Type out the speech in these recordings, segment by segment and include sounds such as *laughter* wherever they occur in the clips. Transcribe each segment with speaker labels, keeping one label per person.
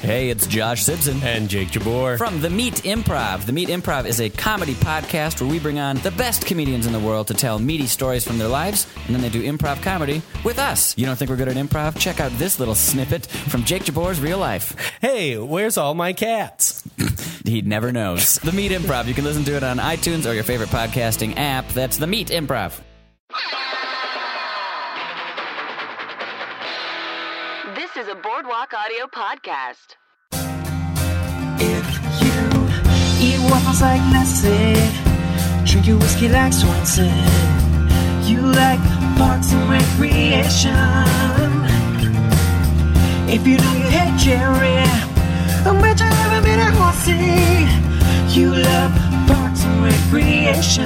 Speaker 1: Hey, it's Josh Simpson.
Speaker 2: And Jake Jabor.
Speaker 1: From The Meat Improv. The Meat Improv is a comedy podcast where we bring on the best comedians in the world to tell meaty stories from their lives, and then they do improv comedy with us. You don't think we're good at improv? Check out this little snippet from Jake Jabor's real life.
Speaker 2: hey, where's all my cats?
Speaker 1: He never knows. the Meat Improv. You can listen to it on iTunes or your favorite podcasting app. That's The Meat Improv.
Speaker 3: This is a Boardwalk Audio podcast.
Speaker 4: If you eat waffles like Nestle, drink your whiskey like Swanson, you like parks and recreation. If you know you hate Jerry, imagine having been a horsey. You love parks and recreation.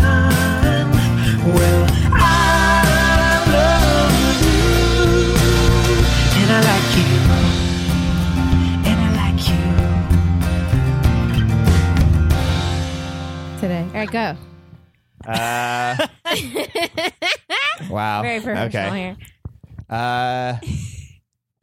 Speaker 4: Well, I love you, and I like you, and I like you.
Speaker 5: today. All right, go.
Speaker 6: Wow.
Speaker 5: Very professional
Speaker 6: okay.
Speaker 5: here.
Speaker 6: Uh,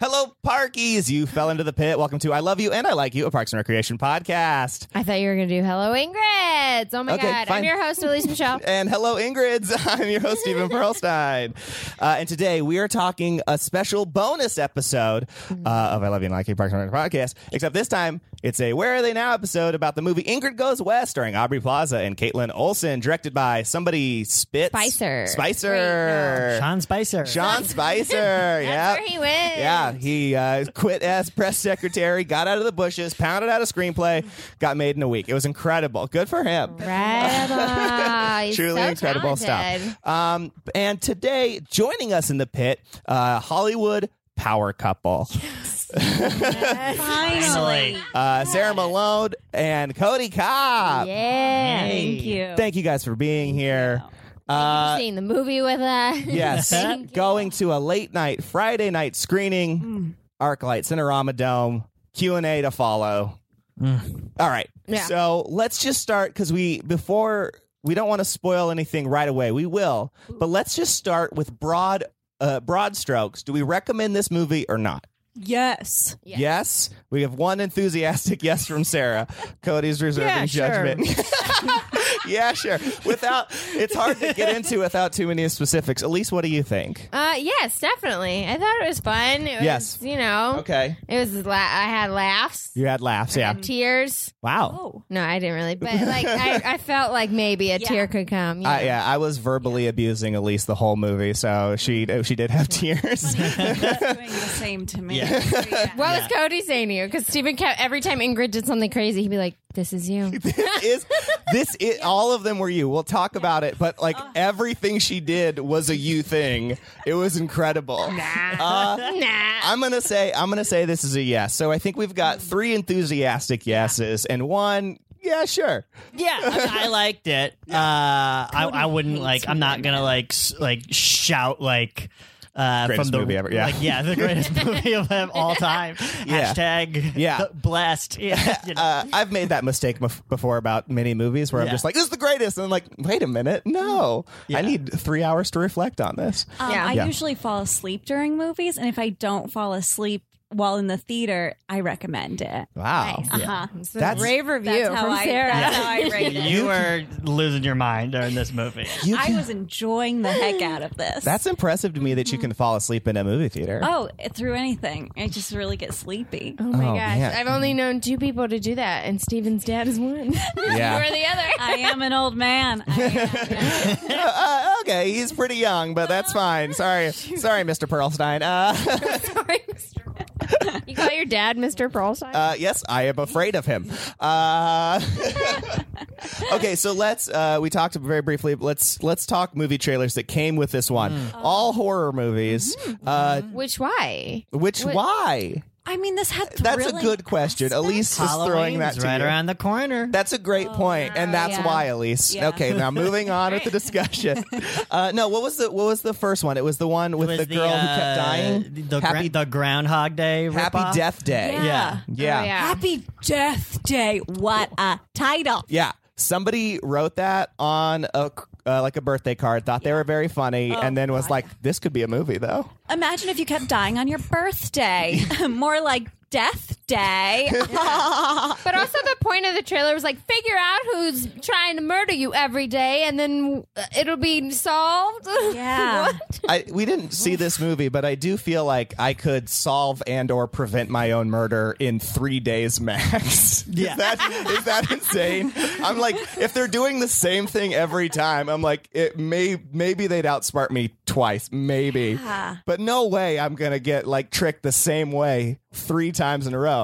Speaker 6: hello, Parkies. You fell into the pit. Welcome to I Love You and I Like You, a Parks and Recreation podcast.
Speaker 5: I thought you were going to do Hello Ingrids. Oh my
Speaker 6: Okay,
Speaker 5: God.
Speaker 6: fine.
Speaker 5: I'm your host, Elise
Speaker 6: *laughs*
Speaker 5: Michelle.
Speaker 6: And hello, Ingrids. *laughs* I'm your
Speaker 5: *laughs*
Speaker 6: host, Stephen Perlstein. Uh, and today we are talking a special bonus episode
Speaker 5: Mm-hmm.
Speaker 6: uh, of I Love You and I Like You, Parks and Recreation podcast. Except this time it's a Where Are They Now episode about the movie Ingrid Goes West, starring Aubrey Plaza and Caitlin Olsen, directed by somebody Spitz.
Speaker 5: Spicer.
Speaker 6: Spicer.
Speaker 5: Wait,
Speaker 2: Sean Spicer.
Speaker 5: *laughs*
Speaker 6: Sean Spicer. yeah.
Speaker 5: where he went.
Speaker 6: Yeah, he uh, quit as press secretary, got out of the bushes, pounded out a screenplay, got made in a week. It was incredible. Good for him.
Speaker 5: Incredible. He's
Speaker 6: Truly
Speaker 5: so
Speaker 6: incredible
Speaker 5: talented.
Speaker 6: stuff. Um, and today, joining us in the pit, uh, Hollywood power
Speaker 5: *laughs*
Speaker 6: couple
Speaker 5: Finally.
Speaker 6: uh, Sarah Malone and Cody Cobb.
Speaker 5: Yeah. Thank you.
Speaker 6: Thank you guys for being here. Uh,
Speaker 5: for Seeing the movie with us.
Speaker 6: Yes. Going to a late night Friday night screening, ArcLight Cinerama Dome, Q&A to follow. All right.
Speaker 5: Yeah.
Speaker 6: So, let's just start cuz we before we don't want to spoil anything right away. We will. But let's just start with broad uh, broad strokes. Do we recommend this movie or not?
Speaker 7: Yes.
Speaker 5: Yes.
Speaker 6: Yes. We have one enthusiastic *laughs* yes from Sarah. Cody's reserving
Speaker 7: Yeah, sure.
Speaker 6: judgment. yeah, sure. Without it's hard to get into without too many specifics. Elise, what do you think?
Speaker 5: *laughs* Uh, yes, definitely. I thought it was fun. It was,
Speaker 6: Yes.
Speaker 5: You know,
Speaker 6: Okay.
Speaker 5: it was, la- I had laughs,
Speaker 6: You had laughs, yeah.
Speaker 5: tears. Oh,
Speaker 6: Wow.
Speaker 5: No, I didn't really, but like, I,
Speaker 6: *laughs*
Speaker 5: I felt like maybe a tear could come.
Speaker 6: I, Uh, yeah, I was verbally abusing Elise the whole movie, so she oh, she did have *laughs* tears. *laughs*
Speaker 7: doing the same to me. *laughs*
Speaker 5: What was Cody saying to you? Because Stephen kept every time Ingrid did something crazy, he'd be like, "This is
Speaker 6: *laughs*
Speaker 5: you."
Speaker 6: this is this is all of them were you. We'll talk about it, but like everything she did was a you thing. It was incredible. Uh,
Speaker 5: nah.
Speaker 6: I'm gonna say I'm gonna say this is a yes. So I think we've got three enthusiastic yeses and one. Yeah, sure.
Speaker 2: Yeah, I, I liked it.
Speaker 6: *laughs*
Speaker 2: Uh, I, I wouldn't like. I'm not gonna like s- like shout like. Uh,
Speaker 6: Greatest
Speaker 2: from the
Speaker 6: movie ever, yeah.
Speaker 2: like, yeah, the greatest
Speaker 6: *laughs*
Speaker 2: movie of all time.
Speaker 6: Yeah.
Speaker 2: Hashtag
Speaker 6: Yeah.
Speaker 2: the
Speaker 6: *laughs*
Speaker 2: blessed. Yeah, *laughs* *coughs* you know.
Speaker 6: Uh, I've made that mistake bef- before about many movies where I'm
Speaker 2: Yeah.
Speaker 6: just like, "This is the greatest," and I'm like, "Wait a minute, no, I need three hours to reflect on this."
Speaker 7: Um,
Speaker 5: Yeah.
Speaker 7: I
Speaker 6: Yeah.
Speaker 7: usually fall asleep during movies, and if I don't fall asleep while in the theater, I recommend it.
Speaker 6: Wow,
Speaker 7: Uh-huh.
Speaker 6: That's-
Speaker 5: rave review
Speaker 7: That's how
Speaker 5: from
Speaker 7: I.
Speaker 5: Sarah.
Speaker 7: That's how I rate it.
Speaker 2: you were losing your mind during this movie.
Speaker 6: You
Speaker 7: I
Speaker 6: can-
Speaker 7: was enjoying the heck out of this.
Speaker 6: that's impressive to me that you can fall asleep in a movie theater.
Speaker 7: oh, through anything, I just really get sleepy.
Speaker 5: Oh my
Speaker 6: Oh,
Speaker 5: gosh!
Speaker 6: man.
Speaker 5: I've only known two people to do that, and Steven's dad is one.
Speaker 6: *laughs* Yeah.
Speaker 5: you are *laughs* the other.
Speaker 7: *laughs*
Speaker 5: *laughs*
Speaker 7: I am an old man. I am.
Speaker 6: Uh, okay, he's pretty young, but that's fine. Sorry, sorry, Mr. Perlstein. Uh, *laughs*
Speaker 5: Sorry, Mr. you call your dad Mr. Perlstein?
Speaker 6: uh, yes, I am afraid of him. Uh, *laughs* okay, so let's. Uh, we talked very briefly. but Let's let's talk movie trailers that came with this one. All horror movies. Uh,
Speaker 5: Which why?
Speaker 6: which
Speaker 5: What-
Speaker 6: why?
Speaker 7: I mean, this had
Speaker 6: That's
Speaker 7: thrilling
Speaker 6: a good question. Elise is throwing that
Speaker 2: Halloween's
Speaker 6: to
Speaker 2: right
Speaker 6: you.
Speaker 2: around the corner.
Speaker 6: That's a great point, and that's
Speaker 5: yeah.
Speaker 6: why, Elise.
Speaker 7: Yeah.
Speaker 6: Okay, now moving on with the discussion. Uh, no, what was the what was the first one? It was the one with
Speaker 2: Was
Speaker 6: the girl who kept
Speaker 2: uh,
Speaker 6: dying.
Speaker 2: The,
Speaker 6: happy,
Speaker 2: gra- the Groundhog Day.
Speaker 6: happy
Speaker 2: ripoff.
Speaker 6: Death Day.
Speaker 7: Yeah.
Speaker 2: Yeah.
Speaker 6: Yeah.
Speaker 5: Oh, yeah.
Speaker 7: Happy Death Day. What a title.
Speaker 6: Yeah. Somebody wrote that on a uh, like a birthday card, thought they were very funny, and then was like, "This could be a movie, though."
Speaker 7: Imagine if you kept dying on your birthday. *laughs* More like Death
Speaker 6: *laughs*
Speaker 7: Day.
Speaker 5: *laughs* But also, the point of the trailer was like, figure out who's trying to murder you every day, and then uh, it'll be solved. *laughs*
Speaker 7: *laughs* Yeah.
Speaker 5: What?
Speaker 6: I, we didn't see this movie, but I do feel like I could solve and or prevent my own murder in three days max. *laughs*
Speaker 2: Yeah.
Speaker 6: is that is that insane? I'm like, if they're doing the same thing every time, I'm like, it may maybe they'd outsmart me twice, maybe, but no way I'm gonna get like tricked the same way three times in a row.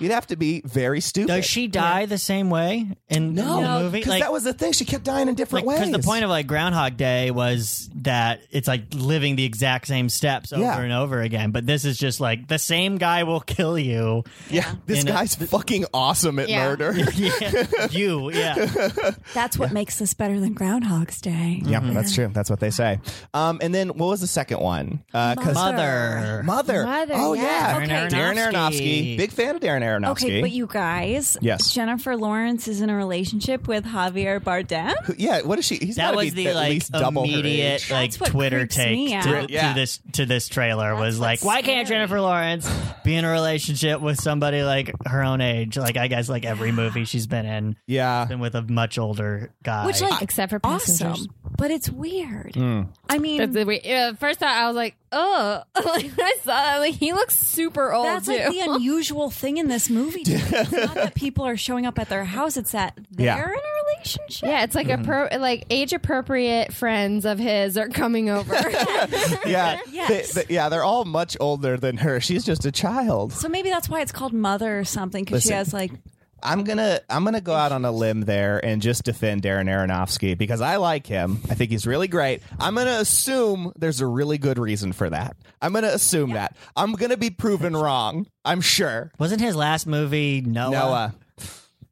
Speaker 6: You'd have to be very stupid.
Speaker 2: Does she die the same way in
Speaker 6: No,
Speaker 2: the movie?
Speaker 6: Because that was the thing. She kept dying in different ways.
Speaker 2: because the point of like Groundhog Day was that it's like living the exact same steps over
Speaker 6: Yeah.
Speaker 2: and over again. But this is just like the same guy will
Speaker 6: *laughs*
Speaker 2: kill you.
Speaker 6: yeah, this
Speaker 2: in a-
Speaker 6: guy's fucking awesome at
Speaker 5: Yeah.
Speaker 2: *laughs*
Speaker 6: murder.
Speaker 2: Yeah, you, yeah.
Speaker 7: That's what makes this better than Groundhog's Day.
Speaker 6: Yeah, that's true. That's what they say. Um, and then what was the second one? Uh, 'cause-
Speaker 2: Mother.
Speaker 6: Mother.
Speaker 5: Mother,
Speaker 6: Oh yeah,
Speaker 5: yeah.
Speaker 2: Okay.
Speaker 6: Darren
Speaker 2: Darren
Speaker 6: Aronofsky.
Speaker 2: Aronofsky.
Speaker 6: Big fan of Darren Aronofsky.
Speaker 7: Okay, but you guys,
Speaker 6: Yes.
Speaker 7: Jennifer Lawrence is in a relationship with Javier Bardem.
Speaker 6: Who- yeah, what is she? He's
Speaker 2: That
Speaker 6: gotta
Speaker 2: was
Speaker 6: be
Speaker 2: the
Speaker 6: at
Speaker 2: like
Speaker 6: least double her
Speaker 2: immediate
Speaker 6: age.
Speaker 2: like
Speaker 7: That's what
Speaker 2: Twitter
Speaker 7: creeps
Speaker 2: take
Speaker 7: me
Speaker 2: to,
Speaker 7: out.
Speaker 2: to
Speaker 6: Yeah.
Speaker 2: this to this trailer was like,
Speaker 7: what's
Speaker 2: why can't Jennifer Lawrence be in a relationship with somebody like her own age? Like I guess like every movie she's been in,
Speaker 6: Yeah.
Speaker 2: *laughs* been with a much older guy.
Speaker 7: Which like
Speaker 5: Except for
Speaker 7: awesome,
Speaker 5: passengers.
Speaker 7: but it's weird.
Speaker 6: Hmm.
Speaker 7: I mean,
Speaker 5: That's the weird. Uh, first thought, I was like, oh, *laughs* like when I saw that, like he looks super old
Speaker 7: That's
Speaker 5: too.
Speaker 7: like *laughs* the unusual thing in this movie. to me.
Speaker 6: *laughs*
Speaker 7: It's not that people are showing up at their house; it's that they're
Speaker 6: Yeah.
Speaker 7: in a relationship.
Speaker 5: yeah, it's like
Speaker 6: Mm-hmm.
Speaker 5: appro- like age appropriate friends of his are coming over. *laughs*
Speaker 6: *laughs* Yeah.
Speaker 7: Yes.
Speaker 6: They- they- yeah, they're all much older than her. She's just a child.
Speaker 7: So maybe that's why it's called Mother or something because she
Speaker 6: Listen.
Speaker 7: has like
Speaker 6: I'm gonna I'm gonna go out on a limb there and just defend Darren Aronofsky because I like him. I think he's really great. I'm gonna assume there's a really good reason for that. I'm gonna assume that. I'm gonna be proven wrong. I'm sure.
Speaker 2: wasn't his last movie Noah?
Speaker 6: Noah.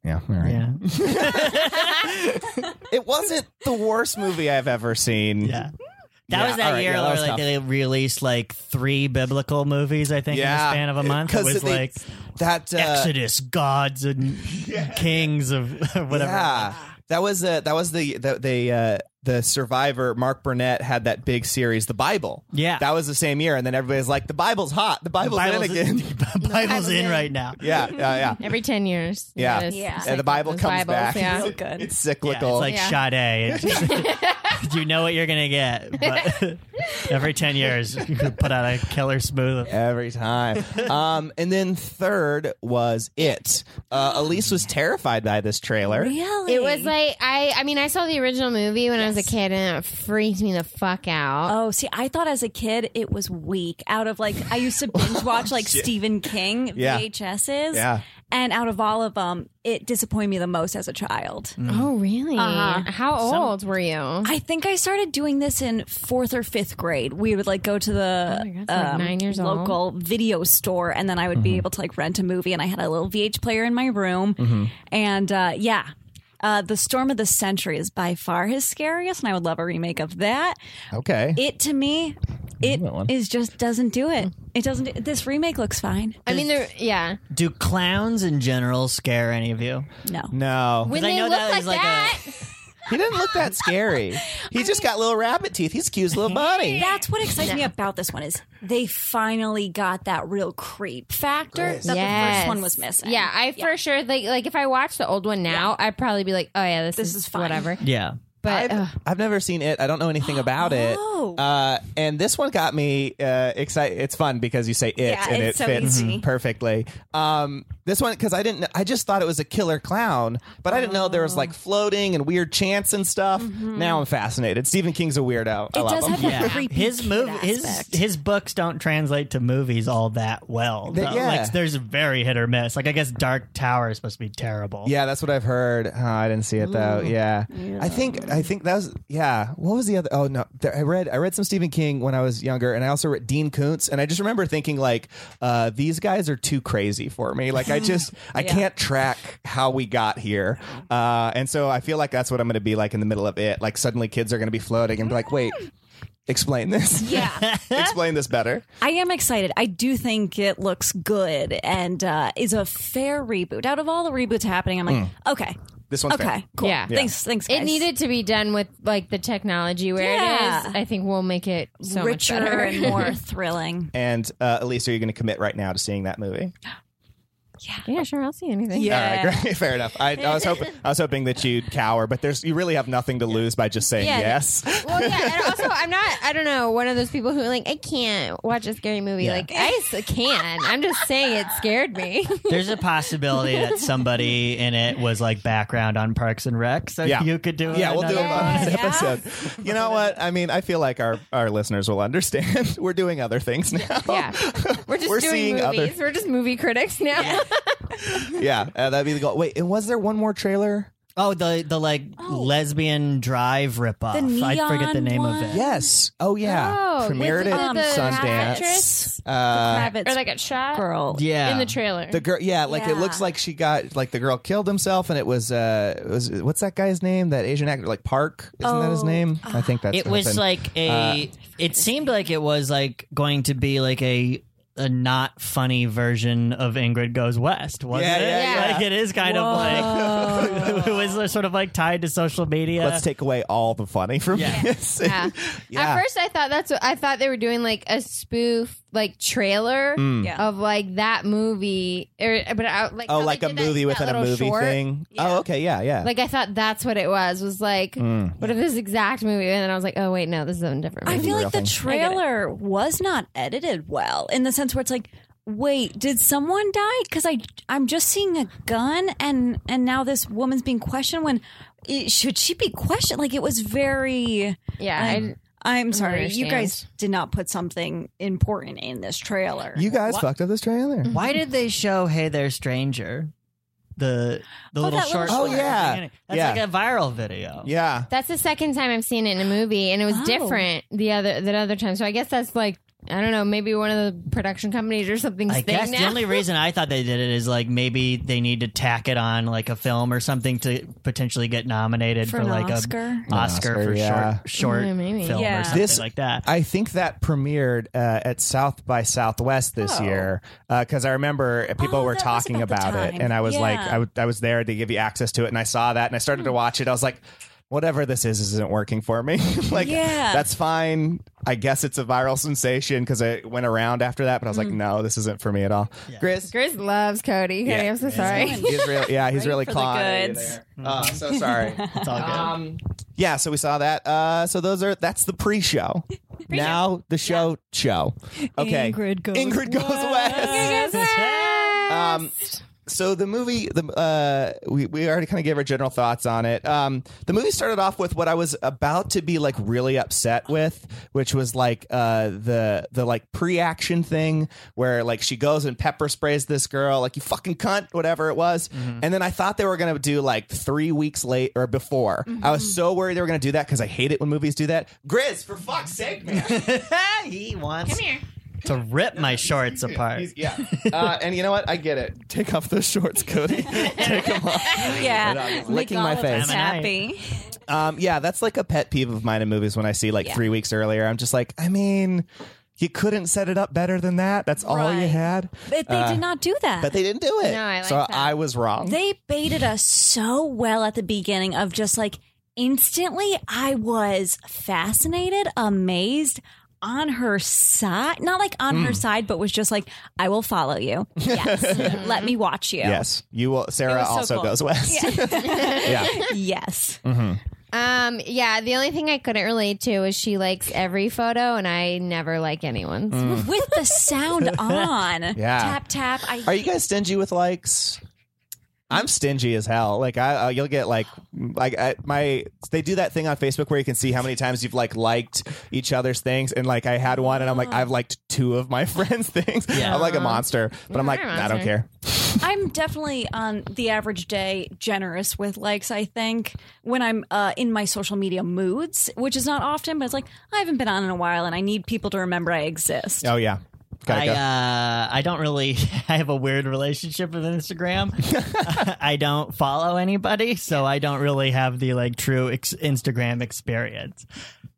Speaker 6: Yeah, all right.
Speaker 2: Yeah.
Speaker 6: *laughs* It wasn't the worst movie I've ever seen.
Speaker 2: Yeah. That
Speaker 6: Yeah,
Speaker 2: was
Speaker 6: all
Speaker 2: that
Speaker 6: right,
Speaker 2: year
Speaker 6: yeah, that was
Speaker 2: where like
Speaker 6: tough.
Speaker 2: they released like three biblical movies, I think, in the span of a month. It was
Speaker 6: they-
Speaker 2: like
Speaker 6: that uh,
Speaker 2: Exodus, gods and *laughs* kings of whatever.
Speaker 6: Yeah, that was uh, that was the the the, uh, the survivor. Mark Burnett had that big series, The Bible.
Speaker 2: Yeah.
Speaker 6: that was the same year, and then everybody's like, "The Bible's hot. The Bible's, in again."
Speaker 2: Bible's, in *laughs* right now.
Speaker 6: *laughs* yeah, yeah,
Speaker 7: *laughs*
Speaker 6: yeah.
Speaker 5: Every ten years,
Speaker 6: Yeah.
Speaker 5: That is
Speaker 7: Yeah.
Speaker 5: just
Speaker 6: And the
Speaker 5: like
Speaker 6: Bible
Speaker 5: those
Speaker 6: comes
Speaker 5: Bibles,
Speaker 6: back.
Speaker 5: Yeah.
Speaker 7: Real good.
Speaker 6: It's
Speaker 2: Yeah,
Speaker 6: cyclical.
Speaker 2: it's like
Speaker 5: Yeah.
Speaker 2: Sade. It *laughs* just- you know what you're gonna get, *laughs* but every ten years you could put out a killer smooth.
Speaker 6: Every time. Um, and then third was it. Uh, Elise was terrified by this trailer.
Speaker 7: Oh, really.
Speaker 5: *laughs* It was like I. I mean, I saw the original movie when I was a kid, and it freaked me the fuck out.
Speaker 7: Oh, see, I thought as a kid it was weak. Out of like, I
Speaker 6: *laughs*
Speaker 7: used to binge watch like Stephen King
Speaker 6: Yeah.
Speaker 7: VHSs,
Speaker 6: Yeah.
Speaker 7: and out of all of them, it disappointed me the most as a child.
Speaker 6: Mm.
Speaker 5: Oh, really? How old were you?
Speaker 7: I think I started doing this in fourth or fifth grade. We would like go to the
Speaker 5: Oh my God, it's like nine years old.
Speaker 7: local video store, and then I would be
Speaker 6: Mm-hmm.
Speaker 7: able to like rent a movie. And I had a little VH player in my room,
Speaker 6: Mm-hmm.
Speaker 7: and uh, yeah. Uh, the Storm of the Century is by far his scariest, and I would love a remake of that.
Speaker 6: Okay.
Speaker 7: It to me, it
Speaker 6: that one.
Speaker 7: is just doesn't do it. It doesn't. Do, this remake looks fine.
Speaker 5: I mean, they're yeah.
Speaker 2: Do clowns in general scare any of you?
Speaker 7: No,
Speaker 6: no,
Speaker 5: When
Speaker 2: I
Speaker 5: they
Speaker 2: know
Speaker 5: look
Speaker 2: that
Speaker 5: like
Speaker 2: is like a-
Speaker 5: that,
Speaker 6: he didn't look that
Speaker 7: *laughs*
Speaker 6: scary. He just got little rabbit teeth. He's a cute little bunny.
Speaker 7: That's what excites me about this one is they finally got that real creep factor that the
Speaker 5: Yes.
Speaker 7: first one was missing.
Speaker 5: Yeah, I for sure like like if I watch the old one now, I'd probably be like, oh yeah, this,
Speaker 7: This
Speaker 5: is,
Speaker 7: is fine.
Speaker 5: whatever.
Speaker 2: Yeah.
Speaker 5: But ugh.
Speaker 6: I've, I've never seen it. I don't know anything about it.
Speaker 7: Oh.
Speaker 6: Uh, and this one got me uh, excited. It's fun because you say it
Speaker 7: Yeah,
Speaker 6: and it
Speaker 7: it's so
Speaker 6: fits
Speaker 7: easy.
Speaker 6: perfectly. Um, this one because I didn't. I just thought it was a killer clown, but I didn't know there was
Speaker 7: Oh.
Speaker 6: like floating and weird chants and stuff. Now I'm fascinated. Stephen King's a weirdo. I
Speaker 7: Mm-hmm. It
Speaker 6: love
Speaker 7: does
Speaker 6: him.
Speaker 7: have
Speaker 2: Yeah.
Speaker 7: a creepy
Speaker 2: his
Speaker 7: kid
Speaker 2: mov- his
Speaker 7: aspect.
Speaker 2: his books don't translate to movies all that well.
Speaker 6: They-
Speaker 2: though.
Speaker 6: yeah.
Speaker 2: Like there's very hit or miss. Like I guess Dark Tower is supposed to be terrible.
Speaker 6: Yeah, that's what I've heard. Oh, I didn't see it though.
Speaker 7: Mm.
Speaker 6: Yeah. I think I think that was yeah. What was the other? Oh no, there, I read I read some Stephen King when I was younger, and I also read Dean Koontz, and I just remember thinking like, uh, these guys are too crazy for me. Like I just
Speaker 7: *laughs*
Speaker 6: I can't track how we got here, uh, and so I feel like that's what I'm going to be like in the middle of it. Like suddenly kids are going to be floating and be like, wait, explain this.
Speaker 7: Yeah,
Speaker 6: *laughs* explain this better.
Speaker 7: I am excited. I do think it looks good and uh, is a fair reboot. Out of all the reboots happening, I'm like, okay,
Speaker 6: This one's
Speaker 7: okay,
Speaker 6: fair.
Speaker 7: cool.
Speaker 5: Yeah. Yeah.
Speaker 7: Thanks, thanks.
Speaker 5: it
Speaker 7: Guys.
Speaker 5: needed to be done with like the technology where it
Speaker 7: Yeah.
Speaker 5: is. I think we'll make it so much
Speaker 7: richer
Speaker 5: better.
Speaker 7: and more thrilling.
Speaker 6: And uh, Elise, are you going to commit right now to seeing that movie?
Speaker 5: *laughs* Yeah, sure. I'll see anything.
Speaker 7: Yeah.
Speaker 6: All right, great. *laughs* Fair enough. I, I was hoping I was hoping that you'd cower, but there's you really have nothing to lose by just saying
Speaker 5: Yeah.
Speaker 6: yes.
Speaker 5: Well, yeah, and also I'm not. I don't know. One of those people who like I can't watch a scary movie. Like I s- can. I'm just saying it scared me.
Speaker 6: *laughs*
Speaker 2: There's a possibility that somebody in it was like background on Parks and Rec, so
Speaker 6: Yeah.
Speaker 2: you could do it.
Speaker 6: Yeah, we'll do a
Speaker 2: another-
Speaker 6: bonus
Speaker 7: Yeah.
Speaker 6: episode. You know what? I mean, I feel like our, our listeners will understand. *laughs* We're doing other things now. *laughs*
Speaker 5: yeah, we're just
Speaker 6: Oh. We're
Speaker 5: doing
Speaker 6: seeing
Speaker 5: movies.
Speaker 6: other-
Speaker 5: We're just movie critics now. *laughs*
Speaker 6: yeah, uh, that'd be the goal. Wait, was there one more trailer?
Speaker 2: Oh, the the like lesbian drive ripoff.
Speaker 7: Oh. The
Speaker 2: I forget the
Speaker 7: neon
Speaker 2: name of
Speaker 7: one?
Speaker 2: it.
Speaker 6: Yes. Oh yeah.
Speaker 5: Oh,
Speaker 6: Premiered
Speaker 5: with
Speaker 6: at
Speaker 5: the- the
Speaker 6: Sundance.
Speaker 5: actress?
Speaker 6: Uh,
Speaker 7: Kravitz
Speaker 5: or like a shot
Speaker 7: girl.
Speaker 2: Yeah.
Speaker 5: in the trailer.
Speaker 6: the girl, yeah, like it
Speaker 7: Yeah.
Speaker 6: looks like she got like the girl killed himself, and it was uh, it was what's that guy's name? That Asian actor, like Park, isn't that his
Speaker 7: Oh,
Speaker 6: name? I think that's
Speaker 2: it was
Speaker 6: something.
Speaker 2: like
Speaker 6: Uh,
Speaker 2: a it seemed like it was like going to be like a a not funny version of Ingrid Goes West, wasn't
Speaker 6: Yeah,
Speaker 2: it?
Speaker 6: yeah,
Speaker 5: yeah.
Speaker 2: Like it is kind of like *laughs* it was sort of like tied to social media.
Speaker 6: let's take away all the funny from *laughs*
Speaker 2: Yeah.
Speaker 6: this.
Speaker 5: Yeah.
Speaker 6: Yeah.
Speaker 5: At first, I thought that's what I thought they were doing like a spoof, like trailer
Speaker 7: Yeah.
Speaker 5: of like that movie, or but I, like how
Speaker 6: Mm. oh,
Speaker 5: they
Speaker 6: like a
Speaker 5: did that-
Speaker 6: movie
Speaker 5: that
Speaker 6: within a
Speaker 5: little
Speaker 6: movie
Speaker 5: short.
Speaker 6: thing. Oh, okay, yeah, yeah.
Speaker 5: Like I thought that's what it was. Was like,
Speaker 6: Hmm.
Speaker 5: what if this exact movie? And then I was like, oh wait, no, this is a different.
Speaker 7: I
Speaker 5: Movie.
Speaker 7: feel
Speaker 6: real
Speaker 7: like the
Speaker 6: thing.
Speaker 7: trailer was not edited well in the sense where it's like, wait, did someone die? Because I I'm just seeing a gun and and now this woman's being questioned when it, should she be questioned? Like it was very.
Speaker 5: yeah, I,
Speaker 7: I'm sorry, you
Speaker 5: understand.
Speaker 7: guys did not put something important in this trailer.
Speaker 6: you guys fucked up this trailer.
Speaker 5: Mm-hmm.
Speaker 2: Why did they show Hey There Stranger? The the little
Speaker 7: that
Speaker 2: short
Speaker 7: little
Speaker 6: short. Oh, yeah.
Speaker 2: That's
Speaker 6: Yeah.
Speaker 2: like a viral video.
Speaker 6: Yeah.
Speaker 5: that's the second time I've seen it in a movie, and it was
Speaker 7: Oh.
Speaker 5: different the other that other time. So I guess that's like I don't know, maybe one of the production companies or something.
Speaker 2: I guess the
Speaker 5: now.
Speaker 2: only reason I thought they did it is like maybe they need to tack it on like a film or something to potentially get nominated for,
Speaker 7: For an
Speaker 2: like
Speaker 7: Oscar?
Speaker 2: a Oscar,
Speaker 6: Oscar,
Speaker 2: for
Speaker 6: yeah. Mm-hmm,
Speaker 2: short short
Speaker 5: Yeah, maybe.
Speaker 2: film
Speaker 7: Yeah.
Speaker 2: or something
Speaker 6: This-
Speaker 2: like that.
Speaker 6: I think that premiered uh, at South by Southwest this year because I remember people
Speaker 7: Oh,
Speaker 6: were
Speaker 7: that was
Speaker 6: talking
Speaker 7: about the
Speaker 6: about, it,
Speaker 7: time.
Speaker 6: and I was like,
Speaker 7: Yeah. Hmm.
Speaker 6: I, w- I was there to give you access to it, and I saw that, and I started to watch it. I was like, whatever this is isn't working for me. *laughs* like,
Speaker 7: Yeah.
Speaker 6: that's fine. I guess it's a viral sensation because it went around after that, but I was
Speaker 7: Hmm.
Speaker 6: like, no, this isn't for me at all. Grizz,
Speaker 5: *laughs* Chris loves Cody. Cody,
Speaker 6: Yeah.
Speaker 5: I'm so sorry.
Speaker 6: he's real, yeah, he's really
Speaker 7: for the
Speaker 6: clawing at you
Speaker 7: goods. Mm-hmm.
Speaker 6: there. Oh, so sorry.
Speaker 7: *laughs*
Speaker 2: It's all good.
Speaker 6: yeah, so we saw that. Uh, so those are that's the pre-show. Now the show show. Okay,
Speaker 7: Ingrid goes
Speaker 6: Ingrid goes west. Um, so the movie, the uh, we we already kind of gave our general thoughts on it. Um, the movie started off with what I was about to be like really upset with, which was like uh the the like pre-action thing where like she goes and pepper sprays this girl like you fucking cunt whatever it was, and then I thought they were gonna do like three weeks late or before. I was so worried they were gonna do that because I hate it when movies do that. Grizz, for fuck's sake, man. *laughs*
Speaker 2: he wants to rip my shorts apart.
Speaker 6: He's- yeah. Uh, and you know what? I get it. Take off those shorts, Cody. Take them off.
Speaker 7: yeah,
Speaker 6: *laughs* Licking my
Speaker 7: Miguel was
Speaker 6: face.
Speaker 7: Happy.
Speaker 6: Um, yeah, that's like a pet peeve of mine in movies when I see like three weeks earlier. I'm just like, I mean, you couldn't set it up better than that. That's all you
Speaker 7: Right.
Speaker 6: had.
Speaker 7: But they
Speaker 6: Uh,
Speaker 7: did not do that.
Speaker 6: But they didn't do it.
Speaker 5: No, I like
Speaker 6: so
Speaker 5: that.
Speaker 6: I was wrong.
Speaker 7: they baited us so well at the beginning of just like instantly I was fascinated, amazed on her side. Not like on
Speaker 6: Hmm.
Speaker 7: her side, but was just like, I will follow you.
Speaker 6: *laughs*
Speaker 7: Yes. Let me watch you.
Speaker 6: yes. You will Sarah
Speaker 7: so
Speaker 6: also
Speaker 7: cool.
Speaker 6: goes west. *laughs* Yeah.
Speaker 7: Yes.
Speaker 5: Um, yeah, the only thing I couldn't relate to is she likes every photo and I never like anyone's.
Speaker 6: Mm,
Speaker 7: With the
Speaker 6: *laughs*
Speaker 7: sound on.
Speaker 6: Mm-hmm. Yeah.
Speaker 7: Tap tap. I
Speaker 6: Are you guys stingy with likes? I'm stingy as hell. Like I, uh, you'll get like, like I, my. They do that thing on Facebook where you can see how many times you've like liked each other's things, and like I had one, and I'm like, I've liked two of my *laughs* friends' things.
Speaker 2: Oh. Yeah.
Speaker 6: I'm like a monster, but I'm like,
Speaker 5: You're a
Speaker 6: I don't
Speaker 5: monster.
Speaker 6: care.
Speaker 7: I'm definitely on the average day generous with likes. I think when I'm uh, in my social media moods, which is not often, but it's like I haven't been on in a while, and I need people to remember I exist.
Speaker 6: Oh yeah, gotta
Speaker 2: I
Speaker 6: go.
Speaker 2: uh, I don't really. *laughs* I have a weird relationship with
Speaker 6: *laughs*
Speaker 2: Instagram. I don't follow anybody, so I don't really have the like true ex- Instagram experience.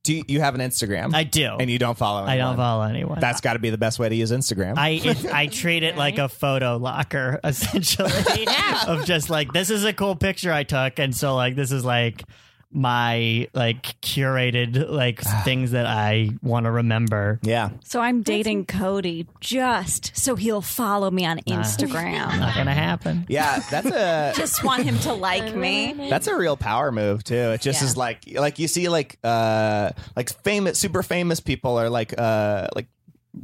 Speaker 6: do you, you have an Instagram?
Speaker 2: I do.
Speaker 6: and you don't follow. Anyone.
Speaker 2: I don't follow anyone.
Speaker 6: That's got to be the best way to use Instagram.
Speaker 2: I it, I treat it like a photo locker *laughs* essentially of just like this is a cool picture I took and so like this is like my like curated like things that I want to remember.
Speaker 6: Yeah.
Speaker 7: So I'm dating Cody just so he'll follow me on Instagram.
Speaker 2: Not gonna happen.
Speaker 6: Yeah, that's a
Speaker 7: *laughs* just want him to like me.
Speaker 6: That's a real power move too. It just
Speaker 7: Yeah.
Speaker 6: is like like you see like uh like famous super famous people are like uh like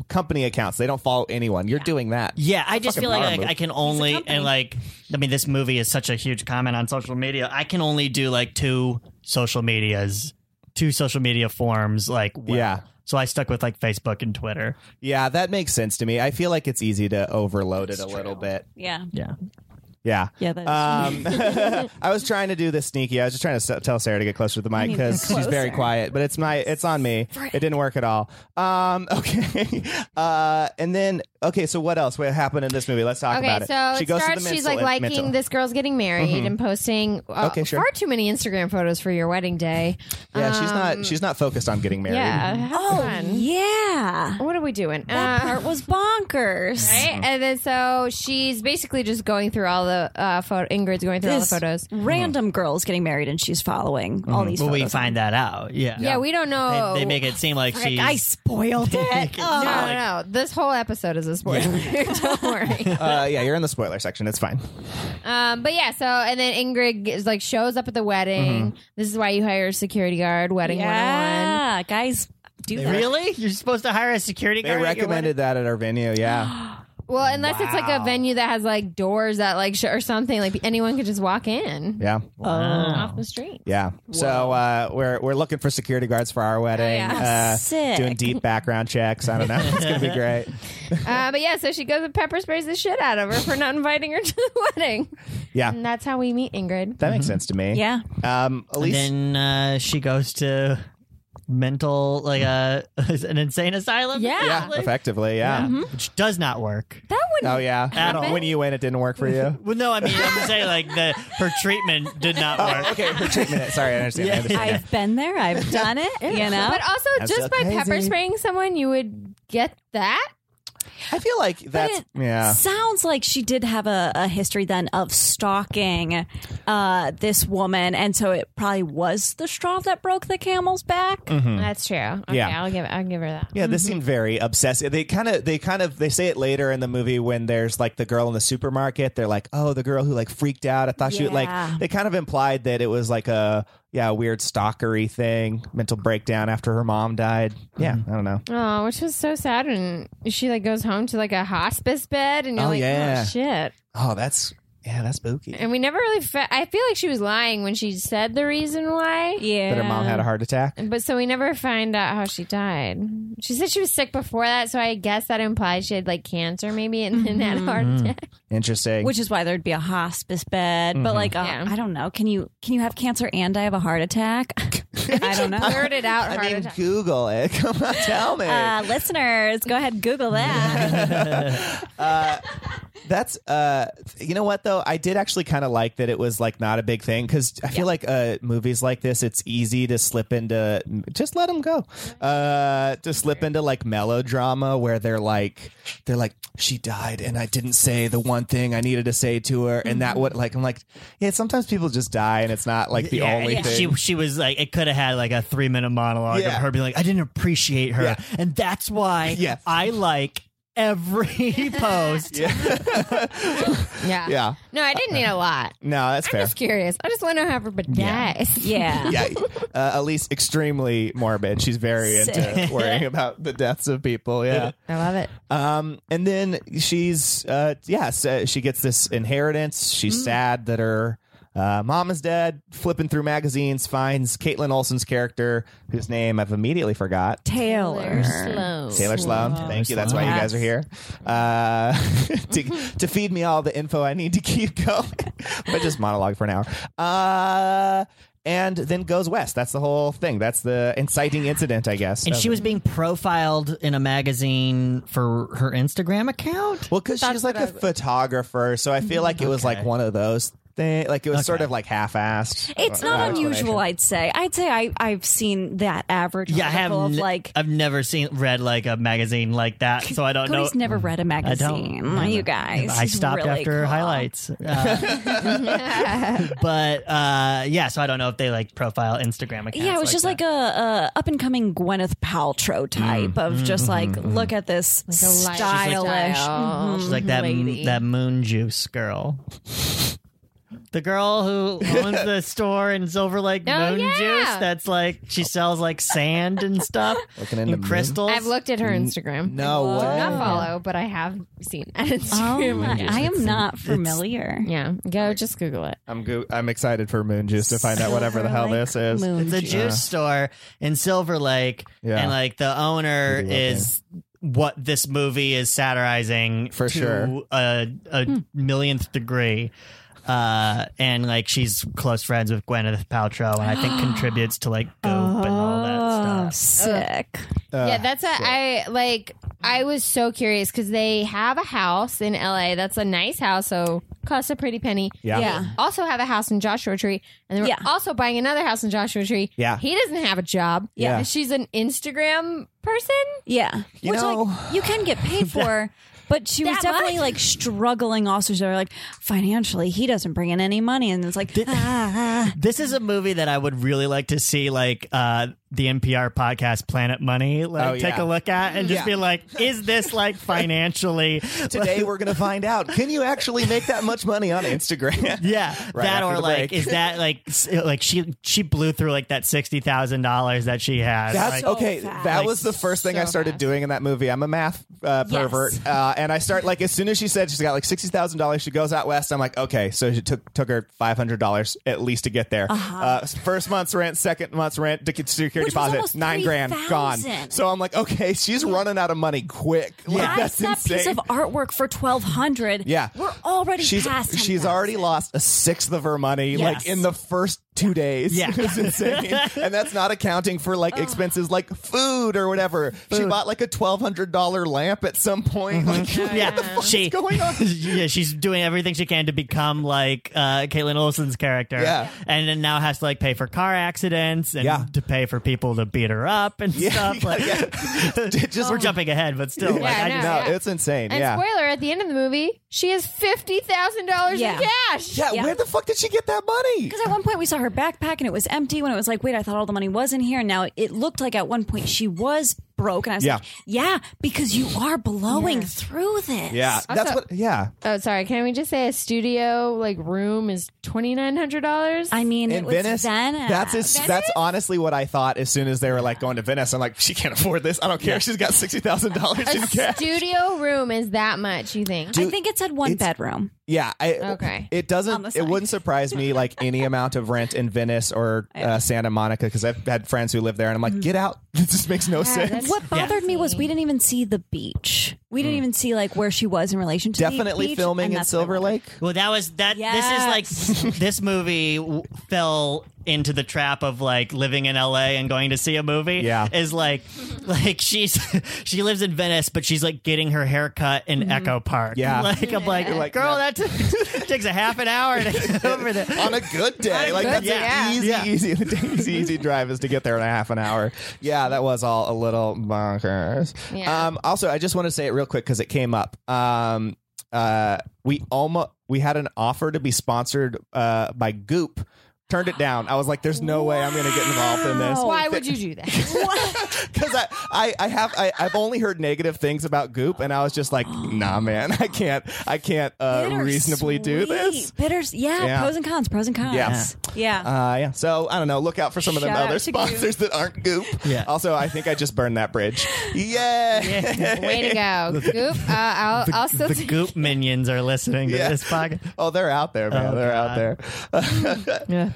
Speaker 6: company accounts. They don't follow anyone. You're doing that.
Speaker 2: Yeah, I just
Speaker 6: Fucking
Speaker 2: feel like,
Speaker 6: power
Speaker 2: like,
Speaker 6: move.
Speaker 2: I can only
Speaker 7: company.
Speaker 2: and like I mean this movie is such a huge comment on social media. I can only do like two social medias, two social media forms like well.
Speaker 6: Yeah.
Speaker 2: So I stuck with like Facebook and Twitter.
Speaker 6: Yeah, that makes sense to me. I feel like it's easy to overload it a little bit.
Speaker 7: Yeah.
Speaker 2: Yeah.
Speaker 6: Yeah.
Speaker 7: Yeah, that is
Speaker 6: Um, *laughs* I was trying to do this sneaky. I was just trying to s- tell Sarah to get closer to the mic because she's very quiet. But it's my, it's on me. It didn't work at all. Um, *laughs* okay. Uh, and then okay. So what else? What happened in this movie? Let's talk
Speaker 5: Okay,
Speaker 6: about it.
Speaker 5: so it starts. she's
Speaker 6: mental-
Speaker 5: like liking
Speaker 6: mental-
Speaker 5: this girl's getting married and posting uh,
Speaker 6: Mm-hmm. Okay, sure.
Speaker 5: far too many Instagram photos for your wedding day.
Speaker 6: Yeah, she's not. She's not focused on getting married.
Speaker 5: Yeah, have
Speaker 7: Oh,
Speaker 5: fun.
Speaker 7: yeah.
Speaker 5: What are we doing?
Speaker 7: That
Speaker 5: Uh,
Speaker 7: part was bonkers.
Speaker 5: Right? And then so she's basically just going through all the uh, photo. Ingrid's going through
Speaker 7: This
Speaker 5: all the photos.
Speaker 7: Random girls getting married and she's following all these
Speaker 2: Well,
Speaker 7: photos.
Speaker 2: we find that out. Yeah.
Speaker 5: Yeah, we don't know.
Speaker 2: They, they make it seem like
Speaker 7: Frick,
Speaker 2: she's
Speaker 7: I
Speaker 2: *laughs*
Speaker 7: spoiled it.
Speaker 5: No,
Speaker 7: Oh.
Speaker 5: no, no. This whole episode is a spoiler. *laughs* don't
Speaker 6: *laughs*
Speaker 5: worry.
Speaker 6: Uh, yeah, you're in the spoiler section. It's fine.
Speaker 5: Um, but yeah, so and then Ingrid is like shows up at the wedding. This is why you hire a security guard. Wedding oh yeah.
Speaker 7: Yeah, guys, do that.
Speaker 2: Really? You're supposed to hire a security
Speaker 6: They
Speaker 2: guard? at your wedding?
Speaker 6: recommended that at our venue. Yeah.
Speaker 5: Well, unless it's like a venue that has like doors that like sh- or something, like anyone could just walk in
Speaker 6: *gasps* Yeah.
Speaker 7: Oh.
Speaker 5: off the street.
Speaker 6: Yeah. So uh, we're we're looking for security guards for our wedding.
Speaker 7: yeah.
Speaker 6: uh,
Speaker 7: Sick.
Speaker 6: Doing deep background checks. I don't know. It's *laughs* gonna be great.
Speaker 5: Uh, but yeah, so she goes and pepper sprays the shit out of her for not inviting her to the *laughs* wedding,
Speaker 6: Yeah.
Speaker 5: and that's how we meet Ingrid.
Speaker 6: That makes sense to me.
Speaker 7: Yeah.
Speaker 6: Um, Elise.
Speaker 2: Then uh, she goes to mental, like uh, *laughs* an insane asylum.
Speaker 5: Yeah.
Speaker 6: yeah. Effectively. Yeah.
Speaker 7: Mm-hmm.
Speaker 2: Which does not work.
Speaker 5: That wouldn't.
Speaker 6: Oh yeah.
Speaker 2: At all.
Speaker 6: When you went, it didn't work for you.
Speaker 2: Well, no, I mean, I'm saying like the her treatment
Speaker 6: *laughs*
Speaker 2: did not work.
Speaker 6: Oh, okay. For two minutes. Sorry. I understand. I understand.
Speaker 7: I've been
Speaker 5: *laughs*
Speaker 7: there. I've done it. You know?
Speaker 5: But also,
Speaker 6: That's
Speaker 5: just
Speaker 6: so
Speaker 5: by pepper
Speaker 6: crazy.
Speaker 5: spraying someone, you would get that.
Speaker 6: I feel like that's
Speaker 7: it
Speaker 6: yeah.
Speaker 7: Sounds like she did have a, a history then of stalking uh, this woman, and so it probably was the straw that broke the camel's back.
Speaker 5: That's true. Okay,
Speaker 6: Hmm. Yeah.
Speaker 5: I'll give. I'll give her that.
Speaker 6: Yeah, this
Speaker 7: Mm-hmm.
Speaker 6: seemed very obsessive. They kind of, they kind of, they say it later in the movie when there's like the girl in the supermarket. They're like, "Oh, the girl who like freaked out." I thought she would
Speaker 7: Yeah.
Speaker 6: like. They kind of implied that it was like a yeah a weird stalkery thing, mental breakdown after her mom died. Yeah,
Speaker 7: Mm-hmm.
Speaker 6: I don't know.
Speaker 5: Oh, which was so sad. And she like goes home to like a hospice bed, and you're
Speaker 6: Oh,
Speaker 5: like,
Speaker 6: yeah.
Speaker 5: oh shit.
Speaker 6: Oh, that's yeah, that's spooky.
Speaker 5: And we never really. Fa- I feel like she was lying when she said the reason why.
Speaker 7: Yeah,
Speaker 6: That her mom had a heart attack.
Speaker 5: But so we never find out how she died. She said she was sick before that, so I guess that implies she had like cancer, maybe, and then
Speaker 6: Mm-hmm.
Speaker 5: had a heart attack.
Speaker 6: Interesting.
Speaker 7: which is why there'd be a hospice bed.
Speaker 2: Mm-hmm.
Speaker 7: But like, uh,
Speaker 5: Yeah.
Speaker 7: I don't know. Can you can you have cancer and die of a heart attack? *laughs* I don't know.
Speaker 5: Blurted out
Speaker 6: I
Speaker 5: heart
Speaker 6: mean,
Speaker 5: attack.
Speaker 6: Google it. *laughs* Come on, tell me.
Speaker 7: Uh, listeners, go ahead Google
Speaker 2: *laughs*
Speaker 7: that.
Speaker 6: That's uh you know what though I did actually kind of like that it was like not a big thing cuz I feel like uh movies like this it's easy to slip into just let them go. Uh to slip into like melodrama where they're like they're like she died and I didn't say the one thing I needed to say to her and that would like I'm like yeah sometimes people just die and it's not like the
Speaker 2: Yeah,
Speaker 6: only
Speaker 2: and
Speaker 6: thing.
Speaker 2: She she was like it could have had like a three minute monologue of
Speaker 6: Yeah.
Speaker 2: her being like I didn't appreciate her,
Speaker 6: Yeah.
Speaker 2: and that's why
Speaker 6: Yes.
Speaker 2: I like every *laughs* post.
Speaker 5: Yeah.
Speaker 6: yeah.
Speaker 5: No, I didn't need a lot.
Speaker 6: No, that's
Speaker 5: I'm
Speaker 6: fair.
Speaker 5: just curious. I just want to have her but dies.
Speaker 7: yeah.
Speaker 6: yeah, uh, Elise extremely morbid. She's very into worrying about the deaths of people. Yeah.
Speaker 5: I love it.
Speaker 6: Um, and then she's uh, yes, uh, she gets this inheritance. She's sad that her uh, mom is dead. Flipping through magazines, finds Caitlin Olsen's character, whose name I've immediately forgot.
Speaker 7: Taylor.
Speaker 6: Taylor Sloan. Thank you. That's why you guys are here uh, *laughs* to, to feed me all the info I need to keep *laughs* going. but just monologue for an hour. Uh, and then goes west. That's the whole thing. That's the inciting incident, I guess.
Speaker 2: And
Speaker 6: of
Speaker 2: she
Speaker 6: it.
Speaker 2: was being profiled in a magazine for her Instagram account.
Speaker 6: Well, because she's like a photographer, so I feel like it was like one of those something. Like it was sort of like half-assed.
Speaker 7: It's
Speaker 6: Uh,
Speaker 7: not
Speaker 6: explanation.
Speaker 7: unusual, I'd say. I'd say I, I've seen that average
Speaker 2: Yeah, I have
Speaker 7: article of
Speaker 2: n-
Speaker 7: like
Speaker 2: I've never seen read like a magazine like that, so I don't
Speaker 7: Cody's
Speaker 2: know.
Speaker 7: never read a
Speaker 2: I don't.
Speaker 7: magazine. You guys,
Speaker 2: I
Speaker 7: He's
Speaker 2: stopped
Speaker 7: really
Speaker 2: after
Speaker 7: cool.
Speaker 2: highlights.
Speaker 7: *laughs*
Speaker 2: Uh, *laughs* but uh, yeah, so I don't know if they like profile Instagram accounts.
Speaker 7: Yeah, it was just
Speaker 2: that.
Speaker 7: like a, a up and coming Gwyneth Paltrow type
Speaker 2: Mm.
Speaker 7: of just like
Speaker 2: Mm-hmm.
Speaker 7: look at this
Speaker 5: light
Speaker 7: stylish.
Speaker 5: style.
Speaker 7: Mhm.
Speaker 2: She's like that
Speaker 5: lady.
Speaker 2: that moon juice girl. The girl who owns
Speaker 7: *laughs*
Speaker 2: the store in Silver Lake
Speaker 5: Oh,
Speaker 2: Moon
Speaker 5: yeah.
Speaker 2: Juice. That's like she sells like sand and
Speaker 7: *laughs*
Speaker 2: stuff
Speaker 6: Looking into
Speaker 2: and
Speaker 6: moon?
Speaker 2: crystals.
Speaker 5: I've looked at her Instagram.
Speaker 6: No
Speaker 5: I do
Speaker 6: way.
Speaker 5: Not follow, but I have seen *laughs* at
Speaker 7: *laughs* Oh
Speaker 5: Instagram.
Speaker 7: my- I am not familiar.
Speaker 5: yeah, go just Google it.
Speaker 6: I'm go- I'm excited for Moon Juice to find out whatever the hell this is.
Speaker 2: It's a juice store in Silver Lake,
Speaker 6: Yeah.
Speaker 2: and like the owner
Speaker 6: Maybe we'll
Speaker 2: is what this movie is satirizing
Speaker 6: For
Speaker 2: to
Speaker 6: sure.
Speaker 2: a, a millionth degree. Uh, and like she's close friends with Gwyneth Paltrow, and I think contributes to like Goop and
Speaker 7: Oh,
Speaker 2: all that
Speaker 7: *laughs*
Speaker 2: stuff.
Speaker 7: sick.
Speaker 6: Uh,
Speaker 5: yeah, that's a I like. I was so curious because they have a house in LA. That's a nice house, so costs a pretty penny.
Speaker 6: Yeah.
Speaker 5: They
Speaker 7: Yeah.
Speaker 5: also have a house in Joshua Tree, and they're
Speaker 7: Yeah.
Speaker 5: also buying another house in Joshua Tree.
Speaker 6: Yeah.
Speaker 5: he doesn't have a job.
Speaker 6: Yeah.
Speaker 5: And she's an Instagram person.
Speaker 7: Yeah.
Speaker 6: You
Speaker 7: Which,
Speaker 6: know-
Speaker 7: like, you can
Speaker 6: *laughs*
Speaker 7: get paid for. But she was
Speaker 5: That
Speaker 7: definitely
Speaker 5: much?
Speaker 7: like struggling also. So they're like, financially, he doesn't bring in any money. And it's like, ah,
Speaker 2: This is a movie that I would really like to see, like uh, the NPR podcast Planet Money, like
Speaker 6: Oh, yeah.
Speaker 2: take a look at and just
Speaker 6: Yeah.
Speaker 2: be like, is
Speaker 6: *laughs*
Speaker 2: this like financially
Speaker 6: Today we're gonna find out. Can you actually make that much money on Instagram?
Speaker 2: Yeah,
Speaker 6: Right
Speaker 2: that
Speaker 6: after
Speaker 2: or
Speaker 6: the
Speaker 2: like
Speaker 6: break.
Speaker 2: is that like s- like she she blew through like that sixty thousand dollars that she has.
Speaker 6: That's
Speaker 2: like,
Speaker 6: okay.
Speaker 7: fast.
Speaker 6: That
Speaker 2: Like,
Speaker 6: was the first thing
Speaker 5: so
Speaker 6: I started
Speaker 5: fast.
Speaker 6: doing in that movie. I'm a math uh,
Speaker 7: Yes.
Speaker 6: pervert, uh, and I start like as soon as she said she's got like sixty thousand dollars, she goes out west. I'm like, okay, so she took took her five hundred dollars at least to get there. uh first month's rent, second month's rent, dec- security
Speaker 7: Uh-huh. Which was
Speaker 6: deposit,
Speaker 7: almost
Speaker 6: nine grand
Speaker 7: 3,000.
Speaker 6: gone. So I'm like, okay, she's running out of money quick. Like,
Speaker 7: buys
Speaker 6: that's
Speaker 7: that
Speaker 6: insane.
Speaker 7: piece of artwork for twelve hundred.
Speaker 6: Yeah.
Speaker 7: we're already
Speaker 6: She's
Speaker 7: past.
Speaker 6: she's
Speaker 7: 10,000.
Speaker 6: already lost a sixth of her money like
Speaker 2: Yes.
Speaker 6: in the first two days.
Speaker 2: Yeah.
Speaker 6: *laughs* it's insane, and that's not accounting for like expenses like food or whatever. She bought like a twelve hundred dollar lamp at some point. Like, *laughs*
Speaker 2: yeah, she
Speaker 6: going on?
Speaker 2: *laughs* yeah she's doing everything she can to become like uh, Caitlin Olsen's character.
Speaker 6: Yeah.
Speaker 2: and then now has to like pay for car accidents and
Speaker 6: Yeah.
Speaker 2: to pay for people to beat her up and stuff. Like,
Speaker 6: Just-
Speaker 2: *laughs* we're jumping ahead, but still, like,
Speaker 5: Yeah,
Speaker 2: Oh. I
Speaker 5: no.
Speaker 2: just,
Speaker 6: no,
Speaker 5: yeah.
Speaker 6: it's insane.
Speaker 5: And
Speaker 6: yeah.
Speaker 5: spoiler: at the end of the movie, she has fifty thousand dollars
Speaker 7: Yeah.
Speaker 5: in cash.
Speaker 6: yeah,
Speaker 7: Yeah.
Speaker 6: where the fuck did she get that money?
Speaker 7: Because at one point we saw her backpack and it was empty. When it was like, wait, I thought all the money was in here. And now it looked like at one point she was broke. And I was
Speaker 6: Yeah.
Speaker 7: like, yeah, because you are blowing through this.
Speaker 6: Yeah, that's
Speaker 5: Also-
Speaker 6: what. Yeah,
Speaker 5: Oh, sorry. Can we just say a studio like room is twenty nine hundred dollars?
Speaker 7: I mean, it
Speaker 6: in
Speaker 7: was
Speaker 6: Venice,
Speaker 7: Venice.
Speaker 6: that's as, that's hononestly what I thought as soon as they were like going to Venice. I'm like, she can't afford this. I don't care. She's got sixty thousand dollars in
Speaker 5: a
Speaker 6: cash.
Speaker 5: studio room is that much. You think?
Speaker 7: I think it said one bedroom.
Speaker 6: Yeah, I,
Speaker 5: Okay.
Speaker 6: It
Speaker 7: On the
Speaker 6: doesn't. It
Speaker 7: side.
Speaker 6: wouldn't surprise me
Speaker 7: *laughs*
Speaker 6: like any amount of rent in Venice or uh, Santa Monica because I've had friends who live there, and I'm
Speaker 7: Mm-hmm.
Speaker 6: like, get out. *laughs* This just makes no sense.
Speaker 5: that's-
Speaker 7: What bothered me was we didn't even see the beach. We didn't even see like where she was in relation to the
Speaker 6: Mm. Definitely
Speaker 7: beach,
Speaker 6: filming
Speaker 7: and
Speaker 6: in
Speaker 7: that's what I
Speaker 6: Silver
Speaker 7: wanted.
Speaker 6: Lake.
Speaker 2: Well, that was that. This is like this movie w- fell into the trap of like living in LA and going to see a movie.
Speaker 6: Yeah.
Speaker 2: is like like she's *laughs* she lives in Venice, but she's like getting her hair cut in Echo Park.
Speaker 6: Yeah.
Speaker 2: *laughs* like I'm like,
Speaker 6: like,
Speaker 2: girl,
Speaker 6: yeah.
Speaker 2: that t- *laughs* takes a half an hour to
Speaker 6: *laughs*
Speaker 2: get over there.
Speaker 6: on a good
Speaker 5: *laughs*
Speaker 6: day, like
Speaker 5: good
Speaker 6: that's
Speaker 5: day. Yeah.
Speaker 6: an easy,
Speaker 2: Yeah.
Speaker 6: easy, *laughs* easy, easy drive is to get there in a half an hour. Yeah, that was all a little bonkers.
Speaker 5: Yeah.
Speaker 6: Um, also, I just want to say it real quick because it came up. Um, uh, we almost we had an offer to be sponsored uh, by Goop. Turned it down. I was like, "There's no way I'm going to get involved in this."
Speaker 5: Why would you do that?
Speaker 6: Because I, I, I have I, I've only heard negative things about Goop, and I was just like, "Nah, man, I can't, I can't uh, reasonably do this."
Speaker 7: Bitters, yeah,
Speaker 6: Yeah.
Speaker 7: Pros and cons. Pros and cons.
Speaker 6: Yeah.
Speaker 7: Yeah.
Speaker 6: Uh, yeah. So I don't know. Look out for some of them
Speaker 7: Shout out
Speaker 6: other
Speaker 7: to Goop.
Speaker 6: sponsors that aren't Goop.
Speaker 2: Yeah.
Speaker 6: Also, I think I just burned that
Speaker 7: *laughs*
Speaker 6: bridge. Yeah.
Speaker 5: Way to go, Goop. Uh, I'll, I'll still.
Speaker 2: the Goop minions are listening to
Speaker 6: Yeah.
Speaker 2: this podcast.
Speaker 6: oh, they're out there, man.
Speaker 2: Oh,
Speaker 6: they're out
Speaker 2: God.
Speaker 5: *laughs*
Speaker 6: there. *laughs*
Speaker 5: Ugh,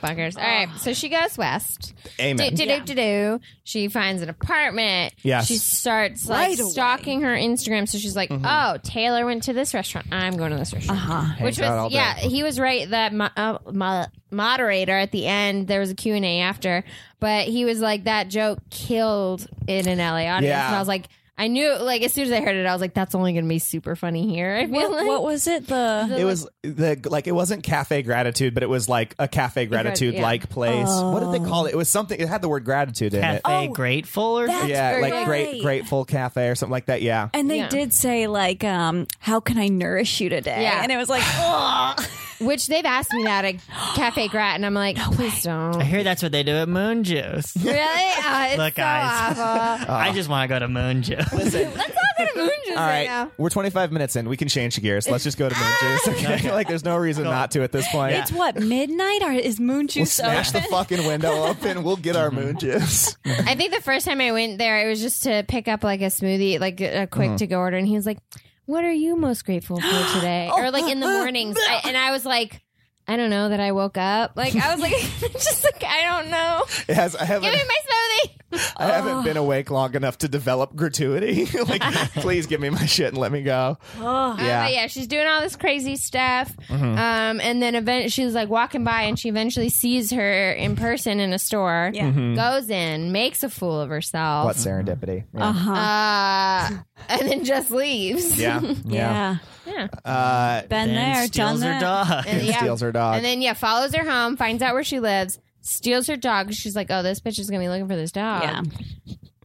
Speaker 5: buggers. All right, so she goes west. Do,
Speaker 6: Amen.
Speaker 5: do, do, do, do. She finds an apartment.
Speaker 6: Yes. Mm-hmm.
Speaker 5: She starts like
Speaker 7: Right away.
Speaker 5: stalking her Instagram. So she's like, "Oh, Taylor went to this restaurant. I'm going to this restaurant."
Speaker 7: Uh-huh.
Speaker 5: Which
Speaker 6: out all
Speaker 5: was
Speaker 6: day.
Speaker 5: yeah, he was right. That mo- uh, mo- moderator at the end, there was a Q and A after, but he was like, "That joke killed in an LA audience,"
Speaker 6: Yeah.
Speaker 5: and I was like. I knew, like, as soon as I heard it, I was like, "That's only going to be super funny here." I
Speaker 6: Uh,
Speaker 5: feel
Speaker 7: What,
Speaker 5: like
Speaker 7: what was it? The
Speaker 6: It was the like it wasn't cafe gratitude, but it was like a cafe gratitude like place. What did they call it? It was something. It had the word gratitude in it.
Speaker 2: Cafe
Speaker 7: Oh,
Speaker 2: Grateful or
Speaker 7: that's-
Speaker 6: Yeah,
Speaker 7: That's
Speaker 6: like
Speaker 7: right.
Speaker 6: great grateful cafe or something like that. Yeah.
Speaker 7: and they
Speaker 5: Yeah.
Speaker 7: did say like, um, "How can I nourish you today?"
Speaker 5: Yeah.
Speaker 7: and it *laughs* was like, ugh.
Speaker 5: which they've asked me
Speaker 7: *gasps*
Speaker 5: that at Cafe Grat, and I'm like, "Please
Speaker 2: I
Speaker 5: don't."
Speaker 2: hear that's what they do at Moon Juice.
Speaker 5: Really? Oh, it's
Speaker 2: Look,
Speaker 5: so
Speaker 2: guys.
Speaker 5: awful.
Speaker 2: *laughs* I just want to go to Moon Juice.
Speaker 5: Let's all go to
Speaker 6: *laughs*
Speaker 5: Moon Juice
Speaker 6: All
Speaker 5: right
Speaker 6: right,
Speaker 5: now.
Speaker 6: we're 25 minutes in. We can change gears. Let's just go
Speaker 7: *laughs*
Speaker 6: to Moon Juice. Okay, *laughs* like there's no reason not to at this point.
Speaker 7: it's what midnight or is Moon
Speaker 6: We'll
Speaker 7: Juice
Speaker 6: smash the
Speaker 7: open?
Speaker 6: fucking window open. We'll get our Moon Juice.
Speaker 5: I think the first time I went there, it was just to pick up like a smoothie, like a quick to go order, and he was like, "What are you most grateful for today?" or like in the mornings, I, and I was like, "I don't know that I woke up." Like I was like, *laughs* just like I don't know.
Speaker 6: It has- I
Speaker 5: Give
Speaker 6: haven't,
Speaker 5: me my Oh. smoothie.
Speaker 6: I haven't been awake long enough to develop gratuity. *laughs* like, please give me my shit and let me go.
Speaker 5: Yeah.
Speaker 6: yeah.
Speaker 5: But yeah, she's doing all this crazy stuff. Um, and then event- she was like walking by and she eventually sees her in person in a store.
Speaker 7: Oh, Yeah.
Speaker 6: Mm-hmm.
Speaker 5: Goes in, makes a fool of herself.
Speaker 6: What serendipity? Yeah.
Speaker 5: Oh.
Speaker 7: Uh huh.
Speaker 5: uh, and then just leaves. *laughs*
Speaker 6: yeah.
Speaker 7: yeah.
Speaker 5: Yeah.
Speaker 6: Uh,
Speaker 7: been
Speaker 2: And
Speaker 7: there, done
Speaker 2: steals her
Speaker 7: that.
Speaker 2: dog.
Speaker 5: And, yeah.
Speaker 6: Steals her dog.
Speaker 5: And then, yeah, follows her home, finds out where she lives, steals her dog. She's like, oh, this bitch is going to be looking for this dog.
Speaker 7: Yeah.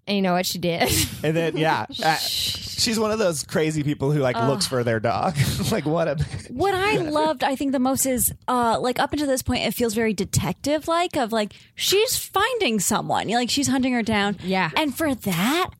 Speaker 5: And you know what she did? *laughs*
Speaker 6: and then, yeah. uh, she's one of those crazy people who, like, looks for their dog. *laughs* like, what a.
Speaker 7: What I loved, I think, the most is uh, like up until this point, it feels very detective like, of like, she's finding someone, like, she's hunting her down.
Speaker 5: Yeah.
Speaker 7: And for that,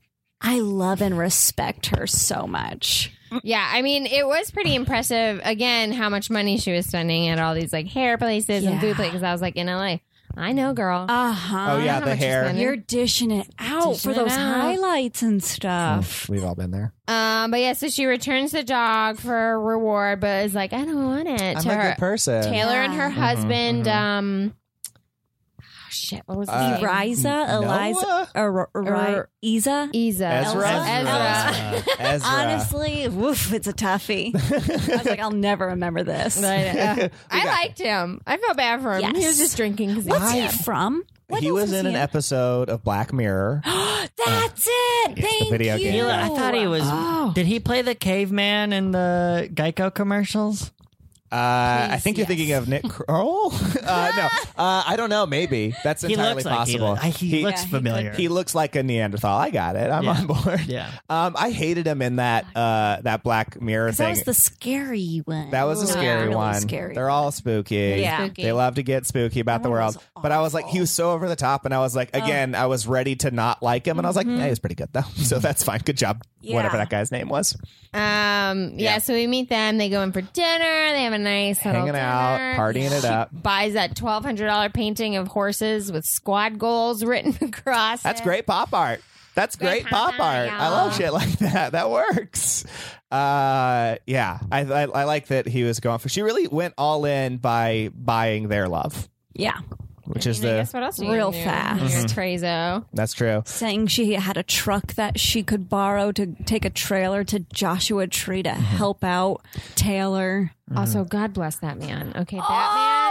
Speaker 7: I love and respect her so much.
Speaker 5: yeah. I mean, it was pretty impressive, again, how much money she was spending at all these like hair places and
Speaker 7: Yeah.
Speaker 5: food places. I was like, in LA, I know, girl.
Speaker 7: Uh huh.
Speaker 6: Oh, yeah,
Speaker 5: how
Speaker 6: the
Speaker 5: much you
Speaker 6: hair.
Speaker 5: spend.
Speaker 7: You're dishing it out
Speaker 5: Dishing
Speaker 7: for those
Speaker 5: it out.
Speaker 7: highlights and stuff.
Speaker 6: We've all been there.
Speaker 5: um, but yeah, so she returns the dog for a reward, but is like, I don't want it.
Speaker 6: I'm
Speaker 5: to
Speaker 6: a
Speaker 5: her.
Speaker 6: good person.
Speaker 5: Taylor and her husband. Um, oh, shit, what was his
Speaker 6: Uh,
Speaker 5: name?
Speaker 7: Riza, Eliza,
Speaker 6: Noah?
Speaker 7: or, or,
Speaker 5: Or-
Speaker 7: Isa.
Speaker 5: Ezra.
Speaker 6: Ezra?
Speaker 5: Ezra.
Speaker 2: *laughs*
Speaker 6: Ezra.
Speaker 7: Honestly, woof, it's a toughie.
Speaker 6: *laughs*
Speaker 7: I was like, I'll never remember *laughs* this.
Speaker 5: Right, uh, I liked him. I felt bad for him. He was
Speaker 7: Yes.
Speaker 5: just drinking. 'cause he
Speaker 7: What's
Speaker 5: was um,
Speaker 7: he
Speaker 5: dead.
Speaker 7: from? What
Speaker 6: he
Speaker 7: else
Speaker 6: was
Speaker 7: is
Speaker 6: in an episode of
Speaker 5: *gasps*
Speaker 6: Black Mirror. Uh,
Speaker 7: That's it. Thank
Speaker 6: video
Speaker 7: you.
Speaker 6: game.
Speaker 2: Eli, I thought he was. Did he play the caveman in the Geico commercials?
Speaker 6: Uh, I think you're thinking of Nick Kroll. *laughs* uh,
Speaker 5: *laughs*
Speaker 6: no, uh, I don't know. Maybe that's
Speaker 2: He
Speaker 6: entirely
Speaker 2: looks
Speaker 6: possible.
Speaker 2: like he, I- he, looks familiar.
Speaker 6: he looks like a Neanderthal. I got it. I'm
Speaker 2: Yeah.
Speaker 6: on board.
Speaker 2: Yeah.
Speaker 6: Um, I hated him in that uh, that Black Mirror
Speaker 7: That
Speaker 6: thing.
Speaker 7: was the scary one.
Speaker 6: That was a
Speaker 7: Yeah,
Speaker 6: scary
Speaker 7: really
Speaker 6: one.
Speaker 7: Scary.
Speaker 6: They're all spooky.
Speaker 7: Yeah.
Speaker 5: Spooky.
Speaker 6: They love to get spooky about the world. But I was like, he was so over the top. And I was like, again, I was ready to not like him. And I was like, yeah, he was pretty good, though. *laughs* So that's fine. Good job.
Speaker 7: Yeah.
Speaker 6: Whatever that guy's name was.
Speaker 5: Um, yeah, So we meet them. They go in for dinner. They have a nice little
Speaker 6: Hanging out,
Speaker 5: dinner.
Speaker 6: partying it up.
Speaker 5: Buys that twelve hundred dollar painting of horses with squad goals *laughs* written across.
Speaker 6: That's
Speaker 5: it.
Speaker 6: great pop art. That's great
Speaker 5: pop
Speaker 6: pop
Speaker 5: art,
Speaker 6: art. I
Speaker 5: y'all.
Speaker 6: love shit like *laughs* that. That works. Uh, yeah, I, I I like that he was going for. She really went all in by buying their love,
Speaker 7: yeah.
Speaker 6: which
Speaker 5: I
Speaker 6: is
Speaker 5: mean, I
Speaker 6: the Mm-hmm.
Speaker 5: guess what else? do you
Speaker 7: real
Speaker 5: do?
Speaker 7: fast.
Speaker 5: You're a Trezo.
Speaker 6: that's true.
Speaker 7: Saying she had a truck that she could borrow to take a trailer to Joshua Tree
Speaker 6: Mm-hmm.
Speaker 7: to help out Taylor.
Speaker 5: Also, God bless that man. Okay, that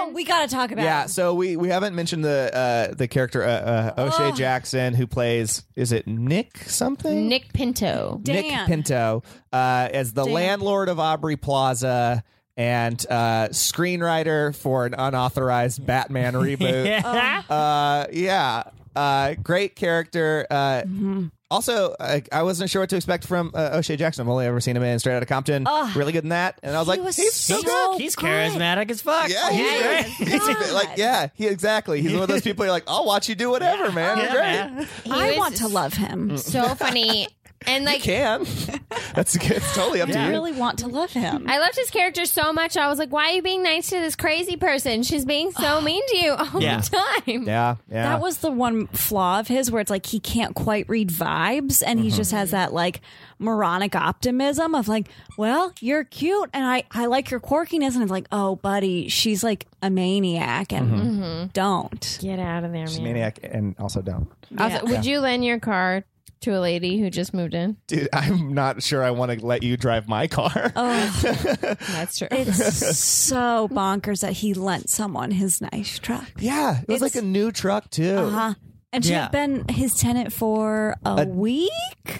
Speaker 7: Oh,
Speaker 5: man.
Speaker 7: we got to talk about
Speaker 6: Yeah, so we, we haven't mentioned the uh, the character uh, uh, O'Shea Jackson who plays is it Nick something
Speaker 5: Nick Pinto.
Speaker 6: Nick
Speaker 7: Dan.
Speaker 6: Pinto uh, as the landlord of Aubrey Plaza and uh, screenwriter for an unauthorized Batman reboot.
Speaker 2: yeah.
Speaker 6: uh yeah uh great character uh also I, I wasn't sure what to expect from uh, O'Shea Jackson I've only ever seen him in Straight Outta Compton really good in that and I was
Speaker 7: He
Speaker 6: like
Speaker 7: was
Speaker 6: he's so
Speaker 7: so-
Speaker 6: good
Speaker 2: He's
Speaker 7: good.
Speaker 2: charismatic as *laughs* fuck.
Speaker 6: yeah,
Speaker 2: he's
Speaker 6: he's
Speaker 2: great.
Speaker 6: great. *laughs* He's like, yeah, he exactly. He's one of those people. You're like, I'll watch you do whatever, man. You're
Speaker 2: Yeah,
Speaker 6: great.
Speaker 2: man.
Speaker 5: He
Speaker 7: I
Speaker 5: was
Speaker 7: want to love
Speaker 6: Mm.
Speaker 7: him.
Speaker 5: So funny. And like
Speaker 6: Can that's good. It's totally up
Speaker 7: I
Speaker 6: to you.
Speaker 7: really want to love him.
Speaker 5: I loved his character so much. I was like, why are you being nice to this crazy person? She's being so mean to you all
Speaker 2: Yeah.
Speaker 5: the time.
Speaker 6: Yeah, yeah.
Speaker 7: That was the one flaw of his where it's like he can't quite read vibes and
Speaker 6: Mm-hmm.
Speaker 7: he just has that like moronic optimism of like, well, you're cute and I, I like your quirkiness. And it's like, oh, buddy, she's like a maniac and
Speaker 6: Mm-hmm.
Speaker 7: Mm-hmm. don't.
Speaker 5: Get out of there, man.
Speaker 6: maniac, and also don't,
Speaker 5: Also, Would you lend your car to a lady who just moved in?
Speaker 6: dude. I'm not sure I want to let you drive my car. *laughs*
Speaker 5: That's true.
Speaker 2: *laughs*
Speaker 7: It's so bonkers that he lent someone his nice truck.
Speaker 6: yeah, it was like a new truck too.
Speaker 7: Uh-huh. And she
Speaker 2: Yeah.
Speaker 7: had been his tenant for a, week.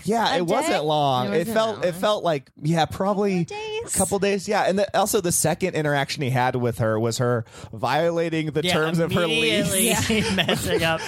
Speaker 6: Yeah, it
Speaker 7: A day?
Speaker 6: wasn't long.
Speaker 5: It
Speaker 6: It,
Speaker 5: wasn't
Speaker 6: felt
Speaker 5: that
Speaker 6: it
Speaker 5: long.
Speaker 6: felt like yeah, probably
Speaker 7: days?
Speaker 6: couple days. Yeah, and the, also the second interaction he had with her was her violating the terms of her lease.
Speaker 2: immediately *laughs*
Speaker 6: *laughs*
Speaker 2: messing up.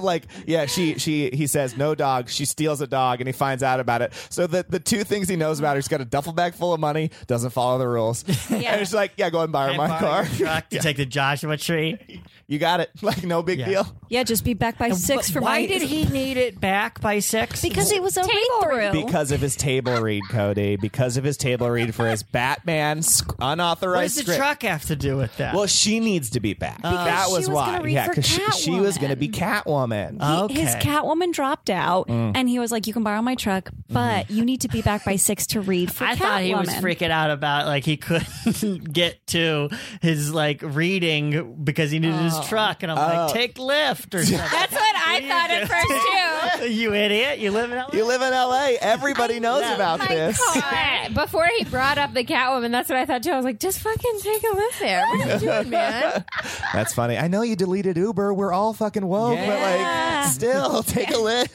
Speaker 6: like yeah, she she he says no dog. She steals a dog, and he finds out about it. So the the two things he knows about her, she's got a duffel bag full of money, doesn't follow the rules,
Speaker 7: Yeah.
Speaker 6: and she's like, *laughs* yeah, go and borrow
Speaker 2: I
Speaker 6: my
Speaker 2: borrowed
Speaker 6: car.
Speaker 2: your Truck to take the Joshua tree.
Speaker 6: *laughs* you got it. Like no big
Speaker 2: Yeah.
Speaker 6: deal.
Speaker 7: Yeah, just be back by six
Speaker 2: But
Speaker 7: for
Speaker 2: why
Speaker 7: my *laughs*
Speaker 2: did he need it back by six?
Speaker 7: Because it was a
Speaker 5: Table
Speaker 7: read
Speaker 5: read.
Speaker 7: through.
Speaker 6: Because of his table read, Cody. Because of his table read for his Batman sc-
Speaker 2: what
Speaker 6: unauthorized
Speaker 2: does the
Speaker 6: script.
Speaker 2: truck have to do with that?
Speaker 6: Well, she needs to be back. that
Speaker 7: she
Speaker 6: was,
Speaker 7: was
Speaker 6: why.
Speaker 7: gonna read
Speaker 6: yeah,
Speaker 7: for
Speaker 6: she, she was going to be Catwoman.
Speaker 7: He-
Speaker 2: okay. Mm.
Speaker 7: His Catwoman dropped out, and he was like, "You can borrow my truck,
Speaker 2: Mm-hmm.
Speaker 7: but you need to be back by six to read for
Speaker 2: I
Speaker 7: Catwoman."
Speaker 2: thought he was freaking out about like he couldn't *laughs* get to his like reading because he needed his truck, and I'm
Speaker 6: Oh.
Speaker 2: like, take
Speaker 6: *laughs*
Speaker 2: Lyft or something.
Speaker 5: That's what
Speaker 2: *laughs*
Speaker 5: I thought at first too.
Speaker 2: you idiot! You live in LA.
Speaker 6: you live in L.A. Everybody knows about
Speaker 5: My
Speaker 6: this.
Speaker 5: car. Before he brought up the Catwoman, that's what I thought too. I was like, just fucking take a look there. What are you doing,
Speaker 6: *laughs*
Speaker 5: man?
Speaker 6: That's funny. I know you deleted Uber. We're all fucking woke,
Speaker 7: Yeah.
Speaker 6: but like,
Speaker 7: *laughs*
Speaker 6: still take a lift.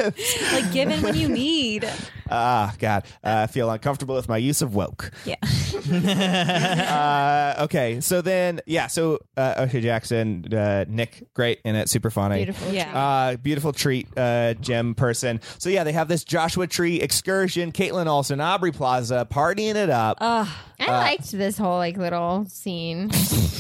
Speaker 7: like, "Given when you need."
Speaker 6: Ah, God, uh, I feel uncomfortable with my use of woke.
Speaker 7: Yeah.
Speaker 6: *laughs* Uh, okay, so then, yeah, so uh, O'Shea Jackson, uh, Nick, great in it, super funny.
Speaker 5: Beautiful.
Speaker 7: Yeah.
Speaker 6: Uh, beautiful treat, uh, gem person. So yeah, they have this Joshua Tree excursion. Caitlin Olsen, Aubrey Plaza, partying it up.
Speaker 7: Oh.
Speaker 6: Uh,
Speaker 5: I liked this whole like little scene.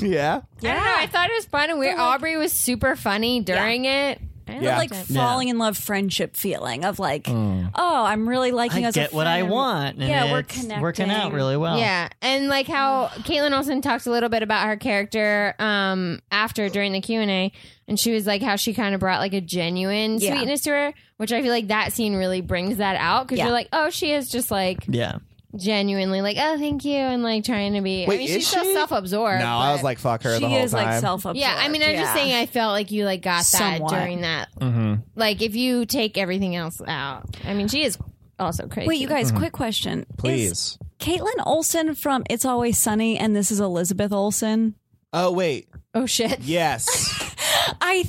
Speaker 6: yeah,
Speaker 5: I don't know. I thought it was fun and weird. Aubrey was super funny during it. I
Speaker 6: Yeah.
Speaker 5: liked
Speaker 7: like
Speaker 5: it.
Speaker 7: falling in love friendship feeling of like, oh, I'm really liking you
Speaker 2: Mm. I
Speaker 7: as a
Speaker 2: get what I
Speaker 7: friend."
Speaker 2: want. And
Speaker 7: yeah, we're
Speaker 2: it's
Speaker 7: connecting.
Speaker 2: working out really well.
Speaker 5: Yeah, and like how Caitlin Olsen talked a little bit about her character um, after during the Q and A, and she was like how she kind of brought like a genuine
Speaker 7: Yeah.
Speaker 5: sweetness to her, which I feel like that scene really brings that out because
Speaker 7: Yeah.
Speaker 5: you're like, oh, she is just like
Speaker 2: Yeah.
Speaker 5: genuinely like, oh, thank you, and like trying to be.
Speaker 6: Wait,
Speaker 5: I mean,
Speaker 6: is
Speaker 5: she's so
Speaker 6: she?
Speaker 5: self-absorbed.
Speaker 6: no, I was
Speaker 5: but-
Speaker 6: like, fuck her the
Speaker 7: She
Speaker 6: whole
Speaker 7: is
Speaker 6: time.
Speaker 7: like self up.
Speaker 5: yeah, I mean, I'm just saying, I felt like you like got that
Speaker 7: Somewhat.
Speaker 5: during that.
Speaker 6: Mhm.
Speaker 5: Like, if you take everything else out, I mean, she is also crazy.
Speaker 7: Wait, you guys,
Speaker 2: Mm-hmm.
Speaker 7: quick question. Is
Speaker 6: Please.
Speaker 7: Caitlin Olsen from It's Always Sunny and this is Elizabeth Olsen?
Speaker 6: Oh wait,
Speaker 5: Oh shit.
Speaker 6: yes.
Speaker 7: I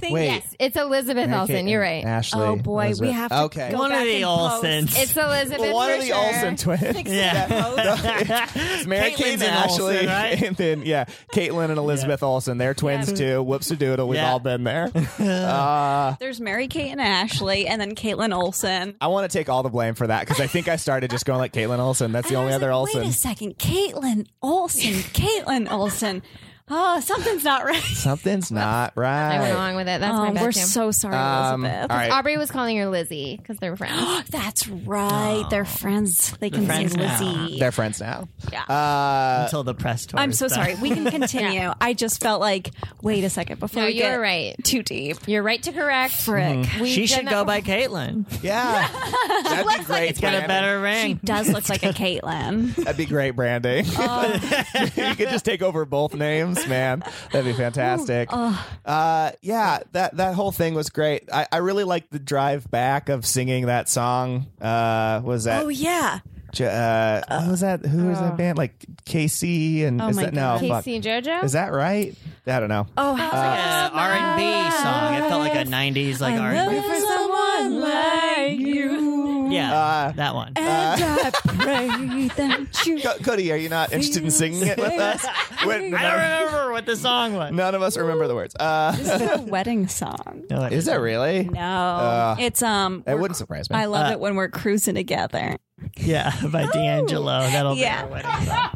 Speaker 7: think
Speaker 6: Wait.
Speaker 5: Yes, it's Elizabeth Olsen. You're right.
Speaker 6: Ashley.
Speaker 7: Oh boy,
Speaker 6: Elizabeth.
Speaker 7: we have to
Speaker 6: Okay.
Speaker 7: go
Speaker 2: One
Speaker 7: back
Speaker 2: of the
Speaker 7: and post.
Speaker 2: Olsens. *laughs*
Speaker 5: It's Elizabeth.
Speaker 6: One
Speaker 5: for
Speaker 6: of the
Speaker 5: sure.
Speaker 6: Olsen twins. *laughs*
Speaker 2: yeah.
Speaker 6: It's Mary Kate and Ashley,
Speaker 2: Olsen,
Speaker 6: *laughs*
Speaker 2: right?
Speaker 6: and then yeah, Caitlin and Elizabeth Olsen. They're twins too. Whoops a doodle. We've
Speaker 2: Yeah.
Speaker 6: all been *laughs* there. Uh,
Speaker 7: There's Mary Kate and Ashley, and then Caitlin Olsen.
Speaker 6: I want to take all the blame for that because I think I started just going like Caitlin Olsen. That's the
Speaker 7: And I
Speaker 6: only
Speaker 7: was
Speaker 6: other
Speaker 7: like,
Speaker 6: Olsen.
Speaker 7: Wait a second, Caitlin Olsen, Caitlin Olsen. Oh, something's not right.
Speaker 6: Something's not
Speaker 5: I went
Speaker 6: right.
Speaker 5: along with it. That's my
Speaker 7: Um,
Speaker 5: bad
Speaker 7: we're
Speaker 5: jam.
Speaker 7: so sorry,
Speaker 6: Um, all
Speaker 7: Elizabeth.
Speaker 6: right.
Speaker 5: Aubrey was calling her Lizzie because they're
Speaker 7: *gasps*
Speaker 5: friends. *gasps*
Speaker 7: That's right. They're friends. They can
Speaker 2: friends
Speaker 7: say
Speaker 2: now.
Speaker 7: Lizzie.
Speaker 6: They're friends now.
Speaker 7: Yeah. *laughs*
Speaker 6: Uh,
Speaker 2: Until the press tour.
Speaker 7: I'm so
Speaker 2: is
Speaker 7: sorry.
Speaker 2: done.
Speaker 6: *laughs*
Speaker 7: We can continue. I just felt like, wait a second before
Speaker 5: no,
Speaker 7: we get
Speaker 5: you're right.
Speaker 7: too deep.
Speaker 5: You're right to correct.
Speaker 7: Frick.
Speaker 6: Mm-hmm.
Speaker 5: We've done
Speaker 2: She should
Speaker 5: that
Speaker 2: go
Speaker 5: before.
Speaker 2: by Caitlin.
Speaker 6: yeah, that'd be great.
Speaker 2: It's got a better ring.
Speaker 7: Does look *laughs* like a Caitlin.
Speaker 6: That'd be great
Speaker 7: *laughs*
Speaker 6: branding.
Speaker 7: Uh.
Speaker 6: you could just take over both names, man. That'd be fantastic. Uh, yeah, that that whole thing was great. I, I really liked the drive back of singing that song. Uh, was that?
Speaker 7: Oh yeah.
Speaker 6: J- uh, what was that? Who was that band? Like Casey and
Speaker 7: Oh
Speaker 6: is
Speaker 7: my
Speaker 6: that no?
Speaker 7: God.
Speaker 6: fuck.
Speaker 5: Casey and JoJo.
Speaker 6: Is that right? I don't know.
Speaker 7: Oh, how
Speaker 2: Uh, R&B song. It felt like a 90s like R&B.
Speaker 7: for someone like you.
Speaker 2: Yeah.
Speaker 6: Uh,
Speaker 2: *laughs* that one.
Speaker 7: And I pray that you.
Speaker 6: Co- Cody, are you not interested in singing it with
Speaker 7: *laughs*
Speaker 6: us? *laughs* When-
Speaker 2: I don't remember what the song
Speaker 6: *laughs*
Speaker 2: was.
Speaker 6: none of us remember the words. Uh,
Speaker 7: It's a wedding song.
Speaker 2: No,
Speaker 6: *laughs* is that really?
Speaker 7: *laughs* No, it's um.
Speaker 6: It
Speaker 7: we're-
Speaker 6: wouldn't surprise me.
Speaker 7: I
Speaker 2: uh,
Speaker 7: love it when we're cruising together.
Speaker 2: *laughs* Yeah, by D'Angelo. That'll
Speaker 7: Yeah.
Speaker 2: be our wedding song.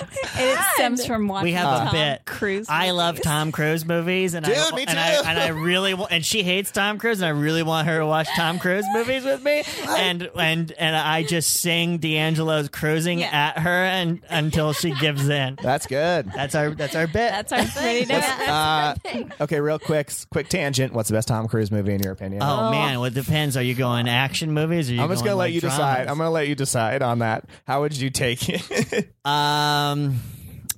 Speaker 7: *laughs* And it stems from watching
Speaker 2: We have
Speaker 7: Tom
Speaker 2: a bit.
Speaker 7: Cruise.
Speaker 2: I love Tom Cruise movies, and I
Speaker 6: Dude, me
Speaker 2: and I
Speaker 6: too.
Speaker 2: and I really wa- and she hates Tom Cruise, and I really want her to watch Tom Cruise movies with me, and and and I just sing D'Angelo's cruising
Speaker 7: Yeah.
Speaker 2: at her and until she gives in.
Speaker 6: That's good.
Speaker 2: That's our that's our bit.
Speaker 7: That's our thing.
Speaker 6: Uh, okay, real quick, quick tangent. What's the best Tom Cruise movie in your opinion?
Speaker 2: oh, man, well, it depends. Are you going action movies? Or are you
Speaker 6: I'm just
Speaker 2: going,
Speaker 6: gonna let
Speaker 2: like,
Speaker 6: you
Speaker 2: dramas?
Speaker 6: decide. I'm gonna let you decide on that. How would you take it? *laughs*
Speaker 2: Um,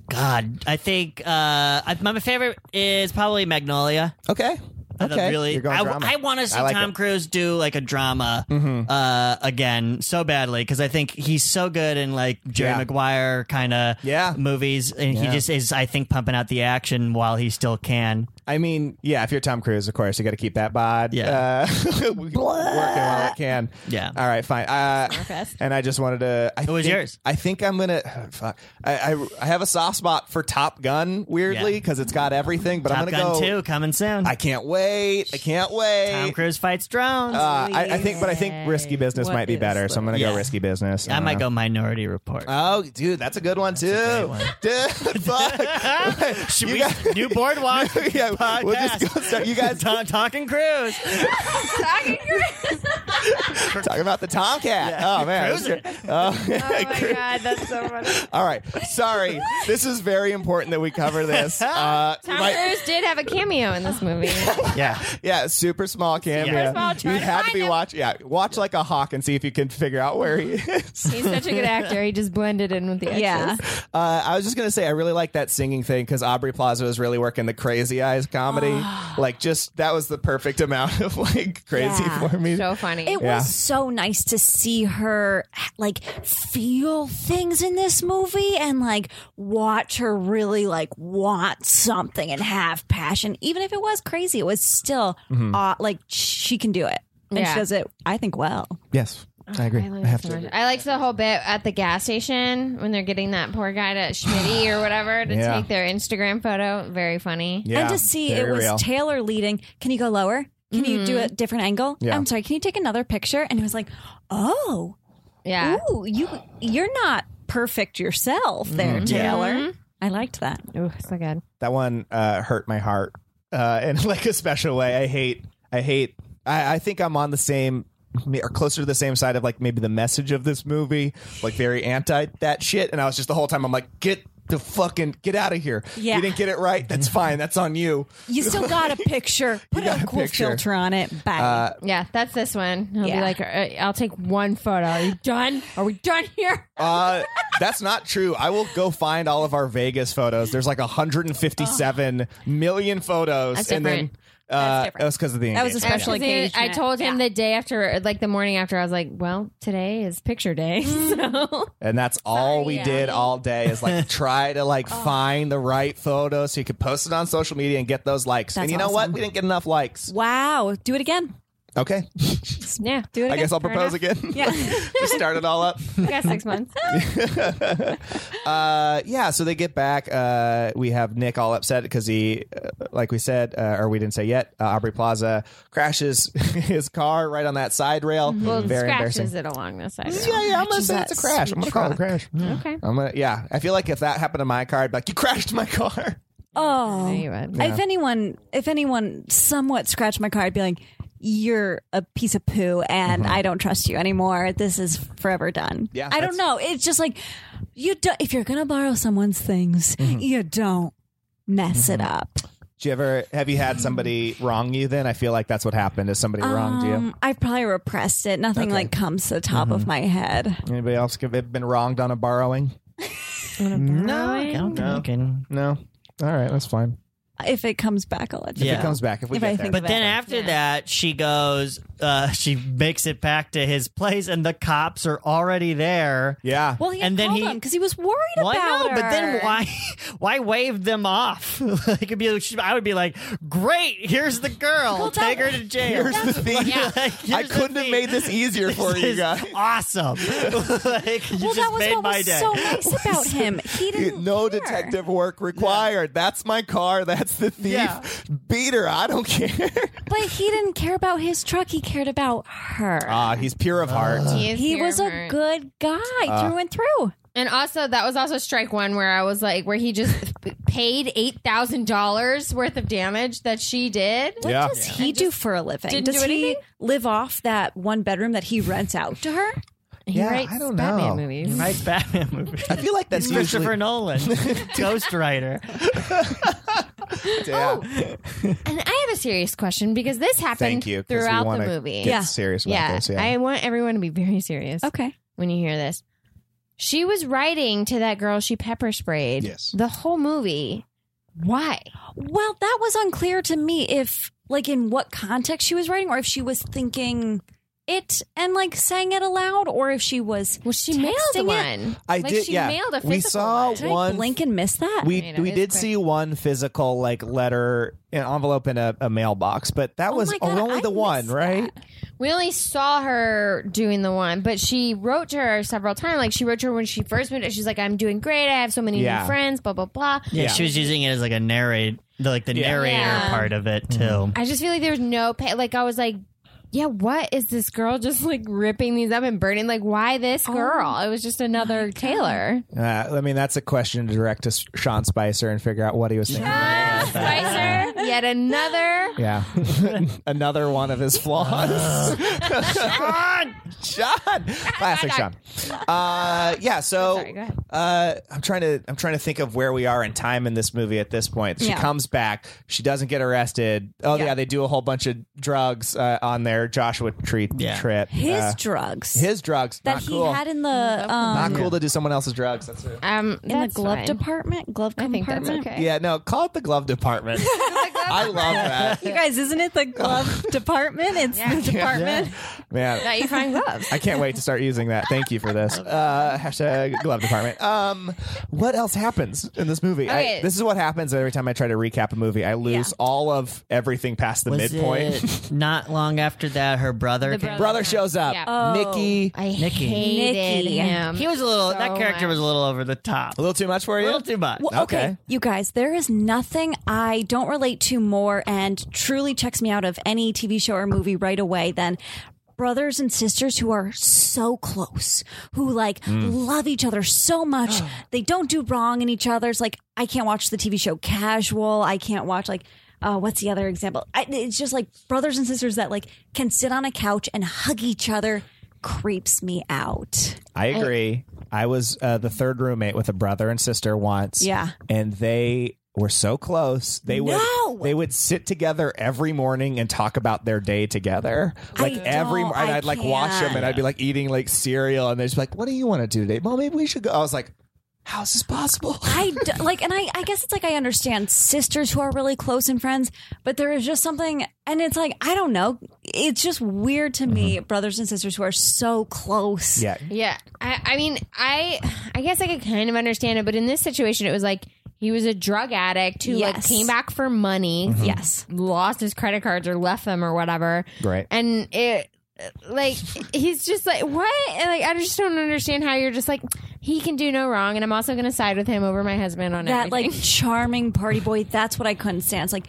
Speaker 2: God, I think uh, I, my favorite is probably Magnolia.
Speaker 6: okay.
Speaker 2: I don't
Speaker 6: Okay.
Speaker 2: Really,
Speaker 6: You're going
Speaker 2: I,
Speaker 6: drama.
Speaker 2: want to see
Speaker 6: I like
Speaker 2: Tom
Speaker 6: it. Mm-hmm.
Speaker 2: Cruise do like a drama uh, again so badly because I think he's so good in like Jerry
Speaker 6: Yeah.
Speaker 2: Maguire kind of
Speaker 6: Yeah.
Speaker 2: movies, and
Speaker 6: Yeah.
Speaker 2: he just is I think pumping out the action while he still can.
Speaker 6: I mean, yeah, if you're Tom Cruise, of course, you got to keep that bod.
Speaker 2: Yeah.
Speaker 6: Uh, *laughs* working while it can.
Speaker 2: Yeah.
Speaker 6: All right, fine. Uh,
Speaker 5: Snorfest.
Speaker 6: and I just wanted to. I
Speaker 2: It was
Speaker 6: think-
Speaker 2: yours.
Speaker 6: I think I'm going to. Fuck. I, I, I have a soft spot for Top Gun, weirdly,
Speaker 2: Yeah.
Speaker 6: because it's got everything, but
Speaker 2: Top
Speaker 6: I'm going
Speaker 2: Gun
Speaker 6: to go.
Speaker 2: 2 coming soon.
Speaker 6: I can't wait. I can't wait.
Speaker 2: Tom Cruise fights drones.
Speaker 6: Uh, I, I think, but I think risky business
Speaker 5: What
Speaker 6: might be
Speaker 5: is
Speaker 6: better, so I'm gonna go
Speaker 2: Yeah.
Speaker 6: risky business.
Speaker 2: I might
Speaker 6: Uh,
Speaker 2: go Minority Report.
Speaker 6: Oh, dude, that's a good one too. *laughs* Dude, fuck.
Speaker 2: Should
Speaker 6: you
Speaker 2: we
Speaker 6: got-
Speaker 2: new
Speaker 6: *laughs*
Speaker 2: boardwalk?
Speaker 6: yeah,
Speaker 2: podcast.
Speaker 6: we'll just go start. You *laughs* guys
Speaker 2: Ta- talking Cruise.
Speaker 6: talking about the Tomcat. Oh man.
Speaker 2: Cruising.
Speaker 6: Oh, *laughs*
Speaker 5: Oh my god, that's so funny.
Speaker 6: All right. Sorry. This is very important that we cover *laughs* this. Uh,
Speaker 5: Tom
Speaker 6: *laughs* right-
Speaker 5: Cruise did have a cameo in this
Speaker 6: *laughs*
Speaker 5: movie.
Speaker 2: Yeah.
Speaker 6: Yeah, super small cameo.
Speaker 2: Super
Speaker 5: small, try
Speaker 6: you
Speaker 5: to
Speaker 6: have to
Speaker 5: find
Speaker 6: be
Speaker 5: him.
Speaker 6: watch. Yeah, watch like a hawk and see if you can figure out where he *laughs* is.
Speaker 5: He's such a good actor. He just blended in with the extras.
Speaker 7: Yeah.
Speaker 6: Uh, I was just gonna say I really like that singing thing because Aubrey Plaza was really working the crazy eyes comedy.
Speaker 7: Ah.
Speaker 6: like, just that was the perfect amount of like crazy
Speaker 7: Yeah.
Speaker 6: for me.
Speaker 5: So funny.
Speaker 7: It
Speaker 6: Yeah.
Speaker 7: was so nice to see her like feel things in this movie and like watch her really like want something and have passion. Even if it was crazy, it was still
Speaker 6: Mm-hmm.
Speaker 7: aw- like she can do it. And
Speaker 5: Yeah.
Speaker 7: she does it, I think, well.
Speaker 6: yes,
Speaker 7: Oh,
Speaker 6: I agree.
Speaker 5: I,
Speaker 6: I,
Speaker 5: love
Speaker 6: have
Speaker 5: it so
Speaker 6: to.
Speaker 5: much.
Speaker 6: Agree.
Speaker 5: I liked the whole bit at the gas station when they're getting that poor guy to Schmitty or whatever to
Speaker 6: *sighs* Yeah.
Speaker 5: take their Instagram photo. Very funny.
Speaker 6: Yeah,
Speaker 7: and to see it
Speaker 6: very
Speaker 7: was
Speaker 6: real.
Speaker 7: Taylor leading. Can you go lower? Can you
Speaker 5: Mm-hmm.
Speaker 7: do a different angle?
Speaker 6: Yeah.
Speaker 7: I'm sorry. Can you take another picture? And it was like, oh,
Speaker 5: Yeah.
Speaker 7: ooh, you you're not perfect yourself there,
Speaker 6: Mm-hmm.
Speaker 7: Taylor.
Speaker 5: Mm-hmm.
Speaker 7: I liked that.
Speaker 5: Ooh, so good.
Speaker 6: that one uh, hurt my heart uh, in *laughs* like a special way. I hate. I hate. I, I think I'm on the same or closer to the same side of like maybe the message of this movie, like very anti that shit. And I was just the whole time I'm like, get the fucking get out of here.
Speaker 7: Yeah.
Speaker 6: You didn't get it right. That's fine. That's on you.
Speaker 7: You still got a
Speaker 2: *laughs*
Speaker 7: picture. Put
Speaker 6: got
Speaker 7: a
Speaker 6: a
Speaker 7: cool
Speaker 6: picture.
Speaker 7: filter on it. Bye.
Speaker 2: Uh,
Speaker 5: Yeah, that's this one. He'll
Speaker 7: Yeah.
Speaker 5: be like, "Uh, I'll take one photo. Are you done? Are we done here?
Speaker 6: Uh, that's not true. I will go find all of our Vegas photos. There's like 157 million photos,
Speaker 5: That's
Speaker 6: and then
Speaker 5: different.
Speaker 6: uh,
Speaker 7: Oh. different.
Speaker 6: that was because of the
Speaker 7: That was a
Speaker 6: engagement.
Speaker 7: *laughs* special
Speaker 5: Because he- I
Speaker 7: engagement.
Speaker 5: told him the day after, like the morning after, I was like, well, today is picture day. *laughs*
Speaker 7: Mm.
Speaker 5: So
Speaker 6: And that's all we
Speaker 5: yeah.
Speaker 6: did all day is
Speaker 7: *laughs*
Speaker 6: like try to like
Speaker 7: Oh.
Speaker 6: find the right photo so you could post it on social media and get those likes. and
Speaker 7: That's
Speaker 6: you know what?
Speaker 7: awesome.
Speaker 6: We didn't get enough likes.
Speaker 7: wow. Do it again.
Speaker 6: Okay.
Speaker 5: yeah, do it.
Speaker 6: I
Speaker 5: again.
Speaker 6: guess I'll
Speaker 5: Fair
Speaker 6: propose
Speaker 5: enough.
Speaker 6: again. Yeah. *laughs* Just start it all up.
Speaker 5: You got six
Speaker 6: *laughs*
Speaker 5: months.
Speaker 6: Uh, yeah. So they get back. Uh, we have Nick all upset because he, uh, like we said, uh, or we didn't say yet, uh, Aubrey Plaza crashes *laughs* his car right on that side rail.
Speaker 5: Well,
Speaker 6: Very
Speaker 5: scratches
Speaker 6: embarrassing.
Speaker 5: it along the side.
Speaker 6: Yeah, yeah. I'm gonna say it's a crash. I'm gonna call it a crash.
Speaker 5: Okay.
Speaker 6: I'm gonna, yeah. I feel like if that happened to my car, I'd be like, "You crashed my car."
Speaker 7: Oh.
Speaker 5: There you would.
Speaker 7: If anyone, if anyone somewhat scratched my car, I'd be like, "You're a piece of poo,
Speaker 2: Mm-hmm.
Speaker 7: and I don't trust you anymore. This is forever done."
Speaker 6: Yeah,
Speaker 7: I
Speaker 6: that's-
Speaker 7: don't know. It's just like you don't. If you're gonna borrow someone's things,
Speaker 2: Mm-hmm.
Speaker 7: you don't mess it up.
Speaker 6: Do you ever have you had somebody wrong you? Then I feel like that's what happened. Is somebody wronged you?
Speaker 7: Um, I've probably repressed it. Nothing like comes to the top
Speaker 2: Mm-hmm.
Speaker 7: of my head.
Speaker 6: Anybody else have been wronged on a borrowing?
Speaker 2: No, I don't think I can.
Speaker 6: No. All right, that's fine.
Speaker 7: If it comes back, I'll let you.
Speaker 6: It
Speaker 2: Yeah.
Speaker 6: comes back if we
Speaker 7: If
Speaker 6: get
Speaker 7: I
Speaker 6: there.
Speaker 7: think
Speaker 2: But then after that, she goes, uh, *laughs* she makes it back to his place, and the cops are already there.
Speaker 6: yeah.
Speaker 7: Well, he
Speaker 2: And then
Speaker 7: called
Speaker 2: he-
Speaker 7: him because he was worried
Speaker 2: Well, I
Speaker 7: about
Speaker 2: know, but then
Speaker 7: her.
Speaker 2: why? *laughs* Why wave them off? *laughs* like, it'd be, I would be like, "Great, here's the girl.
Speaker 7: Well,
Speaker 2: Take
Speaker 7: that-
Speaker 2: her to jail." *laughs*
Speaker 6: here's the thing.
Speaker 2: Like,
Speaker 6: *laughs*
Speaker 2: here's
Speaker 6: I
Speaker 2: the
Speaker 6: couldn't have
Speaker 2: thing.
Speaker 6: made this easier for
Speaker 2: This
Speaker 6: you *laughs*
Speaker 2: is
Speaker 6: guys.
Speaker 2: Awesome. *laughs* like, you
Speaker 7: Well,
Speaker 2: just
Speaker 7: that was
Speaker 2: made
Speaker 7: what
Speaker 2: my
Speaker 7: was
Speaker 2: day.
Speaker 6: *laughs*
Speaker 7: so nice about him. He didn't.
Speaker 6: No
Speaker 7: care.
Speaker 6: detective work required. That's my car. That's the thief.
Speaker 2: Yeah.
Speaker 6: Beat her. I don't care.
Speaker 7: But he didn't care about his truck. He cared about her.
Speaker 6: Ah, he's pure of heart.
Speaker 5: is
Speaker 7: he
Speaker 5: pure
Speaker 7: was a
Speaker 5: heart.
Speaker 7: good guy
Speaker 6: Ah.
Speaker 7: through and through.
Speaker 5: And also, that was also strike one where I was like, where he just *laughs* paid eight thousand dollars worth of damage that she did.
Speaker 7: What
Speaker 6: Yeah.
Speaker 7: does he do for a living?
Speaker 5: didn't
Speaker 7: Does
Speaker 5: do
Speaker 7: he
Speaker 5: anything?
Speaker 7: live off that one bedroom that he rents out to her?
Speaker 5: He
Speaker 6: Yeah,
Speaker 5: writes
Speaker 6: I don't
Speaker 5: Batman
Speaker 6: know.
Speaker 5: movies.
Speaker 2: Right, Batman movie.
Speaker 6: I feel like that's
Speaker 2: Christopher
Speaker 6: usually.
Speaker 2: Nolan, Ghost Rider.
Speaker 6: Yeah.
Speaker 5: And I have a serious question because this happened
Speaker 6: Thank you. 'cause we
Speaker 5: throughout the
Speaker 6: wanna
Speaker 5: movie.
Speaker 6: Get
Speaker 7: Yeah.
Speaker 6: serious about
Speaker 5: yeah.
Speaker 6: this. Yeah.
Speaker 5: I want everyone to be very serious
Speaker 7: Okay.
Speaker 5: when you hear this. She was writing to that girl she pepper sprayed
Speaker 6: Yes.
Speaker 5: the whole movie. Why?
Speaker 7: Well, that was unclear to me if, like, in what context she was writing or if she was thinking it and like sang it aloud, or if she was
Speaker 5: Well, she mailed
Speaker 7: texting it.
Speaker 5: one.
Speaker 6: I
Speaker 5: like,
Speaker 6: did.
Speaker 5: She
Speaker 6: yeah,
Speaker 5: mailed a physical
Speaker 6: we saw
Speaker 5: one.
Speaker 7: Did I
Speaker 6: one.
Speaker 7: blink and miss that?
Speaker 6: we
Speaker 5: I know,
Speaker 6: we
Speaker 5: it's
Speaker 6: did
Speaker 5: quick.
Speaker 6: see one physical like letter an envelope in a, a mailbox, but that
Speaker 7: Oh
Speaker 6: was
Speaker 7: my God,
Speaker 6: only
Speaker 7: I
Speaker 6: the one,
Speaker 7: missed
Speaker 6: right?
Speaker 5: We only saw her doing the one, but she wrote to her several times. Like she wrote to her when she first moved. She's like, "I'm doing great. I have so many
Speaker 6: Yeah.
Speaker 5: new friends." Blah blah blah.
Speaker 2: Yeah, she was using it as like a narrate, the, like the
Speaker 6: Yeah.
Speaker 2: narrator
Speaker 5: Yeah.
Speaker 2: part of it too.
Speaker 5: I just feel like there's no pay. Like I was like, "Yeah, what is this girl just like ripping these up and burning? Like why this girl? it was just another Taylor."
Speaker 6: Uh, I mean, that's a question to direct to S- Sean Spicer and figure out what he was thinking.
Speaker 5: Spicer, yet another.
Speaker 7: *laughs*
Speaker 6: Yeah, another one of
Speaker 7: Uh.
Speaker 6: his flaws. Sean, Sean, classic
Speaker 7: *laughs*
Speaker 6: Sean. Uh, yeah,
Speaker 7: Oh,
Speaker 6: so
Speaker 5: Sorry, go ahead.
Speaker 6: uh, I'm trying to I'm trying to think of where we are in time in this movie at this point. She
Speaker 7: Yeah.
Speaker 6: comes back. She doesn't get arrested. Oh yeah, they do a whole bunch of drugs uh, on their Joshua Tree
Speaker 2: Yeah.
Speaker 6: trip.
Speaker 7: His
Speaker 6: Uh,
Speaker 7: drugs
Speaker 6: his drugs
Speaker 7: that
Speaker 6: not
Speaker 7: he
Speaker 6: cool.
Speaker 7: had in
Speaker 5: Mm,
Speaker 7: the um,
Speaker 6: not cool to do someone else's drugs. That's it.
Speaker 5: Um,
Speaker 7: in the glove
Speaker 5: fine.
Speaker 7: department, glove
Speaker 5: I think that's
Speaker 7: compartment.
Speaker 5: okay.
Speaker 6: Yeah, no, call it the glove
Speaker 7: *laughs*
Speaker 6: department. I love that.
Speaker 7: You guys, isn't it the *laughs* glove department? It's the department.
Speaker 6: Man,
Speaker 5: Now you find gloves.
Speaker 6: I can't wait to start using that. Thank you for
Speaker 7: *laughs*
Speaker 6: this. Uh, hashtag glove department. Um, what else happens in this movie? I-
Speaker 5: Okay.
Speaker 6: this is what happens every time I try to recap a movie. I lose
Speaker 7: Yeah.
Speaker 6: all of everything past the
Speaker 2: Was
Speaker 6: midpoint.
Speaker 2: it not long after that her brother
Speaker 5: The
Speaker 2: came?
Speaker 5: brother.
Speaker 6: *laughs* Brother shows up.
Speaker 5: Yeah.
Speaker 6: Mickey,
Speaker 7: Oh.
Speaker 5: I
Speaker 2: Nikki.
Speaker 5: hated
Speaker 7: Nikki.
Speaker 5: him.
Speaker 2: He was a little
Speaker 5: So
Speaker 2: that character was a little over the top.
Speaker 6: a little too much for
Speaker 2: A
Speaker 6: you.
Speaker 2: little too much.
Speaker 7: Well, okay.
Speaker 6: Okay.
Speaker 7: you guys, there is nothing I don't relate to more and truly checks me out of any TV show or movie right away than brothers and sisters who are so close, who like love each other so much. they don't do wrong in each other's. Like, I can't watch the TV show Casual. I can't watch, like, uh, what's the other example? I, it's just like brothers and sisters that like can sit on a couch and hug each other creeps me out.
Speaker 6: I agree. I was uh, the third roommate with a brother and sister once.
Speaker 7: Yeah.
Speaker 6: and they were so close. They
Speaker 7: No!
Speaker 6: would they would sit together every morning and talk about their day together. Like every,
Speaker 7: don't-
Speaker 6: and
Speaker 7: I
Speaker 6: I'd like watch them, and I'd be like eating like cereal, and they're just like, "What do you want to do today, Mom? Maybe we should go." I was like, "How is this possible?"
Speaker 7: I d- like, and I, I guess it's like I understand sisters who are really close and friends, but there is just something, and it's like I don't know, it's just weird to me, brothers and sisters who are so close.
Speaker 6: Mm-hmm. yeah,
Speaker 5: Yeah, I, I mean, I, I guess I could kind of understand it, but in this situation, it was like he was a drug addict who like
Speaker 7: Yes.
Speaker 5: came back for money,
Speaker 7: Yes.
Speaker 5: lost his credit cards or left them or whatever,
Speaker 6: Right.
Speaker 5: And it, like, he's just like, what? And, like, I just don't understand how you're just like, he can do no wrong, and I'm also going to side with him over my husband on
Speaker 7: That
Speaker 5: everything. *laughs*
Speaker 7: like charming party boy, that's what I couldn't stand. It's like,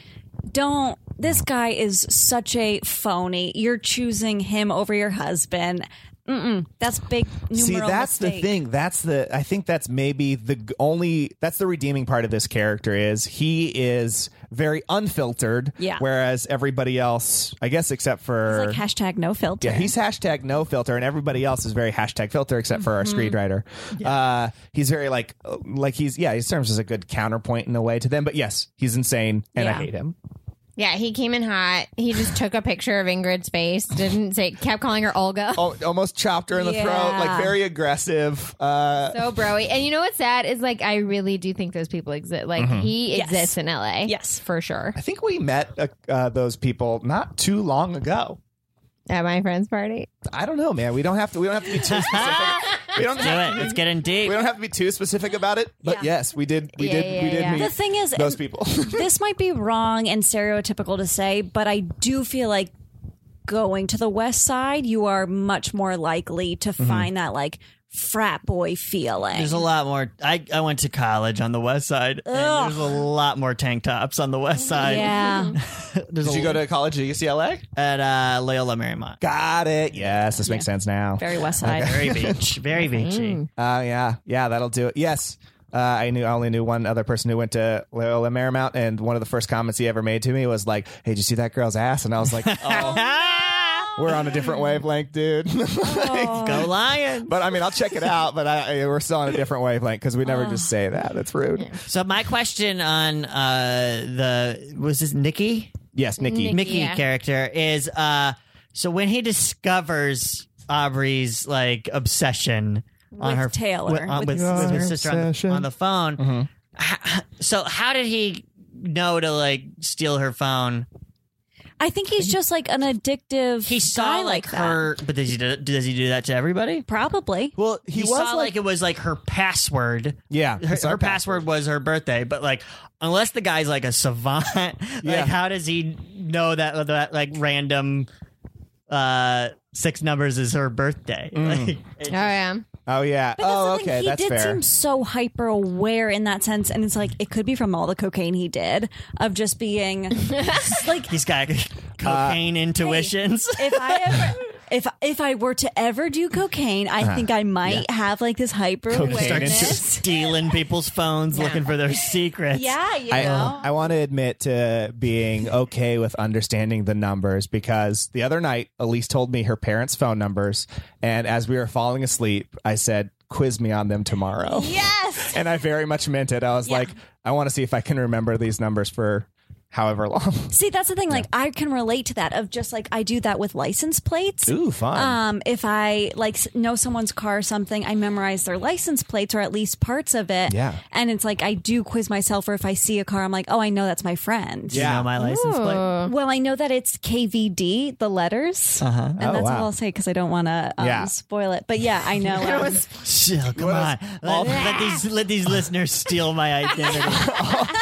Speaker 7: don't. This guy is such a phony. You're choosing him over your husband. Mm-mm, that's big. Numeral
Speaker 6: See, that's
Speaker 7: mistake.
Speaker 6: the thing. That's the. I think that's maybe the g- only. That's the redeeming part of this character is he is very unfiltered.
Speaker 7: Yeah.
Speaker 6: Whereas everybody else, I guess, except for
Speaker 7: Like hashtag no filter.
Speaker 6: yeah, he's hashtag no filter, and everybody else is very hashtag filter except for
Speaker 7: Mm-hmm.
Speaker 6: our screenwriter. Uh, he's very like like he's yeah. His terms is a good counterpoint in a way to them, but yes, he's insane, and I
Speaker 5: Yeah.
Speaker 6: hate him.
Speaker 5: yeah, he came in hot. He just took a picture of Ingrid's face, didn't say, kept calling her Olga. *laughs*
Speaker 6: Oh, almost chopped her in the throat,
Speaker 7: Yeah.
Speaker 6: like very aggressive. Uh,
Speaker 5: so broy. And you know what's sad is like I really do think those people exist. Like he
Speaker 7: Yes.
Speaker 5: exists in LA.
Speaker 7: Yes.
Speaker 5: for sure.
Speaker 6: I think we met uh, uh, those people not too long ago.
Speaker 5: At my friend's party.
Speaker 6: I don't know, man. We don't have to. We don't have to be too
Speaker 7: *laughs*
Speaker 6: specific. we don't.
Speaker 2: Do
Speaker 6: Have,
Speaker 2: it. It's getting deep.
Speaker 6: we don't have to be too specific about it. But
Speaker 7: Yeah.
Speaker 6: yes, we did. We
Speaker 5: Yeah,
Speaker 6: did.
Speaker 5: yeah,
Speaker 6: we did
Speaker 5: yeah.
Speaker 6: meet
Speaker 7: The thing is,
Speaker 6: those
Speaker 7: and- *laughs*
Speaker 6: people.
Speaker 7: this might be wrong and stereotypical to say, but I do feel like going to the west side, you are much more likely to find that like frat boy feeling.
Speaker 2: There's a lot more. I, I went to college on the west side, and there's a lot more tank tops on the west side.
Speaker 7: yeah.
Speaker 2: *laughs* There's
Speaker 6: did
Speaker 2: a,
Speaker 6: you go to college at UCLA?
Speaker 2: at uh, Loyola Marymount.
Speaker 6: Got it. Yes, this makes sense now.
Speaker 7: Very west side.
Speaker 2: Very beach, very
Speaker 5: Mm-hmm.
Speaker 2: beachy.
Speaker 6: Uh, yeah, yeah, that'll do it. Yes. Uh, I knew I only knew one other person who went to Loyola Marymount, and one of the first comments he ever made to me was like, "Hey, did you see that girl's ass?" And I was
Speaker 7: *laughs*
Speaker 6: like, "Oh, we're on a different wavelength, dude." *laughs*
Speaker 2: Go lion.
Speaker 6: but I mean, I'll check it out, but I, I- we're still on a different wavelength because we never just say that. That's rude.
Speaker 2: So my question on uh, the was this Nikki
Speaker 6: Yes, Nikki.
Speaker 5: Nikki.
Speaker 2: Mickey
Speaker 5: Yeah.
Speaker 2: character is uh, so when he discovers Aubrey's like obsession on
Speaker 7: With
Speaker 2: her
Speaker 7: Taylor.
Speaker 2: with, on- with,
Speaker 7: With
Speaker 2: with
Speaker 6: your
Speaker 2: his sister on the,
Speaker 6: obsession. Mm-hmm.
Speaker 2: on the phone. h- so how did he know to like steal her phone?
Speaker 7: I I think he's just like an addictive.
Speaker 2: He saw
Speaker 7: guy
Speaker 2: like,
Speaker 7: that.
Speaker 2: her, but does he do, does he do that to everybody?
Speaker 7: Probably.
Speaker 6: Well, he,
Speaker 2: He,
Speaker 6: was
Speaker 2: saw like, it was like her password.
Speaker 6: yeah,
Speaker 2: Her, her password was her birthday, but like, unless the guy's like a savant, *laughs* like
Speaker 6: Yeah.
Speaker 2: how does he know that that like random uh six numbers is her birthday? Like,
Speaker 5: Oh yeah.
Speaker 6: Oh yeah.
Speaker 7: But that's
Speaker 6: oh
Speaker 7: the thing,
Speaker 6: okay,
Speaker 7: He
Speaker 6: that's
Speaker 7: did
Speaker 6: fair.
Speaker 7: seem so hyper aware in that sense, and it's like it could be from all the cocaine he did of just being like
Speaker 2: he's got cocaine intuitions.
Speaker 7: if I ever. If, if I were to ever do cocaine, I
Speaker 6: Uh-huh.
Speaker 7: think I might have like this hyper
Speaker 2: *laughs* Starts
Speaker 7: awareness.
Speaker 2: stealing people's phones, looking for their secrets.
Speaker 7: Yeah, you know.
Speaker 6: I, I want to admit to being okay with understanding the numbers because the other night Elise told me her parents' phone numbers, and as we were falling asleep, I said, "Quiz me on them tomorrow."
Speaker 7: yes.
Speaker 6: And I very much meant it. I was like, "I want to see if I can remember these numbers for however long."
Speaker 7: *laughs* See, that's the thing. Like, I can relate to that. Of just like I do that with license plates.
Speaker 6: Ooh, fun.
Speaker 7: Um, if I like s- know someone's car or something, I memorize their license plates or at least parts of it.
Speaker 6: Yeah.
Speaker 7: And it's like I do quiz myself, or if I see a car, I'm like, oh, I know that's my friend.
Speaker 2: You know my license plate.
Speaker 7: Well, I know that it's KVD, the letters. Uh-huh. And
Speaker 6: Oh,
Speaker 7: that's
Speaker 6: wow.
Speaker 7: all I'll say because I don't want to um,
Speaker 6: Yeah.
Speaker 7: spoil it. But yeah,
Speaker 6: *laughs*
Speaker 7: I know. um,
Speaker 2: Chill, come on. Let, let these let these listeners steal my identity.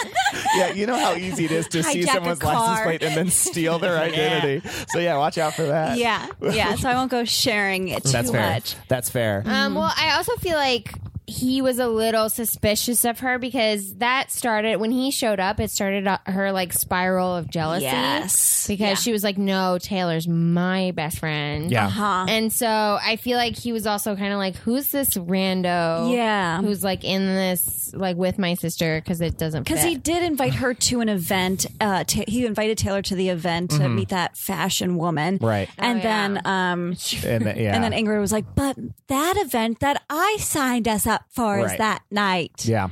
Speaker 6: yeah, you know how easy it is
Speaker 7: *laughs*
Speaker 6: to see
Speaker 7: Hijack a
Speaker 6: someone's
Speaker 7: car.
Speaker 6: license plate and then steal
Speaker 7: *laughs*
Speaker 6: their identity. So yeah, watch out for that.
Speaker 7: yeah. Yeah. So I won't go sharing it too
Speaker 6: That's fair.
Speaker 7: much. Uh,
Speaker 6: That's fair.
Speaker 7: Mm-hmm.
Speaker 5: Um, well, I also feel like he was a little suspicious of her because that started when he showed up. It started uh, her like spiral of jealousy.
Speaker 7: Yes.
Speaker 5: because she was like, "No, Taylor's my best friend."
Speaker 6: yeah.
Speaker 7: Huh.
Speaker 5: and so I feel like he was also kind of like, "Who's this rando?
Speaker 7: Yeah.
Speaker 5: who's like in this like with my sister because it doesn't
Speaker 7: Because
Speaker 5: fit.
Speaker 7: he did invite her to an event. Uh, ta he invited Taylor to the event to meet that fashion woman.
Speaker 6: Mm-hmm. Right.
Speaker 7: And
Speaker 5: Oh, yeah.
Speaker 7: then, um,
Speaker 6: And then, yeah.
Speaker 7: and then Ingrid was like, "But that event that I signed us up for
Speaker 6: Right.
Speaker 7: is that night."
Speaker 6: Yeah.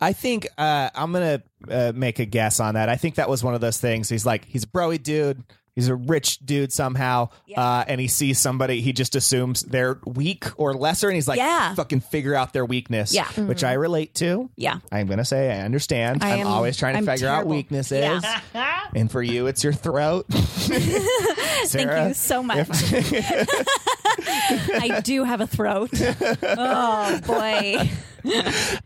Speaker 6: I think uh, I'm going to uh, make a guess on that. I think that was one of those things. He's like, he's a broy dude. He's a rich dude somehow. Uh, and he sees somebody, he just assumes they're weak or lesser. And he's like,
Speaker 7: Yeah.
Speaker 6: fucking figure out their weakness.
Speaker 7: Yeah.
Speaker 6: Which I relate to.
Speaker 7: Yeah.
Speaker 6: I'm going to say I understand. I am
Speaker 7: am-
Speaker 6: always trying to
Speaker 7: I'm
Speaker 6: figure
Speaker 7: terrible.
Speaker 6: out weaknesses. and for you, it's your
Speaker 7: *laughs*
Speaker 6: throat.
Speaker 7: Thank
Speaker 6: Sarah,
Speaker 7: you so much. *laughs* I do have
Speaker 6: *laughs*
Speaker 7: a throat. Oh boy.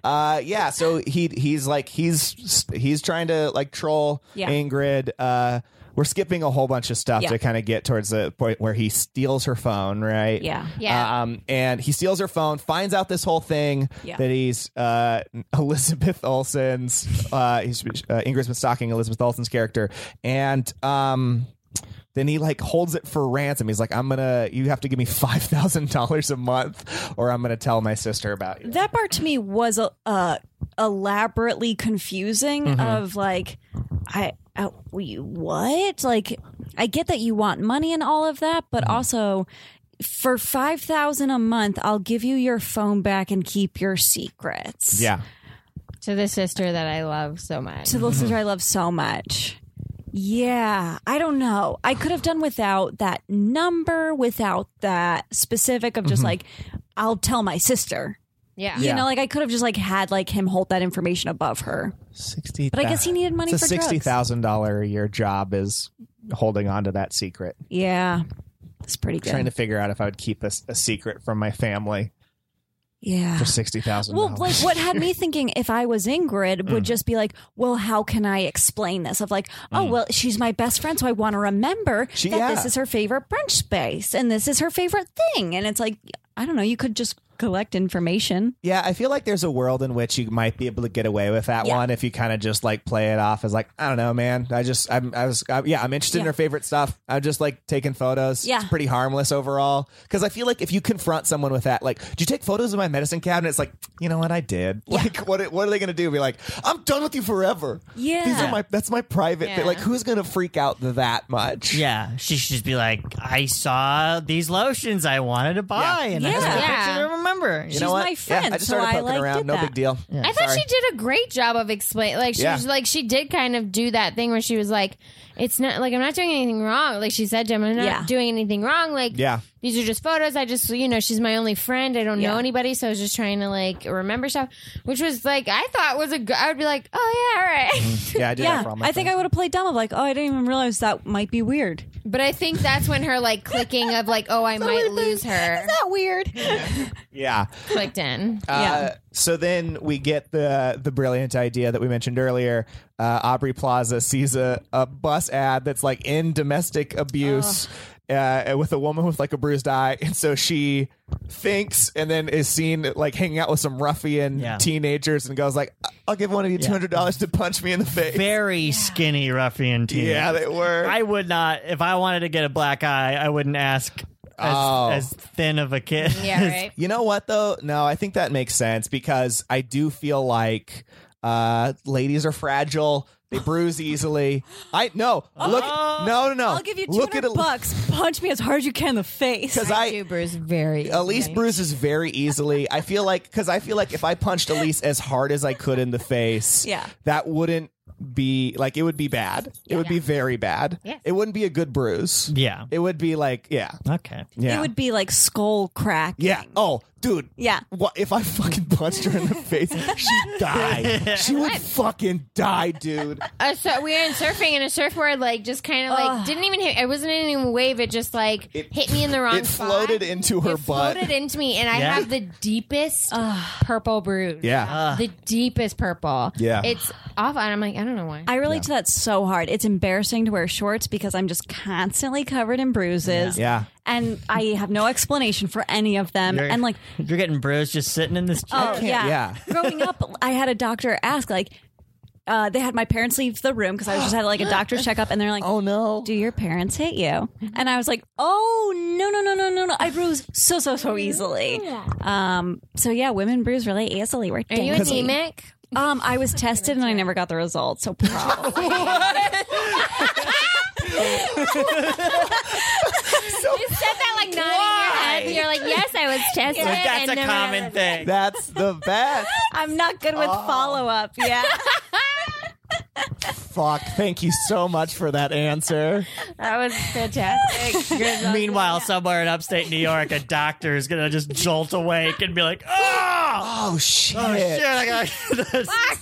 Speaker 6: Uh, yeah. So he he's like he's he's trying to like troll
Speaker 7: Yeah.
Speaker 6: Ingrid. Uh, we're skipping a whole bunch of stuff
Speaker 7: Yeah.
Speaker 6: to kind of get towards the point where he steals her phone, right?
Speaker 7: Yeah.
Speaker 5: Yeah.
Speaker 6: Um, and he steals her phone, finds out this whole thing
Speaker 7: Yeah.
Speaker 6: that he's uh, *laughs* Elizabeth Olsen's. Uh, he's, uh, Ingrid's been stalking Elizabeth Olsen's character, and um. Then he like holds it for ransom. He's like, "I'm gonna, you have to give me five thousand dollars a month, or I'm gonna tell my sister about you."
Speaker 7: That part to me was uh, elaborately confusing. Of like, I uh, we- what? Like, I get that you want money and all of that, but also for five thousand a month, I'll give you your phone back and keep your secrets.
Speaker 6: Yeah,
Speaker 5: to the sister that I love so much.
Speaker 7: to the listener I love so much. Yeah, I don't know. I could have done without that number, without that specific of just like, I'll tell my sister.
Speaker 5: Yeah,
Speaker 7: You
Speaker 6: Yeah.
Speaker 7: know, like I could have just like had like him hold that information above her.
Speaker 6: sixty.
Speaker 7: But I guess he needed money
Speaker 6: It's a
Speaker 7: for
Speaker 6: sixty
Speaker 7: drugs.
Speaker 6: thousand dollar a year job is holding on to that secret,
Speaker 7: Yeah, it's pretty good.
Speaker 6: trying to figure out if I would keep this a secret from my family
Speaker 7: yeah. *sighs*
Speaker 6: for sixty thousand.
Speaker 7: Well, like what
Speaker 6: *laughs*
Speaker 7: had me thinking if I was Ingrid
Speaker 6: Mm.
Speaker 7: would just be like, well, how can I explain this? Of like, oh, well, she's my best friend, so I want to remember
Speaker 6: Mm. She-
Speaker 7: that
Speaker 6: yeah.
Speaker 7: this is her favorite brunch space and this is her favorite thing. And it's like, I don't know, you could just collect information.
Speaker 6: yeah, I feel like there's a world in which you might be able to get away with that
Speaker 7: Yeah.
Speaker 6: one if you kind of just like play it off as like I don't know, man. I just I'm I was I, yeah, I'm interested in
Speaker 7: Yeah.
Speaker 6: her favorite stuff. I'm just like taking photos.
Speaker 7: Yeah.
Speaker 6: it's pretty harmless overall because I feel like if you confront someone with that, like, do you take photos of my medicine cabinet? It's like you know what I did. Like what what are they gonna do? Be like, I'm done with you forever.
Speaker 7: Yeah.
Speaker 6: These are my that's my private
Speaker 5: Yeah.
Speaker 6: bit. Like who's gonna freak out that much?
Speaker 2: Yeah, she should just be like, I saw these lotions I wanted to buy, and I
Speaker 7: Yeah.
Speaker 2: took a
Speaker 5: Yeah.
Speaker 2: picture to remember. You
Speaker 7: She's
Speaker 2: know what?
Speaker 7: my friend,
Speaker 6: yeah, I just
Speaker 7: so
Speaker 6: started
Speaker 7: I
Speaker 6: poking
Speaker 7: like
Speaker 6: around.
Speaker 7: did
Speaker 6: No
Speaker 7: that.
Speaker 6: big deal.
Speaker 5: I thought she did a great job of explain. Like she
Speaker 6: Yeah.
Speaker 5: was like she did kind of do that thing where she was like, "It's not like I'm not doing anything wrong." Like she said to him, "I'm not
Speaker 7: Yeah.
Speaker 5: doing anything wrong." Like
Speaker 6: Yeah.
Speaker 5: these are just photos. I just you know she's my only friend. I don't know
Speaker 7: Yeah.
Speaker 5: anybody, so I was just trying to like remember stuff, which was like I thought was a. g- I would be like, "Oh yeah, all right."
Speaker 6: Yeah, I did that
Speaker 7: Yeah,
Speaker 6: for all my
Speaker 7: I think I would have played dumb of like, oh, I didn't even realize that might be weird.
Speaker 5: *laughs* but I think that's when her like clicking of like, "Oh, I might lose her,"
Speaker 7: Not weird.
Speaker 6: Yeah.
Speaker 5: clicked
Speaker 6: *laughs*
Speaker 5: in.
Speaker 6: Uh, so then we get the the brilliant idea that we mentioned earlier. Uh, Aubrey Plaza sees a, a bus ad that's like in domestic abuse uh, with a woman with like a bruised eye, and so she thinks and then is seen like hanging out with some ruffian
Speaker 2: Yeah.
Speaker 6: teenagers and goes like, "I'll give one of you two hundred dollars to punch me in the face."
Speaker 2: Very skinny ruffian team.
Speaker 6: yeah, they were.
Speaker 2: I would not. If I wanted to get a black eye, I wouldn't ask as,
Speaker 6: Oh.
Speaker 2: as thin of a kid. *laughs*
Speaker 5: Yeah, right.
Speaker 6: You know what though? No, I think that makes sense because I do feel like uh ladies are fragile.
Speaker 7: *laughs*
Speaker 6: They bruise easily. I no look no no no.
Speaker 7: Oh, I'll give you two
Speaker 6: Oh, look at
Speaker 7: hundred bucks. Punch me as hard as you can in the face.
Speaker 6: because
Speaker 5: I,
Speaker 6: I.
Speaker 5: Uber's very
Speaker 6: Elise bruises very easily. I feel like because I feel like if I punched Elise as hard as I could in the face,
Speaker 7: *laughs* Yeah.
Speaker 6: that wouldn't be like it would be bad. It would be very bad.
Speaker 5: Yeah.
Speaker 6: It wouldn't be a good bruise.
Speaker 2: Yeah.
Speaker 6: It would be like yeah,
Speaker 2: Okay.
Speaker 6: yeah,
Speaker 7: It would be like skull crack.
Speaker 6: yeah. Oh, dude,
Speaker 7: Yeah.
Speaker 6: What if I fucking punched her in the face? She'd
Speaker 7: *laughs*
Speaker 6: die. She would fucking die, dude.
Speaker 5: Uh, so we were in surfing and a surfboard like just kind of like didn't even hit. It wasn't even a wave. It just like hit me in the wrong
Speaker 6: *laughs* It
Speaker 5: spot.
Speaker 6: floated into her
Speaker 5: It
Speaker 6: butt.
Speaker 5: floated into me, and I
Speaker 2: Yeah.
Speaker 5: have the deepest purple bruise.
Speaker 6: yeah.
Speaker 5: the deepest purple.
Speaker 6: Uh, Yeah.
Speaker 5: it's off. And I'm like, I don't know why.
Speaker 7: I relate to that so hard. It's embarrassing to wear shorts because I'm just constantly covered in bruises.
Speaker 6: Yeah.
Speaker 7: And I have no explanation for any of them.
Speaker 2: You're-
Speaker 7: and like,
Speaker 2: you're getting bruised just sitting in this chair.
Speaker 7: oh, yeah.
Speaker 6: yeah.
Speaker 7: Growing up, I had a doctor ask, like, uh, they had my parents leave the room because I was just had like a doctor's checkup, and they're like,
Speaker 6: Oh no.
Speaker 7: Do your parents hit you? And I was like, Oh no no no no no no! I bruise so so so easily. Um. So yeah, women bruise really easily. We're
Speaker 5: Are you
Speaker 7: dainty.
Speaker 5: anemic?
Speaker 7: Um. I was tested and I never got the results.
Speaker 5: *laughs*
Speaker 7: So probably.
Speaker 5: You said that like nodding your head. You're like, yes, I was tested.
Speaker 2: That's
Speaker 5: and
Speaker 2: a
Speaker 5: never-
Speaker 2: common thing.
Speaker 6: That's the best.
Speaker 7: I'm not good with
Speaker 6: Oh.
Speaker 7: follow up.
Speaker 5: *laughs*
Speaker 7: Yeah.
Speaker 6: Fuck. Thank you so much for that answer.
Speaker 5: That was *laughs* fantastic. Good luck.
Speaker 2: Meanwhile, somewhere in upstate New York, a doctor is gonna just jolt awake and be like, "Oh,
Speaker 6: Oh shit.
Speaker 2: oh shit! I got this. Ah.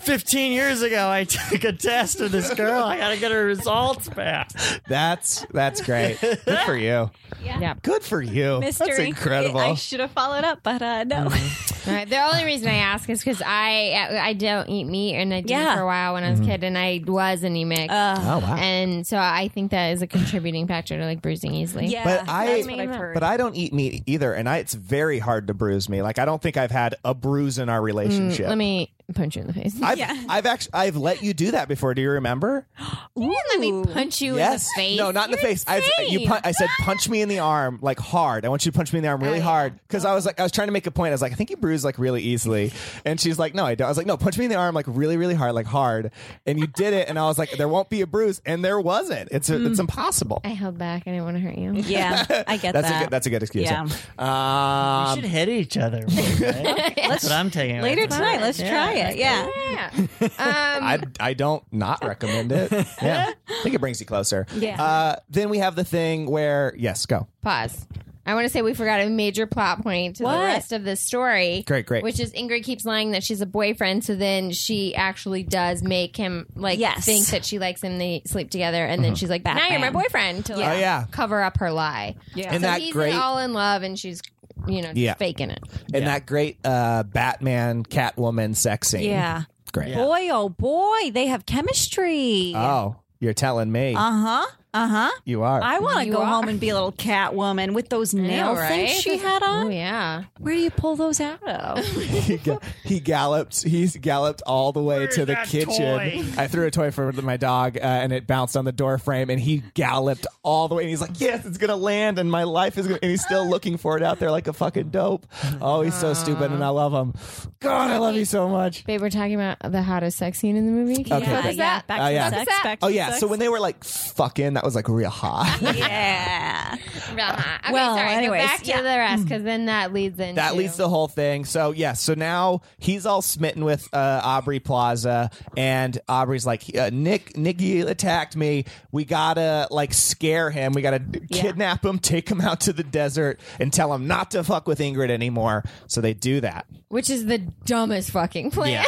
Speaker 2: Fifteen years ago, I took a test of this girl. I gotta get her results back."
Speaker 6: That's that's great. Good for you.
Speaker 5: Yeah.
Speaker 6: Good for you.
Speaker 7: Mystery.
Speaker 6: That's incredible. Mm-hmm.
Speaker 7: I should have followed up, but uh, no.
Speaker 5: All right. The only reason I ask is because I I don't eat meat, and I did
Speaker 7: Yeah.
Speaker 5: for a while when I was
Speaker 6: Mm-hmm.
Speaker 5: a kid, and I was anemic.
Speaker 6: oh wow.
Speaker 5: and so I think that is a contributing factor to like bruising easily.
Speaker 7: *laughs* Yeah.
Speaker 6: But I-
Speaker 7: that's what I've heard.
Speaker 6: But I don't eat meat either, and I, it's very hard to bruise me. Like I don't think I've had a bruise in our
Speaker 7: Mm,
Speaker 6: relationship.
Speaker 5: Let me punch you in the face.
Speaker 6: I've,
Speaker 7: Yeah.
Speaker 6: I've actually I've let you do that before. Do you
Speaker 5: *gasps*
Speaker 6: remember?
Speaker 5: Let me *laughs* punch you
Speaker 6: yes.
Speaker 5: in the face.
Speaker 6: No, not in the
Speaker 5: You're
Speaker 6: face. I've, you.
Speaker 5: insane.
Speaker 6: Pu- I said punch me in the arm like hard. I want you to punch me in the arm
Speaker 5: Oh,
Speaker 6: really hard because I was like I was trying to make a point. I was like I think you bruise like really easily, and she's like no I don't. I was like no punch me in the arm like really really hard like hard, and you did it, and I was like there won't be a bruise, and there wasn't. It's a, it's impossible.
Speaker 5: *laughs* Hmm. I held back. I didn't want to hurt you. *laughs*
Speaker 7: yeah, I get
Speaker 6: That's
Speaker 7: that.
Speaker 6: a good, that's a good excuse.
Speaker 7: Yeah.
Speaker 6: Um,
Speaker 2: we should hit each other. one
Speaker 5: *laughs*
Speaker 2: day. That's what I'm taking away
Speaker 7: Later
Speaker 2: from
Speaker 7: tonight, let's try it. Yeah.
Speaker 5: Yeah. Um,
Speaker 6: I, I don't not recommend it. Yeah. I think it brings you closer.
Speaker 7: Yeah.
Speaker 6: Uh, then we have the thing where, yes, go.
Speaker 5: *laughs* pause. I want to say we forgot a major plot point to
Speaker 7: What?
Speaker 5: the rest of this story.
Speaker 6: Great, great.
Speaker 5: Which is Ingrid keeps lying that she's a boyfriend, so then she actually does make him like
Speaker 7: Yes.
Speaker 5: think that she likes him. They sleep together, and then she's like, "Now you're my
Speaker 7: Batman.
Speaker 5: boyfriend." To like,
Speaker 6: Mm-hmm. Oh, yeah.
Speaker 5: cover up her lie. Yeah,
Speaker 6: And
Speaker 5: so
Speaker 6: that
Speaker 5: he's
Speaker 6: great-
Speaker 5: all in love, and she's you know
Speaker 6: Yeah.
Speaker 5: faking it.
Speaker 6: And that great uh, Batman Catwoman sex scene.
Speaker 7: Yeah.
Speaker 6: Great.
Speaker 7: Boy, oh boy, they have chemistry.
Speaker 6: Oh, you're telling me.
Speaker 7: Uh huh. Uh huh.
Speaker 6: you are.
Speaker 7: I want to
Speaker 5: You
Speaker 7: go
Speaker 5: are.
Speaker 7: home and be a little cat woman with those nail
Speaker 5: know,
Speaker 7: things
Speaker 5: right?
Speaker 7: she had
Speaker 5: Oh
Speaker 7: on.
Speaker 5: yeah,
Speaker 7: Where do you pull those out
Speaker 5: *laughs*
Speaker 7: of?
Speaker 6: *laughs* he, ga- he galloped. He's galloped all the way to the
Speaker 2: that
Speaker 6: kitchen.
Speaker 2: toy?
Speaker 6: I threw a toy for my dog, uh, and it bounced on the door frame. And he galloped all the way. And he's like, "Yes, it's gonna land." And my life is. Gonna, and he's still looking for it out there like a fucking dope. Oh, he's so stupid, and I
Speaker 7: Uh-huh.
Speaker 6: love him. God, I love you so much.
Speaker 5: babe. We're talking about the hottest sex scene in the movie. Can you
Speaker 6: Okay.
Speaker 5: focus
Speaker 7: yeah.
Speaker 5: that?
Speaker 7: Back
Speaker 6: Oh,
Speaker 7: to
Speaker 6: yeah.
Speaker 7: sex.
Speaker 5: Focus that.
Speaker 7: Back to
Speaker 6: Oh yeah.
Speaker 7: sex.
Speaker 6: So when they were like fucking, that That was like real hot. *laughs*
Speaker 7: *laughs* yeah.
Speaker 5: Uh-huh. Okay,
Speaker 7: Well,
Speaker 5: sorry.
Speaker 7: anyways,
Speaker 5: go back to
Speaker 7: yeah.
Speaker 5: the rest because *clears throat* then that leads into
Speaker 6: that leads the whole thing. So yes, so now he's all smitten with uh, Aubrey Plaza, and Aubrey's like, uh, Nick, Nicky attacked me. We gotta like scare him. We gotta d- kidnap him, take him out to the desert, and tell him not to fuck with Ingrid anymore. So they do that.
Speaker 5: which is the dumbest fucking plan.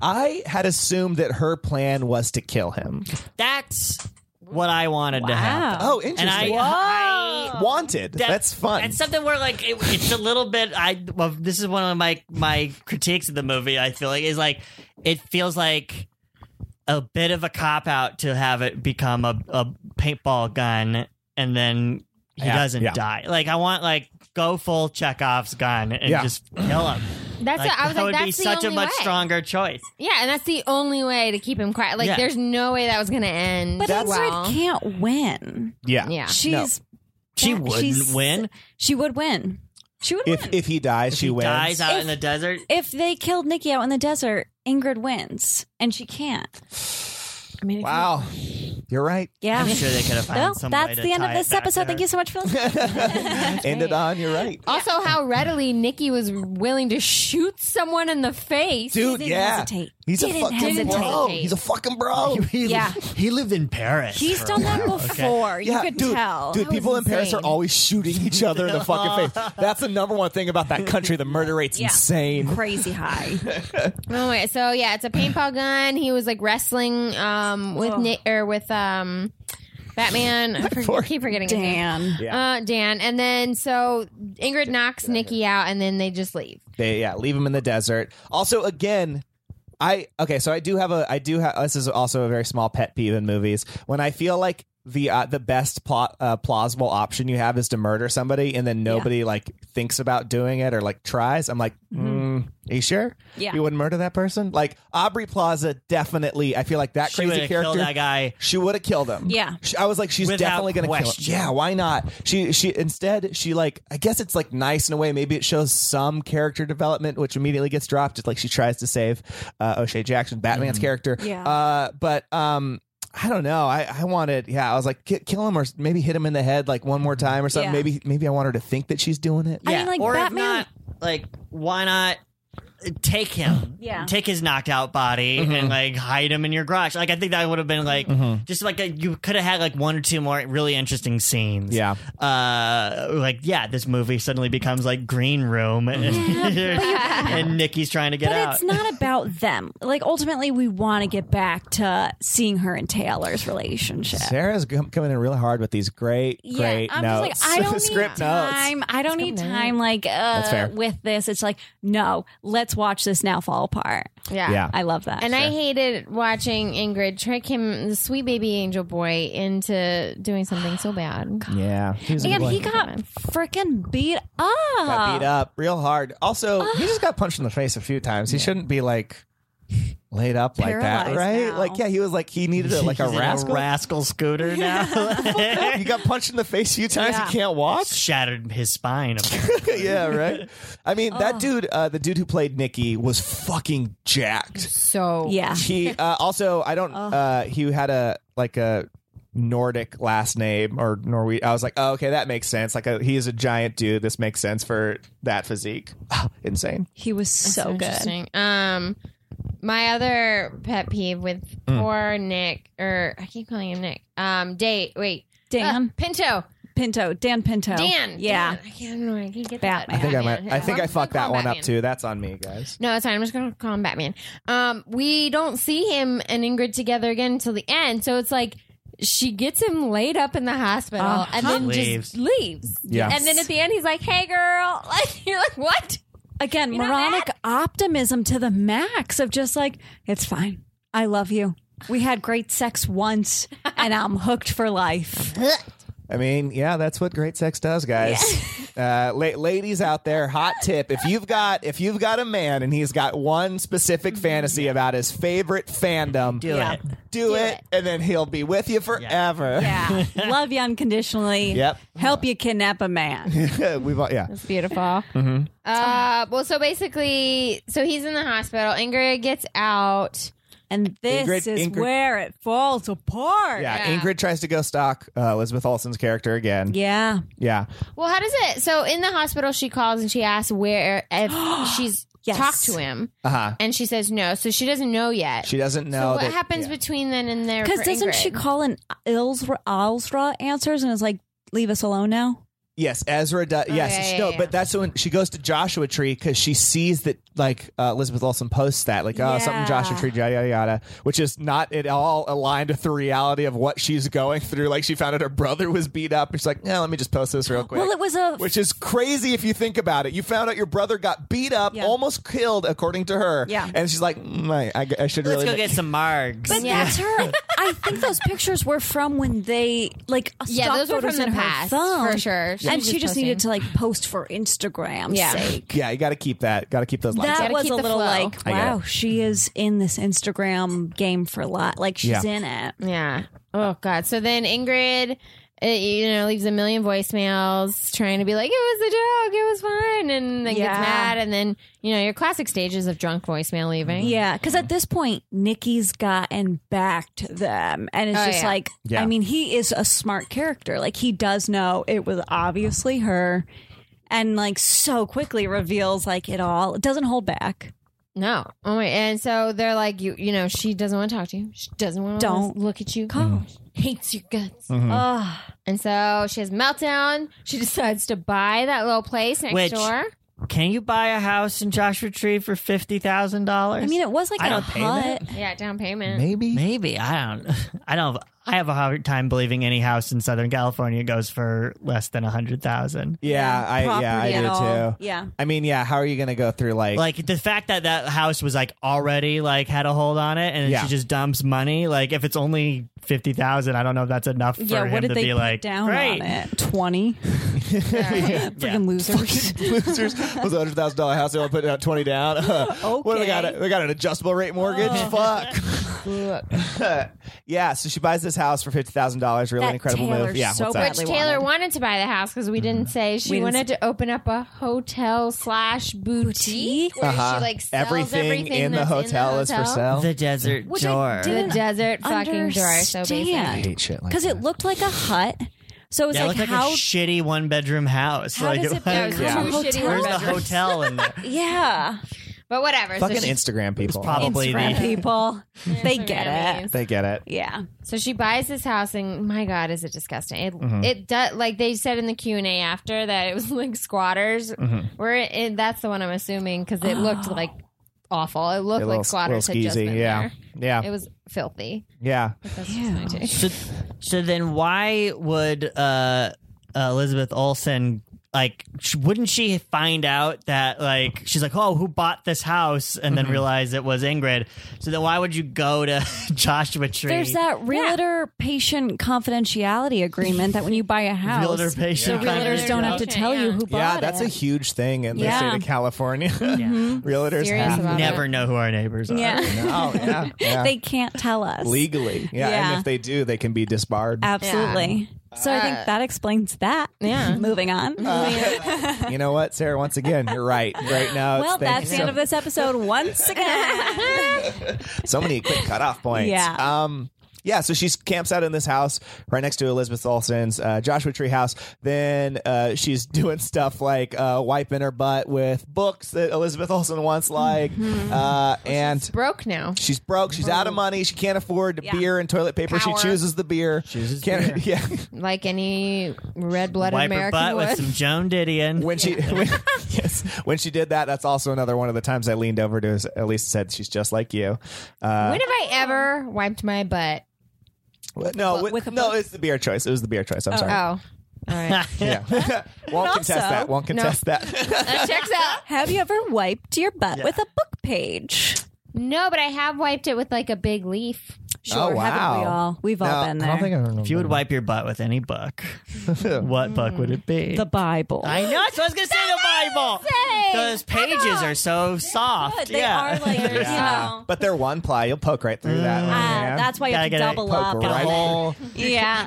Speaker 6: I had assumed that her plan was to kill him.
Speaker 2: That's what I wanted to happen.
Speaker 6: Oh, interesting.
Speaker 2: Uh-huh. And I, I-
Speaker 6: Wanted.
Speaker 2: that-
Speaker 6: That's fun.
Speaker 2: That's something where like it, it's a little bit. I well, this is one of my my critiques of the movie. I feel like is like it feels like a bit of a cop out to have it become a, a paintball gun and then he
Speaker 6: Yeah,
Speaker 2: doesn't
Speaker 6: yeah.
Speaker 2: die. Like I want like go full Chekhov's gun and
Speaker 6: Yeah.
Speaker 2: just kill him.
Speaker 5: *laughs* That's
Speaker 2: Like,
Speaker 5: what, I was
Speaker 2: that
Speaker 5: like,
Speaker 2: would be
Speaker 5: that's the
Speaker 2: such a
Speaker 5: only
Speaker 2: much
Speaker 5: way.
Speaker 2: stronger choice.
Speaker 5: Yeah, and that's the only way to keep him quiet. Like,
Speaker 2: Yeah.
Speaker 5: there's no way that was going to end.
Speaker 7: But Ingrid
Speaker 5: well.
Speaker 7: can't win.
Speaker 6: yeah.
Speaker 5: Yeah.
Speaker 7: She's
Speaker 2: She
Speaker 7: that-
Speaker 2: wouldn't
Speaker 7: she's-
Speaker 2: win.
Speaker 7: She would win. She would
Speaker 6: If
Speaker 7: win.
Speaker 6: if he dies, she
Speaker 2: He
Speaker 6: wins.
Speaker 2: dies out
Speaker 7: If-
Speaker 2: in the desert.
Speaker 7: if they killed Nikki out in the desert, Ingrid wins, and she can't. I mean, if
Speaker 6: wow. You're
Speaker 2: *laughs*
Speaker 6: right.
Speaker 7: you- yeah.
Speaker 2: I'm sure they
Speaker 7: *laughs*
Speaker 2: could have found
Speaker 7: well,
Speaker 2: some way
Speaker 7: that's
Speaker 2: to
Speaker 7: the end of
Speaker 2: tie it
Speaker 7: this
Speaker 2: back
Speaker 7: episode.
Speaker 2: to
Speaker 7: Thank
Speaker 2: her.
Speaker 7: you so much
Speaker 2: *laughs*
Speaker 7: for listening.
Speaker 6: Ended on. You're right.
Speaker 5: Also, how readily Nikki was willing to shoot someone in the face.
Speaker 6: Dude,
Speaker 7: didn't
Speaker 6: yeah.
Speaker 7: hesitate.
Speaker 6: He's a
Speaker 7: Didn't
Speaker 6: fucking
Speaker 7: hesitate.
Speaker 6: bro. He's a
Speaker 5: *laughs*
Speaker 6: fucking bro.
Speaker 2: He,
Speaker 7: Yeah.
Speaker 2: he lived in Paris.
Speaker 7: He's
Speaker 2: for a
Speaker 7: done that
Speaker 2: while, okay?
Speaker 7: before. You
Speaker 6: yeah,
Speaker 7: could
Speaker 6: dude,
Speaker 7: tell.
Speaker 6: dude.
Speaker 5: That
Speaker 6: People
Speaker 5: was
Speaker 6: in Paris are
Speaker 5: insane.
Speaker 6: always shooting each other in the fucking
Speaker 5: *laughs*
Speaker 6: face. That's the number one thing about that country. The murder rate's
Speaker 7: Yeah.
Speaker 6: insane.
Speaker 7: Crazy
Speaker 2: *laughs*
Speaker 7: high.
Speaker 5: Oh, wait. So, yeah, it's a paintball gun. He was like wrestling um, with Nick or with um, Batman. I forget-
Speaker 6: *laughs* Poor
Speaker 5: keep forgetting his name.
Speaker 7: Dan.
Speaker 5: Uh, Dan. And then, so Ingrid knocks Nikki out, and then they just leave.
Speaker 6: They yeah, leave him in the desert. Also, again. I okay, so I do have a I do have this is also a very small pet peeve in movies when I feel like the uh, the best plot uh, plausible option you have is to murder somebody and then nobody like thinks about doing it or like tries. I'm like, mm, are you sure?
Speaker 7: Yeah.
Speaker 6: you wouldn't murder that person. Like Aubrey Plaza, definitely. I feel like that
Speaker 2: She would
Speaker 6: crazy
Speaker 2: have killed
Speaker 6: character.
Speaker 2: that guy.
Speaker 6: She would have killed him.
Speaker 7: Yeah.
Speaker 6: She- I was like, she's
Speaker 2: Without
Speaker 6: definitely gonna
Speaker 2: question.
Speaker 6: kill him. Yeah, why not? She she instead she like I guess it's like nice in a way. Maybe it shows some character development, which immediately gets dropped. It's like she tries to save uh, O'Shea Jackson, Batman's character.
Speaker 7: Yeah.
Speaker 6: Uh, but um. I don't know. I, I wanted, yeah. I was like, ki- kill him or maybe hit him in the head like one more time or something.
Speaker 7: Yeah.
Speaker 6: Maybe, maybe I want her to think that she's doing it.
Speaker 7: I mean, like,
Speaker 2: or
Speaker 7: Batman-
Speaker 2: if not, like, why not take him?
Speaker 7: *gasps* Yeah.
Speaker 2: Take his knocked out body and, like, hide him in your garage. Like, I think that would have been, like, just like a, you could have had, like, one or two more really interesting scenes.
Speaker 6: Yeah.
Speaker 2: Uh, like, yeah, this movie suddenly becomes, like, Green Room and, *laughs*
Speaker 7: *laughs*
Speaker 2: and Nikki's trying to get
Speaker 7: But
Speaker 2: out.
Speaker 7: it's not about
Speaker 6: *laughs*
Speaker 7: them. Like ultimately, we want to get back to seeing her and Taylor's relationship.
Speaker 6: Sarah's com- coming in really hard with these great,
Speaker 7: Yeah,
Speaker 6: great
Speaker 7: I'm
Speaker 6: notes.
Speaker 7: just
Speaker 6: *laughs*
Speaker 7: like I don't
Speaker 6: script
Speaker 7: need
Speaker 6: notes.
Speaker 7: time. I don't need time. Like
Speaker 6: fair.
Speaker 7: uh, with this, it's like no. Let's watch this now fall apart.
Speaker 5: Yeah.
Speaker 6: Yeah.
Speaker 7: I love that.
Speaker 5: And I hated watching Ingrid trick him, the sweet baby angel boy, into doing something so
Speaker 7: *sighs*
Speaker 5: bad.
Speaker 6: Yeah. He's a
Speaker 7: and
Speaker 6: good
Speaker 7: he
Speaker 6: one.
Speaker 7: got freaking beat up.
Speaker 6: got beat up real hard. Also, he just got punched in the face a few times. He shouldn't be like laid up like that,
Speaker 7: Paralyzed
Speaker 6: right?
Speaker 7: now.
Speaker 6: Like, yeah, he was like he
Speaker 2: *laughs*
Speaker 6: needed a, like a
Speaker 2: He's in
Speaker 6: rascal.
Speaker 2: rascal scooter now.
Speaker 6: *laughs*
Speaker 7: *laughs*
Speaker 2: *laughs*
Speaker 6: he got punched in the face a few times.
Speaker 7: Yeah.
Speaker 6: He can't walk.
Speaker 2: Shattered his spine.
Speaker 6: yeah, right. I mean, that dude, uh, the dude who played Nicky, was fucking jacked.
Speaker 5: So
Speaker 7: Yeah. *laughs*
Speaker 6: He uh, also, I don't. Uh, he had a like a Nordic last name or Norwe. I was like, oh, okay, that makes sense. Like, a, he is a giant dude. This makes sense for that physique. *sighs* Insane.
Speaker 7: He was so good.
Speaker 5: interesting. Um, my other pet peeve with
Speaker 6: Hmm.
Speaker 5: poor Nick, or I keep calling him Nick. Um, date. Wait,
Speaker 7: Dan.
Speaker 5: Uh, Pinto,
Speaker 7: Pinto, Dan Pinto.
Speaker 5: Dan.
Speaker 7: Yeah.
Speaker 5: Dan. I can't know. I can't get
Speaker 6: I
Speaker 7: Batman.
Speaker 5: That.
Speaker 6: think I might.
Speaker 5: Batman,
Speaker 6: I
Speaker 5: yeah.
Speaker 6: think I
Speaker 5: We'll
Speaker 6: fucked
Speaker 5: call
Speaker 6: that
Speaker 5: him
Speaker 6: one up
Speaker 5: Batman.
Speaker 6: too. That's on me, guys.
Speaker 5: No, it's fine. I'm just gonna call him Batman. Um, we don't see him and Ingrid together again until the end. So it's like she gets him laid up in the hospital
Speaker 7: Uh-huh.
Speaker 5: and then
Speaker 2: Leaves.
Speaker 5: just leaves.
Speaker 6: Yeah.
Speaker 5: And then at the end, he's like, "Hey, girl," *laughs* like you're like, "What?"
Speaker 7: Again,
Speaker 5: know
Speaker 7: moronic optimism to the max of just like, it's fine. I love you. We had great sex once and I'm hooked for
Speaker 6: *laughs*
Speaker 7: life.
Speaker 6: I mean, yeah, that's what great sex does, guys.
Speaker 5: *laughs*
Speaker 6: Uh, la- ladies out there, hot tip: if you've got if you've got a man and he's got one
Speaker 5: Mm-hmm.
Speaker 6: specific fantasy about his favorite fandom, do
Speaker 2: Yeah. it.
Speaker 6: do, it, and then he'll be with you forever.
Speaker 7: Yeah.
Speaker 6: *laughs*
Speaker 7: love you unconditionally.
Speaker 6: Yep.
Speaker 7: Help you kidnap a man.
Speaker 6: *laughs* We've all, yeah.
Speaker 5: It's beautiful.
Speaker 6: Mm-hmm.
Speaker 5: Uh, well, so basically, so he's in the hospital. Ingrid gets out.
Speaker 7: And this
Speaker 6: Ingrid-
Speaker 7: is
Speaker 6: Ingrid-
Speaker 7: where it falls apart.
Speaker 6: Yeah,
Speaker 5: Yeah.
Speaker 6: Ingrid tries to go stalk uh, Elizabeth Olsen's character again.
Speaker 7: Yeah.
Speaker 6: Yeah.
Speaker 5: Well, how does it? So in the hospital, she calls and she asks where
Speaker 6: *gasps*
Speaker 5: if she's
Speaker 7: Yes.
Speaker 5: talked to him,
Speaker 6: Uh huh.
Speaker 5: and she says no. So she doesn't know yet.
Speaker 6: She doesn't
Speaker 5: so
Speaker 6: know.
Speaker 5: what
Speaker 6: that-
Speaker 5: happens
Speaker 6: yeah.
Speaker 5: between then and there?
Speaker 7: Because
Speaker 5: for
Speaker 7: doesn't she
Speaker 5: Ingrid?
Speaker 7: call an Ilsra, Alsra answers and is like, leave us alone now?
Speaker 6: Yes, Ezra does.
Speaker 5: Oh,
Speaker 6: yes,
Speaker 5: yeah,
Speaker 6: she-
Speaker 5: yeah,
Speaker 6: no,
Speaker 5: yeah.
Speaker 6: but that's when she goes to Joshua Tree because she sees that, like, uh, Elizabeth Olsen posts that, like, oh, something
Speaker 7: Yeah.
Speaker 6: Joshua Tree, yada, yada, yada, which is not at all aligned with the reality of what she's going through. Like, she found out her brother was beat up. and She's like, yeah, let me just post this real quick.
Speaker 7: Well, it was a.
Speaker 6: which is crazy if you think about it. You found out your brother got beat up,
Speaker 7: Yeah.
Speaker 6: almost killed, according to her.
Speaker 7: Yeah.
Speaker 6: And she's like, mm, I, I, I should
Speaker 2: Let's
Speaker 6: really.
Speaker 2: go
Speaker 6: make-
Speaker 2: get some margs.
Speaker 7: but
Speaker 5: Yeah.
Speaker 7: that's her. I think those pictures were from when they like
Speaker 5: Yeah,
Speaker 7: stock
Speaker 5: those were
Speaker 7: photos
Speaker 5: from the
Speaker 7: in her
Speaker 5: past,
Speaker 7: phone.
Speaker 5: for sure. She
Speaker 7: and
Speaker 5: was
Speaker 7: she
Speaker 5: just
Speaker 7: just needed to
Speaker 5: posting.
Speaker 7: like post for Instagram's
Speaker 5: Yeah.
Speaker 7: sake.
Speaker 6: yeah, you got to keep that. Got to keep those lines.
Speaker 7: That
Speaker 5: Gotta
Speaker 7: was
Speaker 5: keep
Speaker 7: a
Speaker 5: the
Speaker 7: little
Speaker 5: flow.
Speaker 7: like,
Speaker 6: I get
Speaker 7: wow,
Speaker 6: it.
Speaker 7: she is in this Instagram game for a lot. Like
Speaker 6: Yeah.
Speaker 7: she's in it.
Speaker 5: Yeah. Oh God. So then Ingrid, uh you know, leaves a million voicemails trying to be like, "It was a joke. It was fun," and then
Speaker 7: Yeah.
Speaker 5: gets mad, and then you know your classic stages of drunk voicemail leaving.
Speaker 7: Yeah, because at this point, Nikki's gotten backed them, and it's
Speaker 5: Oh,
Speaker 7: just
Speaker 5: yeah.
Speaker 7: like,
Speaker 6: Yeah.
Speaker 7: I mean, he is a smart character. Like he does know it was obviously her, and like so quickly reveals like it all. It doesn't hold back.
Speaker 5: No. Oh my. And so they're like, you, you know, she doesn't want to talk to you. She doesn't want to
Speaker 7: Don't.
Speaker 5: look at you. She Hates your guts.
Speaker 7: Ugh.
Speaker 5: And so she has meltdown. She *laughs* decides to buy that little place next
Speaker 2: Which-
Speaker 5: door.
Speaker 2: Can you buy a house in Joshua Tree for fifty thousand dollars?
Speaker 7: I mean, it was like
Speaker 2: I
Speaker 7: a
Speaker 2: don't pay
Speaker 7: hut.
Speaker 5: Yeah, down payment.
Speaker 6: Maybe.
Speaker 2: maybe I don't. I don't. I have a hard time believing any house in Southern California goes for less than a hundred thousand.
Speaker 6: Yeah, I yeah I
Speaker 7: Property at
Speaker 6: do
Speaker 7: all.
Speaker 6: too.
Speaker 7: Yeah.
Speaker 6: I mean, yeah. How are you going to go through like?
Speaker 2: Like the fact that that house was like already like had a hold on it, and
Speaker 6: Yeah.
Speaker 2: she just dumps money. Like if it's only fifty thousand, I don't know if that's enough for
Speaker 7: Yeah,
Speaker 2: him
Speaker 7: what did
Speaker 2: to
Speaker 7: they
Speaker 2: be
Speaker 7: put
Speaker 2: like
Speaker 7: down
Speaker 2: great.
Speaker 7: on
Speaker 6: *laughs*
Speaker 7: it? Twenty freaking losers.
Speaker 6: losers was a hundred thousand dollar house. They only put out twenty down. *laughs* What do they got? They got an adjustable rate mortgage.
Speaker 5: Oh.
Speaker 6: Fuck. *laughs* yeah. So she buys this house for fifty thousand dollars. Really
Speaker 7: That
Speaker 6: incredible
Speaker 7: Taylor
Speaker 6: move. Yeah.
Speaker 7: so
Speaker 6: what's
Speaker 7: bad.
Speaker 6: that?
Speaker 5: Which
Speaker 7: Badly
Speaker 5: Taylor
Speaker 7: wanted.
Speaker 5: wanted to buy the house because we
Speaker 6: Mm-hmm.
Speaker 5: didn't say she
Speaker 7: We didn't
Speaker 5: wanted to open up a hotel slash boutique where
Speaker 6: Uh-huh.
Speaker 5: she like sells
Speaker 6: everything,
Speaker 5: everything,
Speaker 6: in the
Speaker 5: that's
Speaker 6: hotel is for sale.
Speaker 2: The desert
Speaker 7: Which I
Speaker 2: door.
Speaker 7: did-
Speaker 5: The
Speaker 7: Didn't
Speaker 5: desert fucking door. So
Speaker 7: Understand.
Speaker 5: basically,
Speaker 6: hate shit like
Speaker 7: because it looked like a hut. So it's
Speaker 2: Yeah, it
Speaker 7: like
Speaker 2: looked like
Speaker 7: how
Speaker 2: a shitty one bedroom house.
Speaker 7: How
Speaker 2: like *laughs*
Speaker 7: does it become
Speaker 2: was-
Speaker 7: Yeah. a hotel?
Speaker 2: Where's the
Speaker 5: bedrooms.
Speaker 2: hotel in there?
Speaker 7: yeah
Speaker 5: But whatever.
Speaker 6: Fucking
Speaker 5: so she,
Speaker 6: Instagram people.
Speaker 2: probably the- *laughs*
Speaker 7: Instagram people they
Speaker 5: Instagram
Speaker 7: get it.
Speaker 5: means.
Speaker 6: They get it.
Speaker 7: Yeah,
Speaker 5: So she buys this house, and my God, is it disgusting! It
Speaker 6: Mm-hmm.
Speaker 5: it does like they said in the Q and A after that it was like squatters.
Speaker 6: Mm-hmm.
Speaker 5: Were in that's the one I'm assuming because it looked like awful. It looked
Speaker 6: A
Speaker 5: like squatters had
Speaker 6: skeezy.
Speaker 5: just been
Speaker 6: yeah. Yeah.
Speaker 5: there. It was filthy.
Speaker 6: yeah.
Speaker 5: That's just my take.
Speaker 2: So, so then why would uh, Elizabeth Olsen like? sh- Wouldn't she find out that like she's like, oh, who bought this house, and then realize it was Ingrid? So then why would you go to *laughs* Joshua Tree?
Speaker 7: there's that realtor patient confidentiality agreement that when you buy a house,
Speaker 2: *laughs* realtor patient.
Speaker 7: the realtors don't have to tell you who bought
Speaker 6: Yeah. That's a
Speaker 7: it.
Speaker 6: huge thing in the
Speaker 7: Yeah.
Speaker 6: state of California. *laughs* Realtors
Speaker 5: Mm-hmm. Serious
Speaker 6: have.
Speaker 5: about
Speaker 2: Never know who our neighbors are.
Speaker 7: yeah,
Speaker 6: Oh
Speaker 7: *laughs*
Speaker 6: yeah. yeah.
Speaker 7: they can't tell us
Speaker 6: legally. Yeah. And
Speaker 7: Yeah.
Speaker 6: if they do, they can be disbarred.
Speaker 7: Absolutely. So I think that explains that.
Speaker 5: Yeah.
Speaker 7: *laughs* Moving on. Uh,
Speaker 6: you know what, Sarah? Once again, you're right. Right now,
Speaker 7: well,
Speaker 6: it's thank
Speaker 7: that's
Speaker 6: you
Speaker 7: the
Speaker 6: so,
Speaker 7: end of this episode *laughs* once again.
Speaker 6: so many quick cutoff points.
Speaker 7: Yeah.
Speaker 6: Um, yeah, so she camps out in this house right next to Elizabeth Olsen's uh, Joshua Tree house. Then uh, she's *laughs* doing stuff like uh, wiping her butt with books that Elizabeth Olsen wants, like,
Speaker 7: Mm-hmm.
Speaker 6: uh, and
Speaker 5: Broke now.
Speaker 6: She's broke. She's out of money. She can't afford
Speaker 7: Yeah.
Speaker 6: beer and toilet paper.
Speaker 5: Power.
Speaker 6: She chooses the beer.
Speaker 2: Chooses
Speaker 6: Can't- *laughs*
Speaker 2: beer.
Speaker 6: Yeah.
Speaker 5: Like any red blooded
Speaker 2: Wipe her
Speaker 5: American
Speaker 2: butt
Speaker 5: would. *laughs*
Speaker 2: with some Joan Didion. *laughs*
Speaker 6: When she,
Speaker 7: *laughs*
Speaker 6: when, yes, when she did that, that's also another one of the times I leaned over to. Is at least said she's just like you. Uh,
Speaker 5: when have I ever wiped my butt?
Speaker 6: What? No, wi-
Speaker 7: with a
Speaker 6: no,
Speaker 7: book?
Speaker 6: it's the beer choice. It was the beer choice. I'm
Speaker 5: Oh,
Speaker 6: sorry.
Speaker 5: all right.
Speaker 7: *laughs*
Speaker 6: Yeah, *laughs* won't contest
Speaker 7: also-
Speaker 6: that. Won't contest
Speaker 7: *laughs*
Speaker 6: that.
Speaker 5: that checks out.
Speaker 7: Have you ever wiped your butt with a book page?
Speaker 5: No, but I have wiped it with like a big leaf.
Speaker 7: Sure,
Speaker 6: Oh,
Speaker 7: haven't we
Speaker 6: wow.
Speaker 7: all? We've all been there.
Speaker 6: I remember.
Speaker 2: if you would wipe your butt with any book, what book would it be?
Speaker 7: the Bible.
Speaker 2: I know. So I was gonna say the Bible. Those pages are so soft.
Speaker 7: But they
Speaker 2: yeah.
Speaker 7: are
Speaker 2: *laughs*
Speaker 6: *laughs*
Speaker 7: like,
Speaker 6: Yeah.
Speaker 7: you know.
Speaker 6: But they're one ply. You'll poke right through that. one,
Speaker 7: Ah,
Speaker 6: man.
Speaker 7: that's why you
Speaker 2: Gotta
Speaker 7: have to
Speaker 2: get a-
Speaker 7: double
Speaker 6: poke
Speaker 7: up.
Speaker 6: right
Speaker 7: and-
Speaker 2: whole
Speaker 7: *laughs* Yeah.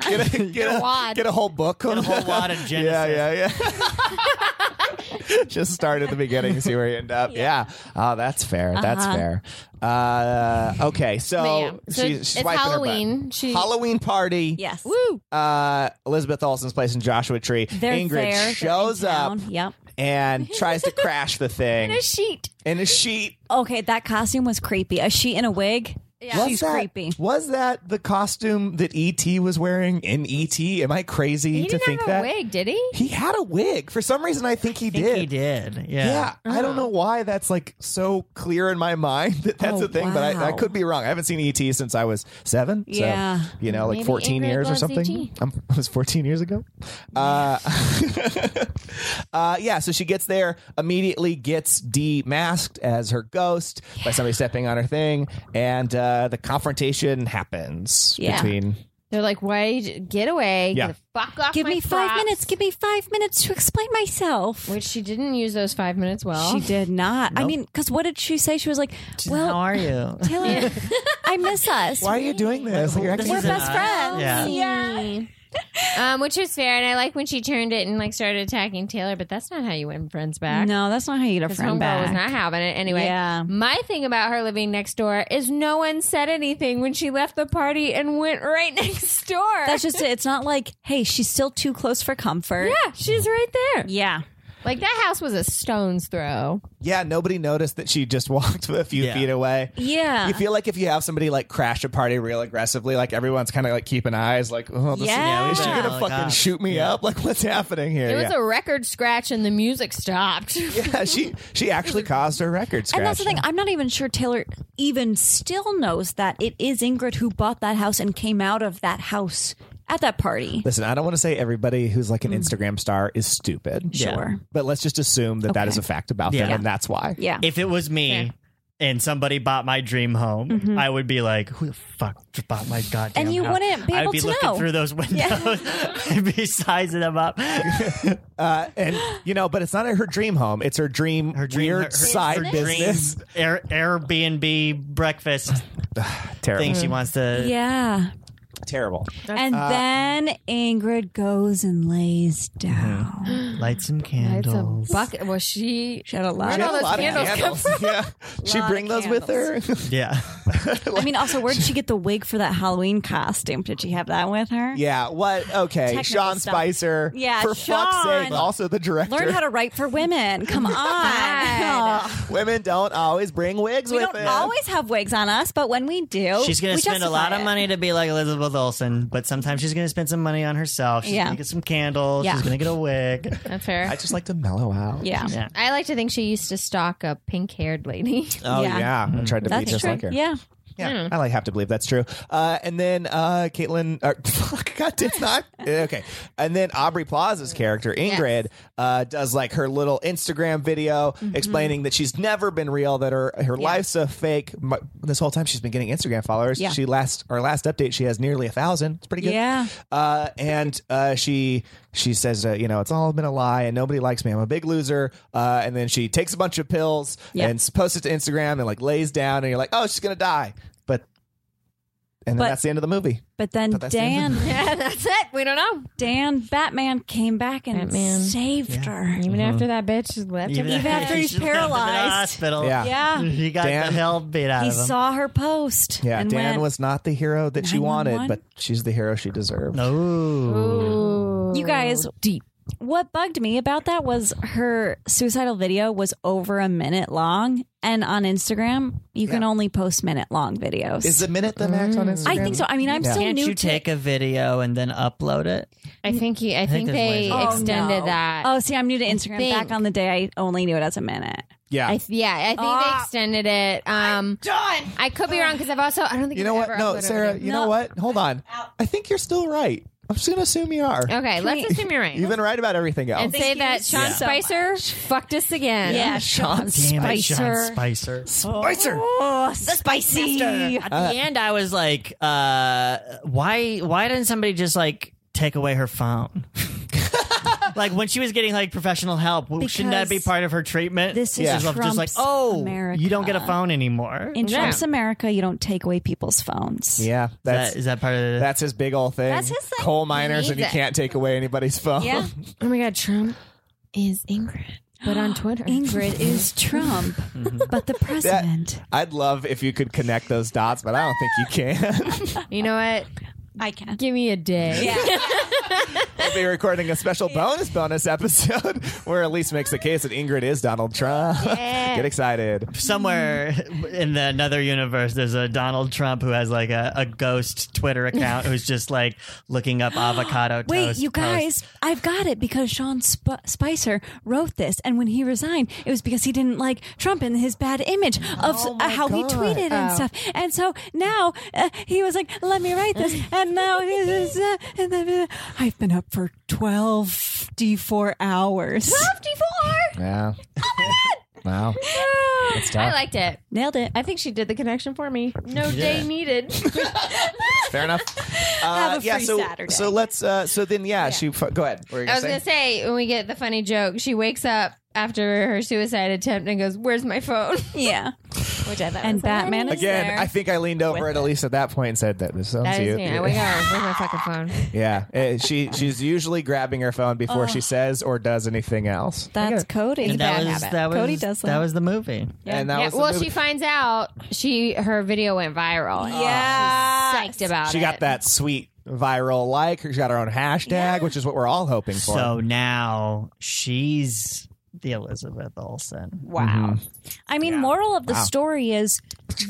Speaker 6: *laughs* get a, get, a,
Speaker 5: wad.
Speaker 6: get a whole book. *laughs*
Speaker 2: whole wad of Genesis.
Speaker 6: Yeah, *laughs* yeah, yeah. Just start at the beginning, and see where you end up. Yeah. Oh, that's fair. That's
Speaker 7: Uh-huh.
Speaker 6: fair. Uh, okay, so,
Speaker 5: But yeah. So
Speaker 6: she's,
Speaker 5: it's
Speaker 6: she's wiping her butt.
Speaker 5: Halloween. She-
Speaker 6: Halloween party.
Speaker 7: Yes.
Speaker 5: Woo!
Speaker 6: Uh, Elizabeth Olsen's place in Joshua Tree.
Speaker 7: They're
Speaker 6: Ingrid
Speaker 7: there. They're in
Speaker 6: shows up
Speaker 7: town. Yep.
Speaker 5: *laughs*
Speaker 6: and tries to crash the thing
Speaker 5: And a sheet.
Speaker 6: in a sheet.
Speaker 7: Okay, that costume was creepy. A sheet and a wig.
Speaker 5: Yeah.
Speaker 7: She's
Speaker 6: that,
Speaker 7: creepy.
Speaker 6: Was that the costume that E.T. was wearing in E.T.? Am I crazy
Speaker 5: He
Speaker 6: to
Speaker 5: didn't
Speaker 6: think
Speaker 5: have
Speaker 6: that?
Speaker 5: a wig, did he?
Speaker 6: He had a wig. For some reason, I think he
Speaker 2: think
Speaker 6: did.
Speaker 2: he did. Yeah.
Speaker 6: Yeah, I don't know why that's like so clear in my *laughs* mind that that's
Speaker 7: Oh,
Speaker 6: a thing, but I, I
Speaker 7: wow.
Speaker 6: could be wrong. I haven't seen ET since I was seven.
Speaker 7: Yeah.
Speaker 6: so, you know, like
Speaker 5: Maybe
Speaker 6: fourteen
Speaker 5: Ingrid
Speaker 6: years or
Speaker 7: E
Speaker 5: loves
Speaker 6: something.
Speaker 5: ET.
Speaker 6: Um, *laughs* it was fourteen years ago. Uh, *laughs* uh, yeah, so she gets there immediately, gets demasked as her ghost by somebody stepping on her thing, and uh, the confrontation happens
Speaker 7: Yeah.
Speaker 6: between.
Speaker 5: They're like, why? Get away.
Speaker 6: Yeah.
Speaker 5: Get the fuck off
Speaker 7: Give
Speaker 5: my
Speaker 7: me five
Speaker 5: props.
Speaker 7: minutes. Give me five minutes to explain myself.
Speaker 5: Which she didn't use those five minutes well.
Speaker 7: She did not. I mean, because what did she say? She was like,
Speaker 2: She's,
Speaker 7: "Well,
Speaker 2: how are *laughs* you?
Speaker 7: Taylor, *laughs* I miss us.
Speaker 6: Why are you doing this? Like, you're
Speaker 2: This
Speaker 6: acting
Speaker 7: We're
Speaker 2: is an
Speaker 7: best
Speaker 2: eye.
Speaker 7: friends.
Speaker 2: Yeah.
Speaker 7: *laughs*
Speaker 5: Yeah. um, which is fair, and I like when she turned it and like started attacking Taylor. But that's not how you win friends back.
Speaker 7: No, that's not how you get a
Speaker 5: Because
Speaker 7: friend
Speaker 5: homegirl
Speaker 7: back.
Speaker 5: was not having it anyway.
Speaker 7: Yeah.
Speaker 5: My thing about her living next door is no one said anything when she left the party and went right *laughs* next door.
Speaker 7: That's just it. It's not like, hey, she's still too close for comfort.
Speaker 5: yeah, she's right there.
Speaker 7: Yeah.
Speaker 5: Like that house was a stone's throw.
Speaker 6: Yeah, nobody noticed that she just *laughs* walked a few
Speaker 2: Yeah.
Speaker 6: feet away.
Speaker 7: Yeah.
Speaker 6: You feel like if you have somebody like crash a party real aggressively, like everyone's kind of like keeping eyes, like, oh, this
Speaker 7: Yeah.
Speaker 6: is, is she
Speaker 2: Yeah,
Speaker 6: gonna
Speaker 2: like
Speaker 6: fucking
Speaker 2: that.
Speaker 6: shoot me up? Like, what's happening here?
Speaker 5: It was
Speaker 6: yeah.
Speaker 5: a record scratch and the music stopped. *laughs*
Speaker 6: *laughs* yeah, she she actually caused her record scratch.
Speaker 7: and that's the thing. I'm not even sure Taylor even still knows that it is Ingrid who bought that house and came out of that house at that party.
Speaker 6: Listen, I don't want to say everybody who's like an Instagram star is stupid,
Speaker 2: Yeah.
Speaker 7: Mm. Sure.
Speaker 6: but let's just assume that that is a fact about them,
Speaker 2: Yeah.
Speaker 6: and that's why.
Speaker 7: Yeah.
Speaker 2: If it was me
Speaker 5: Fair.
Speaker 2: and somebody bought my dream home, I would be like, "Who the fuck bought my goddamn?"
Speaker 7: Mm-hmm. And you
Speaker 2: house?"
Speaker 7: wouldn't be
Speaker 2: I'd
Speaker 7: able
Speaker 2: be
Speaker 7: to
Speaker 2: looking
Speaker 7: know.
Speaker 2: through those
Speaker 7: *laughs*
Speaker 2: windows. *laughs* I'd be sizing them up.
Speaker 6: Uh, and you know, but it's not her dream home; it's her dream,
Speaker 2: Her dream,
Speaker 6: weird
Speaker 2: her- her-
Speaker 6: side
Speaker 2: her dream
Speaker 6: business.
Speaker 2: Air, Airbnb breakfast
Speaker 6: Terrible,
Speaker 2: thing she wants to.
Speaker 7: Yeah.
Speaker 6: terrible.
Speaker 7: And then Ingrid goes and lays
Speaker 2: Mm-hmm.
Speaker 7: down.
Speaker 2: Light some
Speaker 5: it's a
Speaker 2: candles.
Speaker 5: bucket. Well, she
Speaker 7: She had a lot
Speaker 5: Where'd
Speaker 7: of
Speaker 5: all those candles come
Speaker 6: yeah, she
Speaker 7: Lot of
Speaker 6: bring those with her.
Speaker 7: candles. *laughs*
Speaker 2: yeah.
Speaker 7: I mean, also, where did she get the wig for that Halloween costume? Did she have that with her?
Speaker 6: Yeah, what? Okay,
Speaker 7: Technical
Speaker 6: Sean
Speaker 7: stuff.
Speaker 6: Spicer.
Speaker 7: Yeah,
Speaker 6: for fuck's
Speaker 7: Sean.
Speaker 6: sake, also the director.
Speaker 7: Learn how to write for women. Come on.
Speaker 5: God.
Speaker 6: *laughs* Women don't always bring wigs
Speaker 7: we
Speaker 6: with
Speaker 7: don't
Speaker 6: them.
Speaker 7: always have wigs on us, but when we do,
Speaker 2: She's going
Speaker 7: Oh, we
Speaker 2: to spend a
Speaker 7: justify
Speaker 2: lot of
Speaker 7: it.
Speaker 2: money to be like Elizabeth Olsen, but sometimes she's going to spend some money on herself. She's
Speaker 7: Yeah.
Speaker 2: going to get some candles.
Speaker 7: Yeah.
Speaker 2: She's going to get a wig.
Speaker 7: *laughs*
Speaker 5: that's her.
Speaker 6: I just like to mellow out.
Speaker 7: Yeah.
Speaker 2: Yeah.
Speaker 5: I like to think she used to stalk a pink haired lady. *laughs*
Speaker 6: Oh yeah,
Speaker 7: Yeah. Mm.
Speaker 6: I tried to be
Speaker 7: That's
Speaker 6: just
Speaker 7: true.
Speaker 6: like her.
Speaker 7: Yeah.
Speaker 6: Yeah, I like have to believe that's true. Uh, and then uh, Caitlin, uh, *laughs* fuck, God, it's
Speaker 7: *laughs*
Speaker 6: not okay. And then Aubrey Plaza's character Ingrid uh, does like her little Instagram video
Speaker 7: Mm-hmm.
Speaker 6: explaining that she's never been real, that her her life's a fake. M- This whole time she's been getting Instagram followers.
Speaker 7: Yeah.
Speaker 6: She last our last update, she has nearly a thousand. It's pretty good.
Speaker 7: Yeah.
Speaker 6: Uh, and uh, she she says, uh, you know, it's all been a lie, and nobody likes me. I'm a big loser. Uh, and then she takes a bunch of pills
Speaker 7: Yeah.
Speaker 6: and s- posts it to Instagram, and like lays down, and you're like, oh, she's gonna die. But and then
Speaker 7: But-
Speaker 6: that's the end of the movie.
Speaker 7: But then
Speaker 6: But that's the end *laughs*
Speaker 7: Dan,
Speaker 5: yeah, that's it. We don't know.
Speaker 7: Dan Batman came back and
Speaker 5: Batman.
Speaker 7: saved her.
Speaker 5: Even after that bitch left him.
Speaker 7: Even
Speaker 2: *laughs*
Speaker 7: after he's
Speaker 2: she left him in the
Speaker 7: paralyzed.
Speaker 2: hospital.
Speaker 6: Yeah.
Speaker 7: Yeah.
Speaker 2: He got
Speaker 6: Dan-
Speaker 2: the hell beat out
Speaker 7: He
Speaker 2: of him.
Speaker 7: saw her post.
Speaker 6: Yeah,
Speaker 7: and
Speaker 6: Dan
Speaker 7: went,
Speaker 6: was not the hero that she wanted,
Speaker 7: 911?
Speaker 6: but she's the hero she deserved.
Speaker 2: oh.
Speaker 7: You guys,
Speaker 6: Oh.
Speaker 7: deep. What bugged me about that was her suicidal video was over a minute long, and on Instagram you can only post minute long videos.
Speaker 6: Is the minute the max on Instagram?
Speaker 7: I think so. I mean, I'm
Speaker 6: Yeah.
Speaker 7: still
Speaker 2: Can't
Speaker 7: new
Speaker 2: you
Speaker 7: to
Speaker 2: take a video and then upload it?
Speaker 5: I think he. I, think,
Speaker 2: there's ways
Speaker 5: they
Speaker 2: around it.
Speaker 5: extended
Speaker 7: no.
Speaker 5: that.
Speaker 7: Oh, see, I'm new to Instagram.
Speaker 5: think-
Speaker 7: Back on the day, I only knew it as a minute.
Speaker 6: Yeah.
Speaker 5: I th- yeah, I think they extended it. Um, Ah, done. I could be wrong because I've also. I don't think
Speaker 6: you know
Speaker 5: I've
Speaker 6: what?
Speaker 5: ever
Speaker 6: No,
Speaker 5: uploaded
Speaker 6: Sarah.
Speaker 5: it.
Speaker 6: You know
Speaker 7: No.
Speaker 6: what? Hold on. I think you're still right. I'm just gonna assume you are.
Speaker 5: Okay, let's assume you're right.
Speaker 6: You've been right about everything else.
Speaker 5: and say
Speaker 7: Thank you
Speaker 5: that Sean
Speaker 7: so
Speaker 5: Spicer
Speaker 7: much.
Speaker 5: fucked us again.
Speaker 7: Sean
Speaker 2: Damn it, Sean Spicer.
Speaker 6: Spicer.
Speaker 7: Oh, spicy.
Speaker 2: At the end, I was like, uh, why? Why didn't somebody just like take away her phone? *laughs* like when she was getting like professional help, w- shouldn't that be
Speaker 7: Because
Speaker 2: part of her treatment?
Speaker 7: this is
Speaker 6: Yeah.
Speaker 2: Just
Speaker 7: Trump's
Speaker 2: like, oh,
Speaker 7: America.
Speaker 2: you don't get a phone anymore.
Speaker 7: In
Speaker 5: Yeah.
Speaker 7: Trump's America, you don't take away people's phones.
Speaker 6: Yeah, that's
Speaker 2: That- is that part of the?
Speaker 6: That's his big old thing.
Speaker 7: That's his thing.
Speaker 6: Coal miners,
Speaker 5: He
Speaker 6: and you
Speaker 5: needs it.
Speaker 6: can't take away anybody's phone.
Speaker 7: Yeah.
Speaker 5: Oh my God, Trump is Ingrid. but *gasps* on Twitter.
Speaker 7: Ingrid is
Speaker 6: *laughs*
Speaker 7: Trump, but the
Speaker 6: Mm-hmm. That-
Speaker 7: president.
Speaker 6: I'd love if you could connect those dots, but I don't think you can. *laughs*
Speaker 5: You know what?
Speaker 7: I can.
Speaker 5: Give me a day.
Speaker 6: we'll be recording a special bonus bonus episode *laughs* where Elise makes the case that Ingrid is Donald Trump.
Speaker 5: Yeah.
Speaker 6: Get excited.
Speaker 2: Somewhere *laughs* in the another universe, there's a Donald Trump who has like a, a ghost Twitter account who's just like looking up avocado
Speaker 7: *gasps*
Speaker 2: toast.
Speaker 7: Wait, you guys,
Speaker 2: posts.
Speaker 7: I've got it because Sean Sp- Spicer wrote this, and when he resigned, it was because he didn't like Trump and his bad image of s- uh, how he tweeted and stuff. And so now uh, he was like, "Let me write this," and now this is, uh, and then, uh, I've been up for twelve d four hours.
Speaker 6: Yeah. Wow. It's
Speaker 5: I liked it.
Speaker 7: Nailed it.
Speaker 5: Ah. I think she did the connection for me. No
Speaker 2: Yeah.
Speaker 5: day needed.
Speaker 6: Fair enough. Uh,
Speaker 7: Have a
Speaker 6: yeah,
Speaker 7: free
Speaker 6: so,
Speaker 7: Saturday.
Speaker 6: So let's. Uh, so then, yeah, she. F- go ahead. What were
Speaker 5: *laughs*
Speaker 6: you
Speaker 5: I
Speaker 6: gonna
Speaker 5: was gonna
Speaker 6: say?
Speaker 5: say when we get the funny joke, she wakes up after her suicide attempt and goes, "Where's my phone?"
Speaker 7: yeah,
Speaker 5: Which I thought
Speaker 7: and
Speaker 5: was
Speaker 7: Batman is
Speaker 6: Again,
Speaker 7: there.
Speaker 6: I think I leaned over at Elise at that point and said that this sounds
Speaker 5: That
Speaker 6: you.
Speaker 5: is me. I wake up. Where's my fucking *laughs* phone?
Speaker 6: *laughs* Yeah, Eh, she she's usually grabbing her phone before she says or does anything else.
Speaker 7: That's Cody.
Speaker 2: And that was, that was
Speaker 7: Cody does that.
Speaker 2: that was the movie.
Speaker 6: And that
Speaker 5: Yeah,
Speaker 6: was the
Speaker 5: well,
Speaker 6: movie.
Speaker 5: she finds out she her video went viral. Oh,
Speaker 7: yeah.
Speaker 5: Psyched about
Speaker 6: she
Speaker 5: it.
Speaker 6: got that sweet viral like. She got her own hashtag, which is what we're all hoping for.
Speaker 2: So now she's the Elizabeth Olsen.
Speaker 7: Wow.
Speaker 6: Mm-hmm.
Speaker 7: I mean, moral of the story is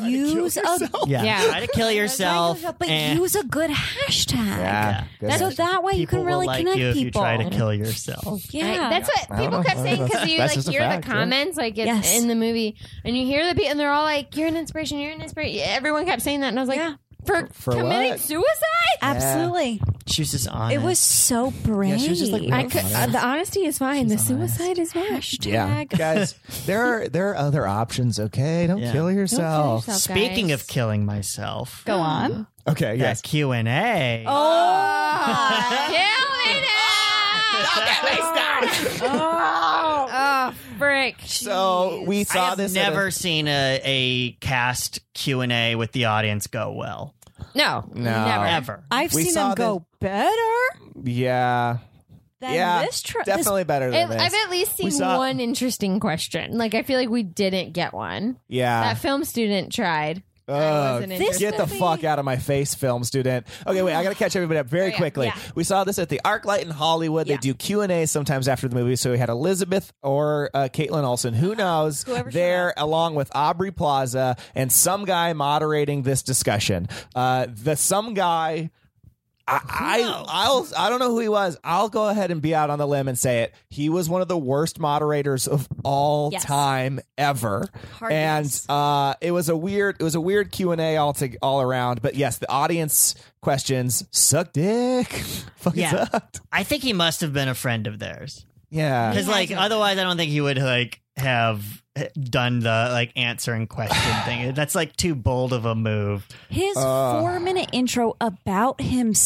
Speaker 7: use a
Speaker 2: Yeah.
Speaker 5: Yeah.
Speaker 2: Try to
Speaker 7: *laughs*
Speaker 2: kill yourself.
Speaker 7: but
Speaker 2: eh.
Speaker 7: use a good hashtag.
Speaker 6: yeah, good.
Speaker 7: So that way you
Speaker 2: People
Speaker 7: can
Speaker 2: will
Speaker 7: really
Speaker 2: like
Speaker 7: connect
Speaker 2: you if
Speaker 7: people.
Speaker 2: you try to kill yourself.
Speaker 5: I-
Speaker 7: yeah,
Speaker 5: that's what
Speaker 6: don't
Speaker 5: people
Speaker 6: know.
Speaker 5: kept
Speaker 6: I
Speaker 5: saying
Speaker 6: don't know.
Speaker 5: because you
Speaker 6: That's
Speaker 5: like
Speaker 6: just a
Speaker 5: hear
Speaker 6: fact,
Speaker 5: the
Speaker 6: yeah.
Speaker 5: comments like it's
Speaker 7: Yes.
Speaker 5: in the movie, and you hear the people, and they're all like, "You're an inspiration. You're an inspiration." Everyone kept saying that, and I was like,
Speaker 7: Yeah.
Speaker 5: "For,
Speaker 6: For
Speaker 5: committing
Speaker 6: what?
Speaker 5: suicide."
Speaker 7: absolutely.
Speaker 2: She was just honest.
Speaker 7: It was so brave.
Speaker 2: she was just like,
Speaker 5: I could, uh, the honesty is fine. the suicide is wrong.
Speaker 6: yeah, guys, there are there are other options. Okay, don't
Speaker 2: Yeah.
Speaker 6: kill yourself.
Speaker 5: yourself.
Speaker 2: Speaking
Speaker 5: guys.
Speaker 2: of killing myself,
Speaker 7: Go Oh, on.
Speaker 6: Okay,
Speaker 2: that
Speaker 6: yes.
Speaker 2: Q and A.
Speaker 5: Kill it out!
Speaker 6: *laughs*
Speaker 5: Oh, frick.
Speaker 6: So we
Speaker 2: I
Speaker 6: saw
Speaker 2: have
Speaker 6: this. at a-
Speaker 2: never seen a, a cast Q and A with the audience go well.
Speaker 5: No.
Speaker 6: No.
Speaker 5: Never.
Speaker 2: Ever.
Speaker 7: I've
Speaker 6: We
Speaker 7: seen
Speaker 6: saw
Speaker 7: them go better
Speaker 6: yeah,
Speaker 7: than
Speaker 6: yeah,
Speaker 7: this trip.
Speaker 6: definitely better than
Speaker 5: I-
Speaker 6: this.
Speaker 5: I've at least
Speaker 6: We
Speaker 5: seen
Speaker 6: saw-
Speaker 5: one interesting question. Like, I feel like we didn't get one.
Speaker 6: yeah,
Speaker 5: that film student tried.
Speaker 6: Uh,
Speaker 5: I wasn't
Speaker 6: Ugh,
Speaker 5: interested.
Speaker 6: get the fuck out of my face, film student. Okay, wait, I gotta catch everybody up very quickly. We saw this at the ArcLight in Hollywood. They do Q and A sometimes after the movie. So we had Elizabeth or uh, Caitlin Olsen, who knows, there along with Aubrey Plaza and some guy moderating this discussion. Uh, the some guy. I, I I'll I don't know who he was. I'll go ahead and be out on the limb and say it. He was one of the worst moderators of all
Speaker 7: Yes.
Speaker 6: time ever.
Speaker 7: Hard
Speaker 6: and
Speaker 7: yes.
Speaker 6: uh, it was a weird it was a weird Q and A all to, all around. But yes, the audience questions suck dick. *laughs* Fucking
Speaker 2: Yeah.
Speaker 6: sucked.
Speaker 2: I think he must have been a friend of theirs.
Speaker 6: Yeah.
Speaker 2: Because like otherwise, I don't think he would like have eh, done the like
Speaker 6: *sighs*
Speaker 2: answering question thing. That's like too bold of a move.
Speaker 7: His
Speaker 6: Uh,
Speaker 7: four-minute intro about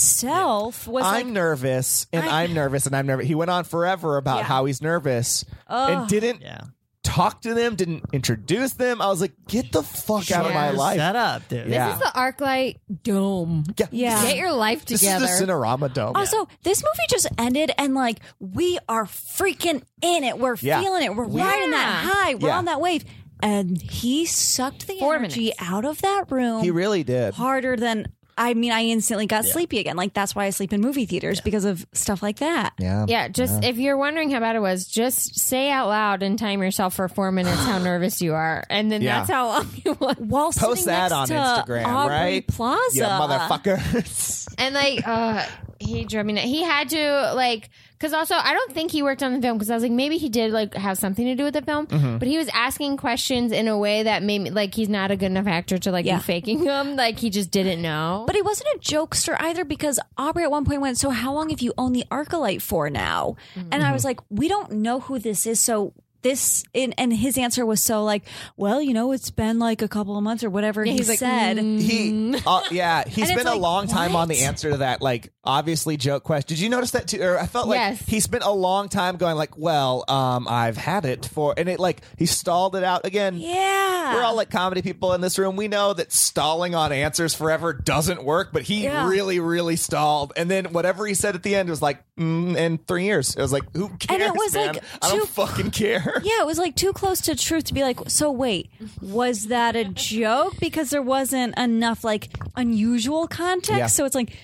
Speaker 7: himself was
Speaker 6: I'm
Speaker 7: like,
Speaker 6: nervous and I, am nervous and I'm nervous. He went on forever about how he's nervous and didn't
Speaker 2: Yeah,
Speaker 6: talk to them, didn't introduce them. I was like, get the fuck out of my life.
Speaker 2: Shut up, dude.
Speaker 6: Yeah.
Speaker 5: This is the ArcLight Dome.
Speaker 6: Yeah.
Speaker 7: Yeah.
Speaker 5: Get your life
Speaker 6: Ah. This
Speaker 5: together.
Speaker 6: is the Cinerama Dome.
Speaker 7: Also, this movie just ended, and like we are freaking in it. We're
Speaker 6: Yeah.
Speaker 7: feeling it. We're riding that
Speaker 5: Yeah.
Speaker 7: high. We're
Speaker 6: Yeah.
Speaker 7: on that wave. And he sucked the
Speaker 5: Four
Speaker 7: energy
Speaker 5: minutes.
Speaker 7: out of that room
Speaker 6: He really did.
Speaker 7: harder than. I mean, I instantly got sleepy again. Like that's why I sleep in movie theaters because of stuff like that.
Speaker 6: Yeah.
Speaker 5: yeah, just if you're wondering how bad it was, just say out loud and time yourself for four minutes
Speaker 6: *gasps*
Speaker 5: how nervous you are, and then
Speaker 6: Yeah.
Speaker 5: that's how long *laughs* it was.
Speaker 7: While
Speaker 6: Post
Speaker 7: sitting
Speaker 6: that
Speaker 7: next
Speaker 6: on
Speaker 7: to
Speaker 6: Instagram,
Speaker 7: Aubrey
Speaker 6: right?
Speaker 7: Plaza,
Speaker 6: You motherfuckers. *laughs*
Speaker 5: And like, uh, he drove me. nuts. He had to like, because also I don't think he worked on the film because I was like maybe he did like have something to do with the film, but he was asking questions in a way that made me like he's not a good enough actor to like
Speaker 7: Yeah.
Speaker 5: be faking them. Like he just didn't know.
Speaker 7: But he wasn't a jokester either because Aubrey at one point went, So, how long have you owned the Arcolite for now? And
Speaker 6: Mm-hmm.
Speaker 7: I was like, We don't know who this is. So, this, and, and his answer was so like, Well, you know, it's been like a couple of months or whatever he
Speaker 5: he's like,
Speaker 7: said.
Speaker 6: He, uh,
Speaker 7: *laughs*
Speaker 6: yeah, he's
Speaker 7: Mm-hmm. And it's
Speaker 6: been a
Speaker 7: like,
Speaker 6: long time on the
Speaker 7: what?
Speaker 6: answer to that, like obviously joke question. Did you notice that too? Or I felt like
Speaker 5: Yes.
Speaker 6: he spent a long time going like, "Well, um, I've had it for," and it like he stalled it out again.
Speaker 7: Yeah.
Speaker 6: We're all like comedy people in this room. We know that stalling on answers forever doesn't work, but he
Speaker 7: Yeah.
Speaker 6: really, really stalled. And then whatever he said at the end was like, mm, in three years. It was like, who cares?
Speaker 7: was,
Speaker 6: man?
Speaker 7: like,
Speaker 6: I don't
Speaker 7: two-
Speaker 6: fucking care.
Speaker 7: Yeah, it was like too close to truth to be like, so wait, was that a joke? Because there wasn't enough like unusual context.
Speaker 6: Yeah.
Speaker 7: So it's like,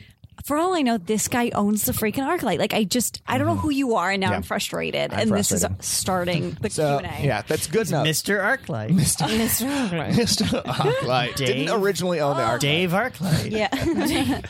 Speaker 7: for all I know, this guy owns the freaking arc light. Like I just, I don't know who you are, and now
Speaker 6: Mm-hmm. Yeah.
Speaker 7: I'm frustrated.
Speaker 6: I'm
Speaker 7: and
Speaker 6: frustrated.
Speaker 7: this is starting the
Speaker 6: So
Speaker 7: Q and A.
Speaker 6: yeah, that's good enough.
Speaker 2: Mr. Arclight.
Speaker 6: *laughs* Mr. Arclight didn't
Speaker 2: Dave?
Speaker 6: originally own
Speaker 7: Oh.
Speaker 6: the Arclight.
Speaker 2: Dave
Speaker 6: *laughs*
Speaker 2: Arclight.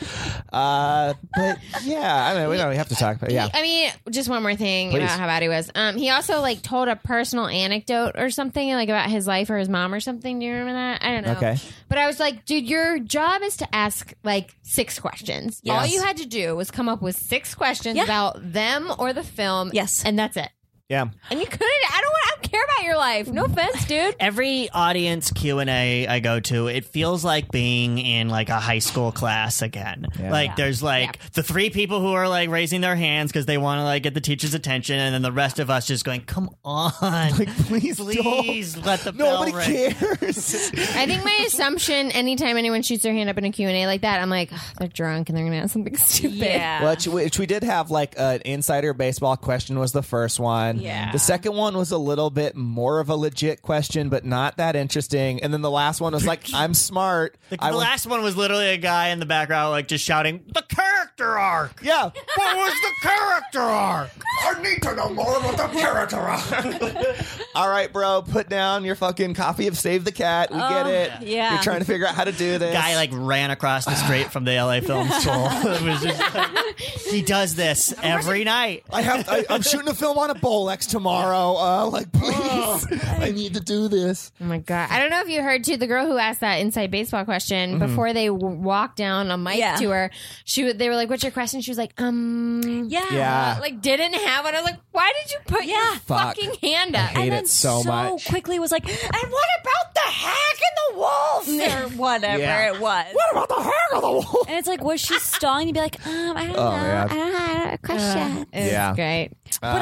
Speaker 6: Uh, but yeah, I mean, we don't we have to talk. But yeah,
Speaker 7: *laughs*
Speaker 5: I mean, just one more thing
Speaker 6: Please.
Speaker 5: about how bad he was. Um, he also like told a personal anecdote or something like about his life or his mom or something. Do you remember that? I don't know.
Speaker 6: Okay.
Speaker 5: But I was like, dude, your job is to ask like six questions. All you had to do was come up with six questions
Speaker 7: Yeah.
Speaker 5: about them or the film.
Speaker 7: Yes.
Speaker 5: and that's it.
Speaker 6: yeah.
Speaker 5: And you couldn't. I don't. want I don't care about your life. No offense,
Speaker 7: *laughs*
Speaker 5: dude.
Speaker 2: Every audience Q and A I go to, it feels like being in like a high school class again. Like there's like the three people who are like raising their hands because they want to like get the teacher's attention, and then the rest of us just going, "Come on,
Speaker 6: please don't."
Speaker 2: please let the
Speaker 6: Nobody
Speaker 2: bell ring."
Speaker 7: *laughs*
Speaker 6: cares.
Speaker 5: I think my assumption anytime anyone shoots their hand up in a Q&A like that, I'm like, "Ugh, they're drunk and they're going to ask something *laughs* stupid.
Speaker 7: Yeah.
Speaker 6: Which, which we did have like an insider baseball question was the first one.
Speaker 7: Yeah.
Speaker 6: The second one was a little bit more of a legit question, but not that interesting. And then the last one was *laughs* like, I'm smart.
Speaker 2: The,
Speaker 6: I
Speaker 2: the
Speaker 6: went-
Speaker 2: last one was literally a guy in the background, like just shouting, "The character arc."
Speaker 6: *laughs* yeah.
Speaker 2: What was the character arc?
Speaker 6: *laughs* I need to know more about the character. *laughs* All right, bro, put down your fucking copy of Save the Cat. We get it.
Speaker 7: Oh, yeah.
Speaker 6: You're trying to figure out how to *laughs* do this.
Speaker 2: *laughs* Guy like ran across the street from the LA *laughs* Film School. It was just like, he does this every night.
Speaker 6: I have. I, I'm shooting a film on a Bolex tomorrow. Uh, like, please, I need to do this.
Speaker 5: Oh my god! I don't know if you heard too. The girl who asked that inside baseball question before they w- walked down a mic
Speaker 7: Mm-hmm. Yeah.
Speaker 5: to her, she w- they were like, "What's your question?" She was like, "Um,
Speaker 7: Yeah.
Speaker 6: Yeah.
Speaker 5: like didn't have one." I was like, "Why did you put your
Speaker 7: Yeah.
Speaker 6: Fuck.
Speaker 5: fucking hand up?"
Speaker 6: hate
Speaker 7: and
Speaker 6: it
Speaker 7: then
Speaker 6: so much.
Speaker 7: quickly was like, and what about the hack and
Speaker 6: *laughs*
Speaker 7: the wolf or whatever
Speaker 6: Yeah.
Speaker 7: it was?
Speaker 6: What about the hair of the wall? Oh,
Speaker 7: And it's like, was
Speaker 6: *laughs*
Speaker 7: she stalling to be like, um, I don't know,
Speaker 6: yeah.
Speaker 7: I don't have a question.
Speaker 5: It was
Speaker 6: Yeah.
Speaker 5: great.
Speaker 7: But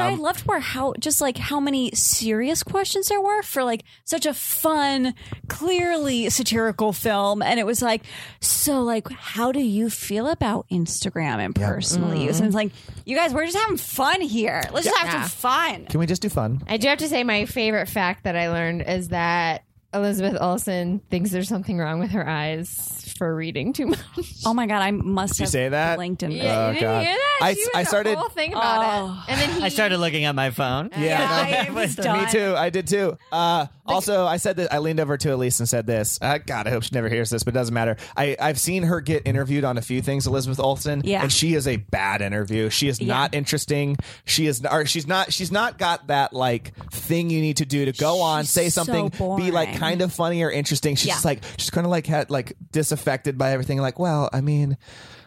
Speaker 6: Um,
Speaker 7: I loved where how just like how many serious questions there were for like such a fun, clearly satirical film, and it was like, so like, how do you feel about Instagram and personal
Speaker 6: Mm-hmm.
Speaker 7: use? And it's like, you guys, we're just having fun here. Let's just have
Speaker 5: Yeah.
Speaker 7: some fun.
Speaker 6: Can we just do fun?
Speaker 5: I do have to say, my favorite fact that I learned is that Elizabeth Olsen thinks there's something wrong with her eyes for reading too much.
Speaker 7: Oh my god, I must
Speaker 6: you
Speaker 7: have
Speaker 6: say that?
Speaker 7: LinkedIn.
Speaker 5: Yeah, *laughs*
Speaker 6: Oh,
Speaker 5: you didn't
Speaker 6: God.
Speaker 5: hear that?
Speaker 6: I-
Speaker 5: she
Speaker 6: I
Speaker 5: was
Speaker 6: started-
Speaker 5: a whole thing about
Speaker 7: Oh.
Speaker 5: it, and then he,
Speaker 2: I started looking at my phone.
Speaker 6: Yeah, *laughs*
Speaker 7: I
Speaker 6: no.
Speaker 7: was
Speaker 6: me
Speaker 7: done.
Speaker 6: too. I did too. Uh, also, I said that I leaned over to Elise and said this. Uh, God, I hope she never hears this, but it doesn't matter. I, I've seen her get interviewed on a few things, Elizabeth Olsen.
Speaker 7: Yeah.
Speaker 6: and she is a bad interview. She is not interesting. She is, or she's not. She's not got that like thing you need to do to go on,
Speaker 7: She's
Speaker 6: say
Speaker 7: so
Speaker 6: something, be like
Speaker 7: boring.
Speaker 6: kind of funny or interesting. She's
Speaker 7: Yeah.
Speaker 6: just like she's kind of like had like disaffected by everything. Like, well, I mean.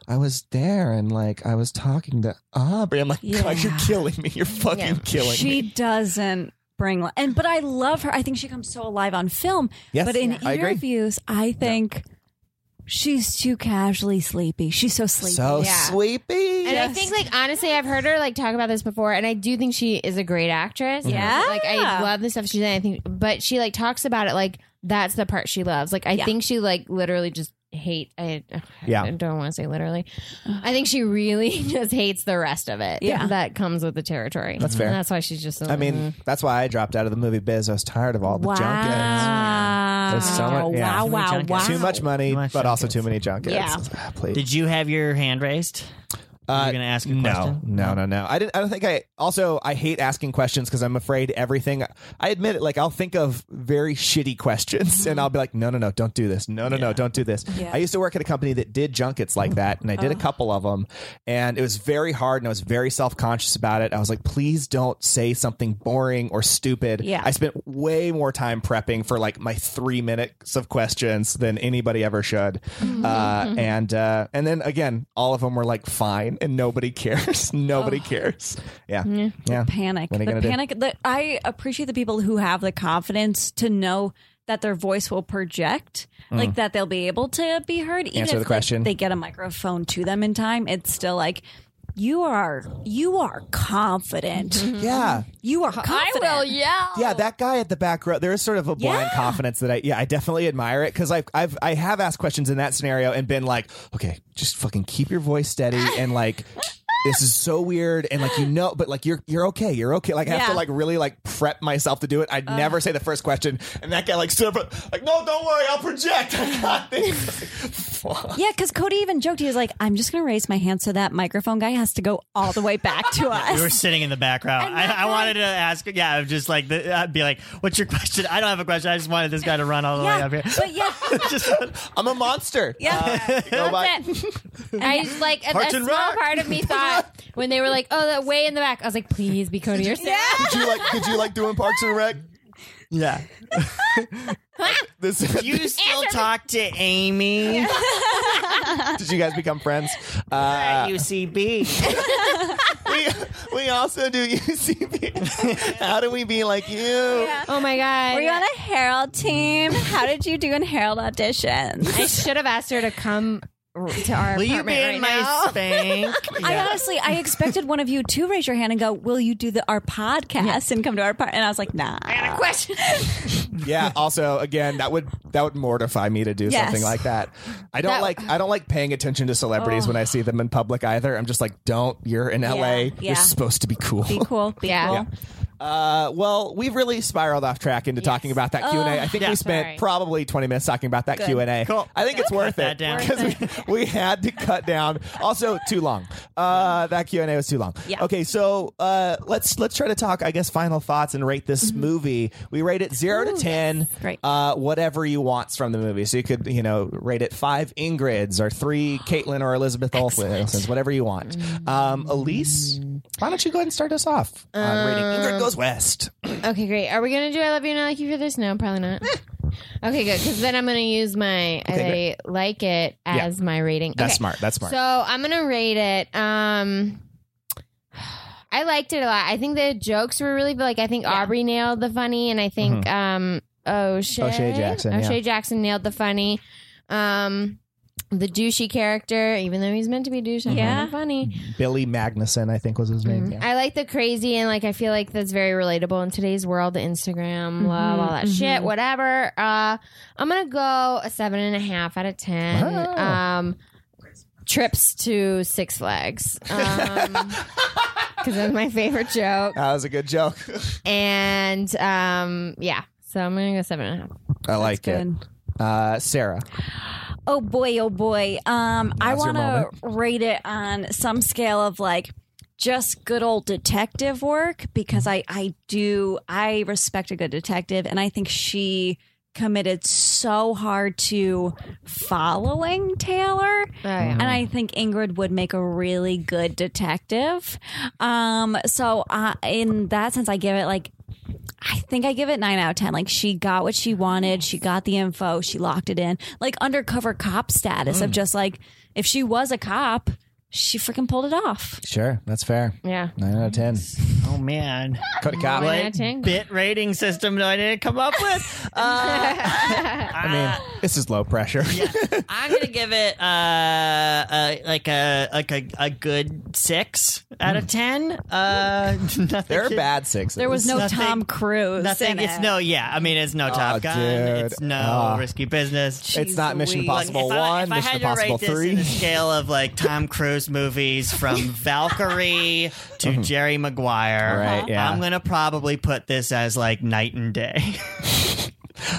Speaker 6: I was there and like I was talking to Aubrey. I'm like, God, you're killing me. You're fucking killing me.
Speaker 7: she doesn't bring li- and but i love her i think she comes so alive on film
Speaker 6: Yes,
Speaker 7: but in
Speaker 6: I agree.
Speaker 7: interviews i think she's too casually sleepy she's so sleepy
Speaker 6: So
Speaker 5: Yeah.
Speaker 6: sleepy.
Speaker 5: And I think, like, honestly, I've heard her like talk about this before, and I do think she is a great actress.
Speaker 7: Yeah.
Speaker 5: like I love the stuff she's in. I think, but she like talks about it like that's the part she loves. Like I
Speaker 7: Yeah.
Speaker 5: think she like literally just hate. I,
Speaker 6: Yeah.
Speaker 5: I don't want to say literally. I think she really *laughs* just hates the rest of it.
Speaker 7: Yeah.
Speaker 5: that comes with the territory.
Speaker 6: That's fair.
Speaker 5: And that's why she's just. So,
Speaker 6: I
Speaker 2: Mm-hmm.
Speaker 6: mean, that's why I dropped out of the movie biz. I was tired of all the
Speaker 7: wow
Speaker 6: junkets. There's so much- yeah.
Speaker 7: wow
Speaker 6: Too
Speaker 2: many
Speaker 7: wow
Speaker 2: junkets.
Speaker 7: wow
Speaker 6: Too much money,
Speaker 2: Too much
Speaker 6: but also
Speaker 2: junkets.
Speaker 6: too many junkets.
Speaker 7: Yeah.
Speaker 6: Ah, please.
Speaker 2: Did you have your hand raised?
Speaker 6: Uh,
Speaker 2: You're gonna ask a
Speaker 6: no,
Speaker 2: question?
Speaker 6: no, no, no. I didn't. I don't think I. Also, I hate asking questions because I'm afraid everything. I admit it. Like I'll think of very shitty questions,
Speaker 7: Mm-hmm.
Speaker 6: and I'll be like, no, no, no, don't do this. No, no, no, don't do this. I used to work at a company that did junkets like that, and I
Speaker 7: Oh.
Speaker 6: did a couple of them, and it was very hard, and I was very self conscious about it. I was like, please don't say something boring or stupid.
Speaker 7: Yeah.
Speaker 6: I spent way more time prepping for like my three minutes of questions than anybody ever should. Uh, and uh, and then again, all of them were like fine, and nobody *laughs* cares. nobody cares. Yeah, yeah.
Speaker 7: panic
Speaker 6: What are you
Speaker 7: the
Speaker 6: gonna do?
Speaker 7: panic the, i appreciate the people who have the confidence to know that their voice will project like that they'll be able to be heard even
Speaker 6: Mm. Answer
Speaker 7: if
Speaker 6: the question.
Speaker 7: Like, they get a microphone to them in time it's still like you are you are confident
Speaker 6: Yeah,
Speaker 7: You are confident.
Speaker 5: Mm-hmm. I will yell.
Speaker 6: yeah. That guy at the back row. There is sort of a blind
Speaker 7: Yeah.
Speaker 6: confidence that I. Yeah, I definitely admire it because I've I've I have asked questions in that scenario and been like, okay, just fucking keep your voice steady and like. this is so weird and like you know but like you're you're okay you're okay like i have to
Speaker 7: Yeah.
Speaker 6: like really like prep myself to do it i'd never say the first question and that guy like stood up like no don't worry i'll project *laughs* i got this Fuck.
Speaker 7: Yeah, because Cody even joked. He was like, "I'm just gonna raise my hand so that microphone guy has to go all the way back
Speaker 6: *laughs*
Speaker 7: to
Speaker 2: We were
Speaker 7: us."
Speaker 2: sitting in the background.
Speaker 5: And
Speaker 2: I,
Speaker 5: that
Speaker 2: I
Speaker 5: guy-
Speaker 2: wanted to ask, yeah, I'm just like, the, I'd be like, what's your question? I don't have a question. I just wanted this guy to run all the way
Speaker 7: yeah,
Speaker 2: up here. *laughs*
Speaker 7: but
Speaker 6: *laughs*
Speaker 7: yeah,
Speaker 2: just,
Speaker 6: *laughs* i'm a monster
Speaker 7: yeah.
Speaker 6: Uh, go by-
Speaker 5: That's
Speaker 7: *laughs*
Speaker 5: it. I just like a, a
Speaker 2: Parts and
Speaker 5: small
Speaker 2: Rec.
Speaker 5: part of me thought when they were like, "Oh, that way in the back," I was like, "Please be Cody or Sarah."
Speaker 6: did you like did you like doing parks and rec
Speaker 2: yeah.
Speaker 6: *laughs* this
Speaker 2: You still talk to Amy
Speaker 6: did you guys become friends Uh,
Speaker 2: at UCB.
Speaker 6: we, we also do *laughs* ucb how do we be like you
Speaker 5: Oh my god!
Speaker 7: Were you on the Herald team? How did you do in Herald auditions?
Speaker 5: I should have asked her to come r- to our
Speaker 2: Will you be
Speaker 5: apartment right
Speaker 2: in my *laughs*
Speaker 5: now.
Speaker 2: spank?
Speaker 7: I
Speaker 2: Yeah.
Speaker 7: honestly, I expected one of you to raise your hand and go, "Will you do the our podcast and come to our part?" And I was like, "Nah." I got a question.
Speaker 6: Yeah. Also, again, that would that would mortify me to do
Speaker 7: Yes.
Speaker 6: something like that. I don't
Speaker 5: That-
Speaker 6: like I don't like paying attention to celebrities when I see them in public either. I'm just like, don't. You're in LA.
Speaker 7: yeah.
Speaker 6: You're supposed to be cool.
Speaker 7: Be cool. Be
Speaker 5: Yeah.
Speaker 7: cool.
Speaker 5: Yeah.
Speaker 6: Uh, well, we've really spiraled off track into talking about that Q and A. I think
Speaker 2: Yeah.
Speaker 6: we spent
Speaker 5: Sorry.
Speaker 6: probably 20 minutes talking about that Q and A.
Speaker 2: Cool.
Speaker 6: I think it's worth
Speaker 2: that
Speaker 6: it
Speaker 2: down.
Speaker 6: because *laughs* we, we had to cut down. Also, too long. Uh, that Q and A was too long.
Speaker 7: Yeah.
Speaker 6: Okay, so uh, let's let's try to talk. I guess final thoughts and rate this movie. We rate it zero to ten.
Speaker 7: Mm-hmm. Great.
Speaker 6: Uh, whatever you want from the movie. So you could you know rate it five Ingrids or
Speaker 7: *gasps*
Speaker 6: three Caitlin or Elizabeth Olsen, whatever you want.
Speaker 7: Mm.
Speaker 6: Um, Elise, why don't you go ahead and start us off on rating
Speaker 7: Uh,
Speaker 6: Ingrid Goes West.
Speaker 5: Okay, great. Are we gonna do "I love you and I like you" for this? No, probably not. okay, good. Because then I'm gonna use my
Speaker 6: Okay,
Speaker 5: "I like it"
Speaker 6: Yeah.
Speaker 5: as my rating.
Speaker 6: That's
Speaker 5: Okay.
Speaker 6: smart. That's
Speaker 7: *laughs*
Speaker 6: smart.
Speaker 5: So Oh, I'm gonna rate it. Um, *sighs* I liked it a lot. I think the jokes were really like I think Aubrey nailed the funny, and I think um O'Shea
Speaker 6: Mm-hmm. O'Shea Jackson,
Speaker 5: O'Shea
Speaker 6: yeah.
Speaker 5: Jackson nailed the funny. Um, the douchey character, even though he's meant to be douche, I
Speaker 7: Yeah.
Speaker 5: found him funny.
Speaker 6: Billy Magnuson, I think was his name.
Speaker 7: Mm-hmm.
Speaker 6: Yeah.
Speaker 5: I like the crazy and like I feel like that's very relatable in today's world, the Instagram, love, all that shit, whatever. Uh, I'm gonna go a seven and a half out of ten.
Speaker 6: Wow.
Speaker 7: uh,
Speaker 5: Um, trips to Six Flags because that's my favorite joke.
Speaker 6: That was a good joke. *laughs*
Speaker 5: And um, yeah, so I'm gonna go seven and a half. Oh,
Speaker 6: I like
Speaker 7: Good.
Speaker 6: it. Uh, Sarah.
Speaker 7: Oh boy, oh boy. Um, I
Speaker 6: Now's your
Speaker 7: want to rate it on some scale of like just good old detective work because I I do I respect a good detective and I think she committed so hard to following Taylor.
Speaker 5: Oh, yeah.
Speaker 7: And
Speaker 6: Mm.
Speaker 7: I think Ingrid would make a really good detective. Um, so uh, in that sense, I give it like, I think I give it nine out of 10. Like, she got what she wanted. She got the info. She locked it in. Like, undercover cop status
Speaker 6: Mm.
Speaker 7: of just like, if she was a cop, she freaking pulled it off.
Speaker 6: Sure, that's fair.
Speaker 5: Yeah.
Speaker 6: Nine out of ten.
Speaker 2: Oh, man.
Speaker 6: Cody
Speaker 5: Nine out
Speaker 6: Cobb.
Speaker 2: What
Speaker 5: of 10.
Speaker 2: bit rating system do I need to come up with? Uh,
Speaker 6: I mean, this is low pressure.
Speaker 2: *laughs* I'm gonna give it uh, uh like a like a, a good six out of ten. Uh, Mm. *laughs*
Speaker 6: *laughs*
Speaker 2: nothing.
Speaker 6: there are bad sixes.
Speaker 7: There was no
Speaker 2: Nothing-
Speaker 7: Oh, Tom Cruise.
Speaker 2: Nothing.
Speaker 7: in
Speaker 2: It's
Speaker 7: it.
Speaker 2: no. Yeah. I mean, it's no Top Gun.
Speaker 6: dude.
Speaker 2: It's no
Speaker 6: Ah.
Speaker 2: risky business.
Speaker 6: It's not Mission
Speaker 7: Louise.
Speaker 2: Look,
Speaker 6: Impossible
Speaker 2: if I,
Speaker 6: One,
Speaker 2: if I had
Speaker 6: Mission
Speaker 2: to
Speaker 6: Impossible
Speaker 2: rate this in
Speaker 6: Three. *laughs*
Speaker 2: the scale of like Tom Cruise movies from Valkyrie to Jerry Maguire,
Speaker 6: Mm-hmm. Right, yeah.
Speaker 2: I'm gonna probably put this as like night
Speaker 6: *laughs*
Speaker 2: and day,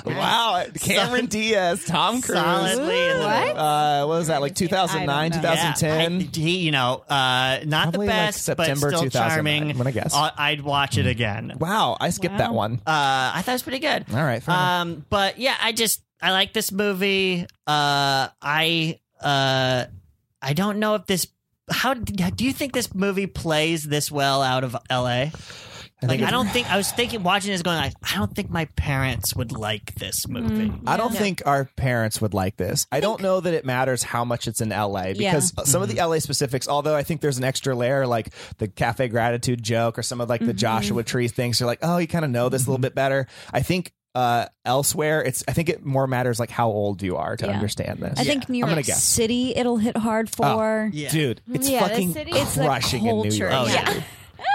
Speaker 6: Wow, Cameron Diaz, Tom Cruise.
Speaker 2: solidly in the middle.
Speaker 6: Uh, what was that like? 2009,
Speaker 7: I don't know.
Speaker 2: Yeah,
Speaker 6: 2010
Speaker 2: I- he, you know, uh, not
Speaker 6: Probably,
Speaker 2: the
Speaker 6: like,
Speaker 2: best,
Speaker 6: September
Speaker 2: but still
Speaker 6: 2009,
Speaker 2: charming.
Speaker 6: I'm gonna guess. Mm-hmm.
Speaker 2: I- I'd watch it again.
Speaker 6: Wow, I skipped that one.
Speaker 2: Uh, I thought it was pretty good.
Speaker 6: All right, fair enough.
Speaker 2: Um, but yeah, I just I like this movie. Uh, I uh, I don't know if this. How do you think this movie plays this well out of L.A.? Like
Speaker 6: it's-
Speaker 2: I don't think I was thinking watching this going like I don't think my parents would like this movie.
Speaker 6: I don't think our parents would like this. I don't know that it matters how much it's in LA because some of the LA specifics, although I think there's an extra layer like the cafe gratitude joke or some of like the Joshua tree things, you're like, oh, you kind of know this a little bit better. I think uh, elsewhere, it's I think it more matters like how old you are to
Speaker 7: Yeah.
Speaker 6: understand this.
Speaker 7: I think New
Speaker 6: I'm gonna
Speaker 7: York
Speaker 6: guess. Oh.
Speaker 7: City, it'll hit hard for.
Speaker 2: Yeah.
Speaker 6: Dude, it's
Speaker 5: Yeah, the
Speaker 6: fucking
Speaker 5: city-
Speaker 7: It's the
Speaker 6: crushing in New
Speaker 7: culture.
Speaker 6: York.
Speaker 2: Oh
Speaker 7: Yeah.
Speaker 2: yeah.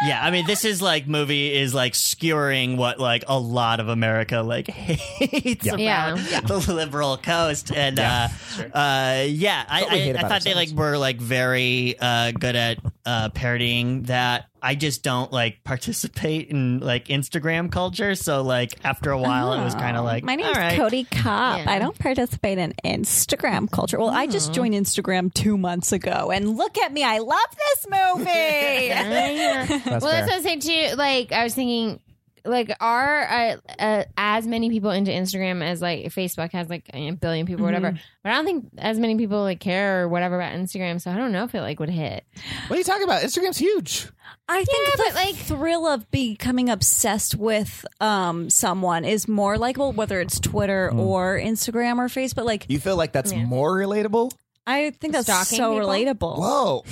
Speaker 2: yeah, I mean, this is like movie is like skewering what like a lot of America like *laughs* hates about
Speaker 5: Yeah.
Speaker 6: Oh,
Speaker 2: *laughs* the liberal coast, and uh, uh, yeah, I,
Speaker 6: What we hate
Speaker 2: I, I
Speaker 6: about
Speaker 2: thought they like
Speaker 6: ourselves.
Speaker 2: were like very uh, good at uh, parodying that. I just don't like participate in like Instagram culture, so like after a while, it was kind
Speaker 6: Oh.
Speaker 2: of like
Speaker 7: Um, My name's
Speaker 2: "All right."
Speaker 7: Cody Kopp.
Speaker 5: Yeah.
Speaker 7: I don't participate in Instagram culture. Well, I
Speaker 6: Oh.
Speaker 7: just joined Instagram two months ago, and look at me. I love this
Speaker 6: *laughs*
Speaker 7: movie.
Speaker 6: Oh,
Speaker 5: well, that's what I was saying too. Like, I was thinking, like, are uh, uh, as many people into Instagram as like Facebook has like a billion people, or whatever.
Speaker 7: Mm-hmm.
Speaker 5: But I don't think as many people like care or whatever about Instagram. So I don't know if it like would hit.
Speaker 6: What are you talking about? Instagram's huge.
Speaker 7: I think
Speaker 5: Yeah,
Speaker 7: the
Speaker 5: but, like-
Speaker 7: thrill of becoming obsessed with um, someone is more likable, whether it's Twitter
Speaker 6: Hmm.
Speaker 7: or Instagram or Facebook. Like
Speaker 6: You feel like that's more relatable?
Speaker 7: I think that's
Speaker 5: Stalking
Speaker 7: so
Speaker 5: people?
Speaker 7: relatable.
Speaker 6: Whoa.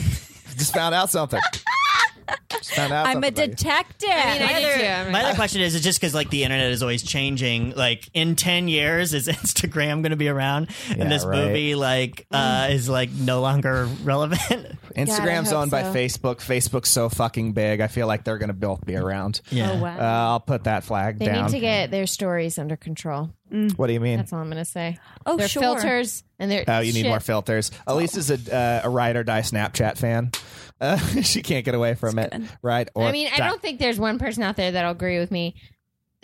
Speaker 6: Just found out something. Just found
Speaker 5: *laughs*
Speaker 6: out
Speaker 7: I'm a
Speaker 6: something about you.
Speaker 7: detective.
Speaker 5: I mean, I did too. I'm
Speaker 2: My
Speaker 5: like,
Speaker 2: other question is: Is just because like the internet is always changing? Like in ten years, is *laughs* Instagram going to be around?
Speaker 6: Yeah,
Speaker 2: and this
Speaker 6: right.
Speaker 2: movie like uh, is like no longer relevant.
Speaker 6: Instagram's
Speaker 5: God, I hope
Speaker 6: owned by
Speaker 5: so.
Speaker 6: Facebook. Facebook's so fucking big. I feel like they're going to both be around.
Speaker 2: yeah.
Speaker 7: Oh, wow.
Speaker 6: Uh, I'll put that flag
Speaker 5: they
Speaker 6: down.
Speaker 5: need to get their stories under control.
Speaker 6: what do you mean?
Speaker 5: That's all I'm gonna say.
Speaker 7: Oh,
Speaker 5: their
Speaker 7: sure.
Speaker 5: filters and their
Speaker 6: Oh, you need
Speaker 5: shit.
Speaker 6: more filters. Elise is a uh, a ride or die Snapchat fan. Uh, *laughs* she can't get away from it. Right? Or
Speaker 5: I mean, I
Speaker 6: die.
Speaker 5: don't think there's one person out there that'll agree with me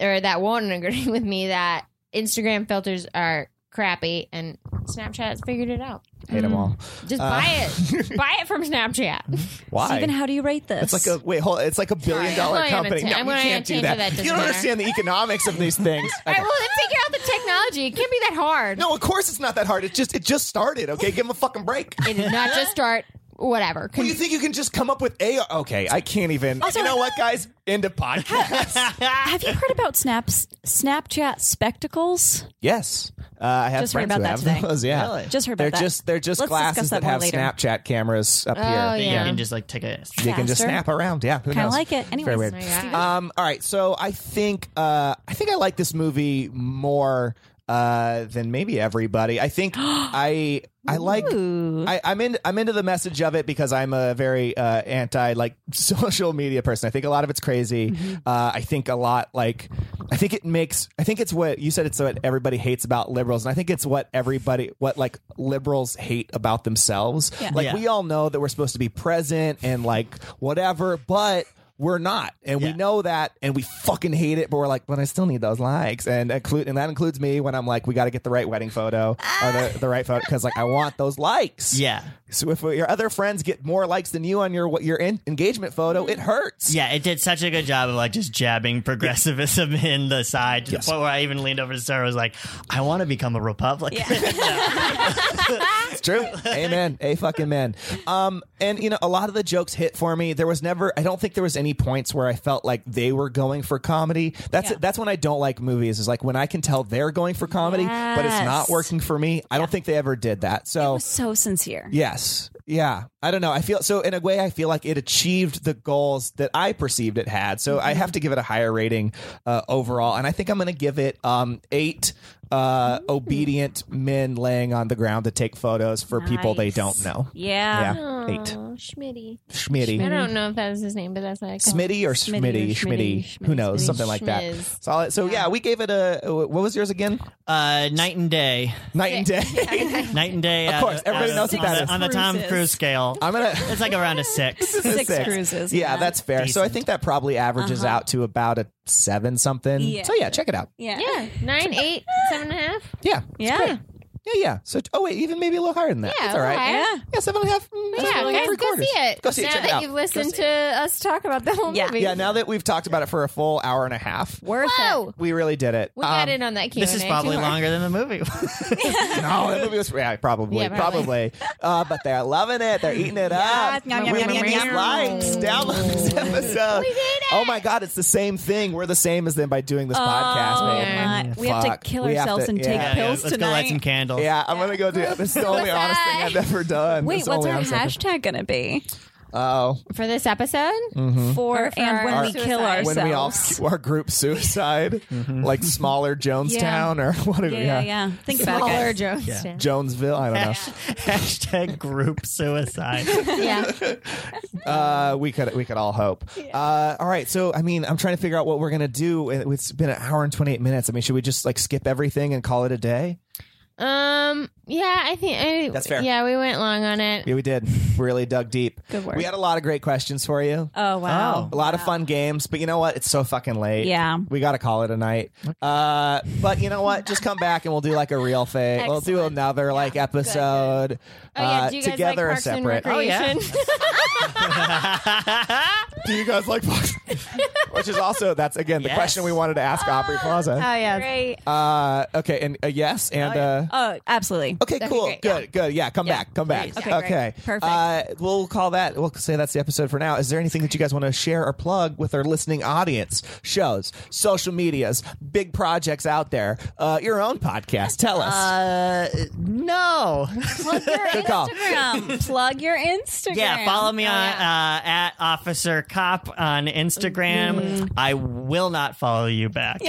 Speaker 5: or that won't *laughs* agree with me that Instagram filters are crappy and Snapchat's figured it out.
Speaker 6: hate them all.
Speaker 5: Just buy it. buy it from Snapchat.
Speaker 6: Why?
Speaker 7: Steven, how do you rate this?
Speaker 6: It's like a wait, hold. It's like a billion
Speaker 5: I'm
Speaker 6: dollar
Speaker 5: not gonna
Speaker 6: company.
Speaker 5: ta-
Speaker 6: no,
Speaker 5: I'm
Speaker 6: you
Speaker 5: not
Speaker 6: can't
Speaker 5: gonna
Speaker 6: do
Speaker 5: change
Speaker 6: that.
Speaker 5: that. Doesn't
Speaker 6: you don't
Speaker 5: matter.
Speaker 6: understand the economics of
Speaker 5: *laughs*
Speaker 6: these things.
Speaker 5: All
Speaker 6: *laughs* Okay.
Speaker 5: right, well, then figure out the technology. It can't be that hard.
Speaker 6: no, of course it's not that hard. It just it just started. Okay, give them a fucking break.
Speaker 5: It did not just start whatever.
Speaker 6: Well, you think you can just come up with a? Okay, I can't even.
Speaker 7: Also-
Speaker 6: you know what, guys? End of
Speaker 7: *laughs*
Speaker 6: podcast.
Speaker 7: Have you heard about Snaps Snapchat spectacles?
Speaker 6: yes, uh, I have
Speaker 7: Just heard
Speaker 6: friends
Speaker 7: about
Speaker 6: who
Speaker 7: that
Speaker 6: have
Speaker 7: today.
Speaker 6: those. Yeah,
Speaker 2: Really?
Speaker 7: Just heard about
Speaker 6: they're
Speaker 7: that.
Speaker 6: just they're just
Speaker 7: Let's
Speaker 6: glasses
Speaker 7: discuss
Speaker 6: that,
Speaker 7: that
Speaker 6: have
Speaker 7: more later.
Speaker 6: Snapchat cameras up
Speaker 5: Oh,
Speaker 6: here.
Speaker 2: *laughs* You
Speaker 5: yeah.
Speaker 2: can just like take it.
Speaker 6: You can just
Speaker 7: Faster.
Speaker 6: snap around. Yeah, who
Speaker 7: Kinda
Speaker 6: knows?
Speaker 7: like it. Anyways.
Speaker 6: Very weird.
Speaker 5: Oh my God.
Speaker 6: Um, all right, so I think uh, I think I like this movie more uh, than maybe everybody. I think I I like I, I'm in I'm into the message of it because I'm a very uh, anti like *laughs* social media person. I think a lot of it's crazy. Uh, I think a lot like I think it makes I think it's what you said it's what everybody hates about liberals, and I think it's what everybody what like liberals hate about themselves. Like
Speaker 2: Yeah.
Speaker 6: we all know that we're supposed to be present and like whatever, but we're not, and we
Speaker 2: Yeah.
Speaker 6: know that, and we fucking hate it. But we're like, but I still need those likes, and include, and that includes me when I'm like, we got to get the right wedding photo or the, the right photo because like I want those likes.
Speaker 2: Yeah.
Speaker 6: So if your other friends get more likes than you on your what your en- engagement
Speaker 2: Mm-hmm.
Speaker 6: photo, it hurts.
Speaker 2: Yeah, it did such a good job of like just jabbing progressivism *laughs* in the side to
Speaker 6: Yes.
Speaker 2: the point where I even leaned over to Sarah and was like, I want to become a Republican. *laughs*
Speaker 6: It's true. Amen. A fucking man. Um, and you know, a lot of the jokes hit for me. There was never, I don't think there was any points where I felt like they were going for comedy. That's that's when I don't like movies. Is like when I can tell they're going for comedy, but it's not
Speaker 7: Yes.
Speaker 6: working for me. I don't think they ever did that. So
Speaker 7: so sincere.
Speaker 6: Yes. Yeah. I don't know. I feel so in a way I feel like it achieved the goals that I perceived it had. So I have to give it a higher rating uh, overall and I think I'm going to give it um 8 uh, obedient men laying on the ground to take photos for people they
Speaker 7: Nice.
Speaker 6: don't know.
Speaker 7: Yeah.
Speaker 6: Yeah. 8.
Speaker 5: Schmitty. I
Speaker 6: Schmitty.
Speaker 5: don't know if that was his name, but that's what I call him.
Speaker 6: Smitty or
Speaker 7: Smitty or
Speaker 6: Schmitty, Schmitty,
Speaker 7: Schmitty,
Speaker 6: who knows,
Speaker 5: Schmitty.
Speaker 6: something like that.
Speaker 5: Schmiz.
Speaker 6: Solid. So yeah, we gave it a. What was yours again?
Speaker 2: Uh, night and day.
Speaker 6: Night and day.
Speaker 2: Night and day.
Speaker 6: Of
Speaker 2: out
Speaker 6: course, everybody
Speaker 2: out
Speaker 6: knows what
Speaker 2: on
Speaker 6: that
Speaker 2: the-
Speaker 6: is.
Speaker 2: On the Tom
Speaker 7: Cruises.
Speaker 2: Cruise scale,
Speaker 6: *laughs* I'm gonna.
Speaker 2: it's like around a six.
Speaker 7: Six
Speaker 6: Six.
Speaker 7: cruises.
Speaker 6: Yeah, that's fair. So I
Speaker 2: Decent.
Speaker 6: think that probably averages
Speaker 5: Uh-huh.
Speaker 6: out to about a seven something.
Speaker 7: Yeah.
Speaker 6: So yeah, check it out.
Speaker 7: yeah.
Speaker 5: Yeah, nine, eight, seven and a half.
Speaker 6: Yeah.
Speaker 7: Yeah.
Speaker 6: Yeah, yeah. So oh wait, even maybe a little higher than that.
Speaker 5: Yeah,
Speaker 6: That's all right.
Speaker 5: okay.
Speaker 7: Yeah.
Speaker 6: Yeah, seven and a half. mm, that's
Speaker 5: Yeah,
Speaker 6: really
Speaker 5: guys,
Speaker 6: three
Speaker 5: go
Speaker 6: quarters.
Speaker 5: see it.
Speaker 6: Go see it.
Speaker 5: now
Speaker 6: Check it
Speaker 5: that
Speaker 6: out.
Speaker 5: you've listened to us talk about the whole
Speaker 7: Yeah.
Speaker 5: movie.
Speaker 6: yeah, now that we've talked about it for a full hour and a half,
Speaker 7: Worth it.
Speaker 5: Whoa,
Speaker 6: we really did it.
Speaker 5: we got
Speaker 6: Um,
Speaker 5: in on that. Q&A
Speaker 2: This is probably
Speaker 5: too hard.
Speaker 2: longer than the movie.
Speaker 6: *laughs* No, that movie was yeah, probably,
Speaker 5: Yeah,
Speaker 6: probably.
Speaker 5: probably.
Speaker 6: Uh, but they're loving it. They're eating it up.
Speaker 7: Yum,
Speaker 6: we
Speaker 7: yum, yum,
Speaker 6: missed
Speaker 7: yum.
Speaker 6: likes down on this episode. We did it. Oh my god, it's the same thing. We're the same as them by doing this podcast, man.
Speaker 7: my- we have to kill
Speaker 6: We have
Speaker 7: ourselves and take
Speaker 6: yeah.
Speaker 7: pills.
Speaker 2: Let's go light
Speaker 7: tonight.
Speaker 2: some candles.
Speaker 6: Yeah, I'm gonna go do. This is the only honest thing I've ever done. This
Speaker 7: Wait,
Speaker 6: is the
Speaker 7: what's
Speaker 6: only
Speaker 7: our
Speaker 6: honest thing.
Speaker 7: hashtag going to be?
Speaker 6: Oh,
Speaker 5: for this episode.
Speaker 6: Mm.
Speaker 7: for
Speaker 5: Or for
Speaker 7: and
Speaker 5: our
Speaker 7: when we
Speaker 5: suicide.
Speaker 7: kill
Speaker 5: When we
Speaker 7: ourselves.
Speaker 6: Hmm? when we all cu- our group
Speaker 7: *laughs*
Speaker 6: suicide, like smaller Jonestown or *laughs* what? do we-
Speaker 7: Mm-hmm. yeah, yeah, yeah. Think about it,
Speaker 5: Smaller
Speaker 7: guys.
Speaker 5: Jones. *laughs* Yeah.
Speaker 6: Jonesville. I don't know.
Speaker 2: *laughs*
Speaker 7: *laughs*
Speaker 2: Hashtag group suicide.
Speaker 6: Uh, we could we could all hope. Uh, all right, so I mean, I'm trying to figure out what we're gonna do. It- It's been an hour and 28 minutes. I mean, should we just like skip everything and call it a day?
Speaker 5: Um. Yeah, I think I,
Speaker 6: That's fair.
Speaker 5: Yeah, we went long on it.
Speaker 6: Yeah, we did. Really dug deep.
Speaker 5: Good work.
Speaker 6: We had a lot of great questions for you.
Speaker 7: Oh wow.
Speaker 6: a lot of fun games, but you know what? It's so fucking late.
Speaker 7: Yeah.
Speaker 6: we got to call it a night. Uh, but you know what? Just come back and we'll do like a real thing. we'll do another like episode
Speaker 5: Oh yeah,
Speaker 6: uh,
Speaker 5: do you guys
Speaker 6: together
Speaker 5: like
Speaker 6: or
Speaker 5: Parks and
Speaker 6: separate. Oh,
Speaker 5: Recreation? *laughs*
Speaker 6: do you guys like?
Speaker 5: *laughs*
Speaker 6: Which is also that's again the
Speaker 2: Yes.
Speaker 6: question we wanted to ask Aubrey Plaza.
Speaker 7: Oh yeah.
Speaker 5: Great.
Speaker 6: Uh, okay, and a yes, and uh,
Speaker 7: Oh, absolutely.
Speaker 6: okay, cool,
Speaker 5: great,
Speaker 6: good, good, yeah, come back, come back.
Speaker 7: Okay, great. Perfect.
Speaker 6: Uh, we'll call that. We'll say that's the episode for now. Is there anything that you guys want to share or plug with our listening audience? Shows, social medias, big projects out there, uh, your own podcast. Tell us.
Speaker 2: Uh, no.
Speaker 7: Plug your
Speaker 6: *laughs* Good call.
Speaker 7: Instagram. Plug your Instagram.
Speaker 2: Yeah, follow me on uh, at Officer Cop on Instagram.
Speaker 6: Mm-hmm.
Speaker 2: I will not follow you back.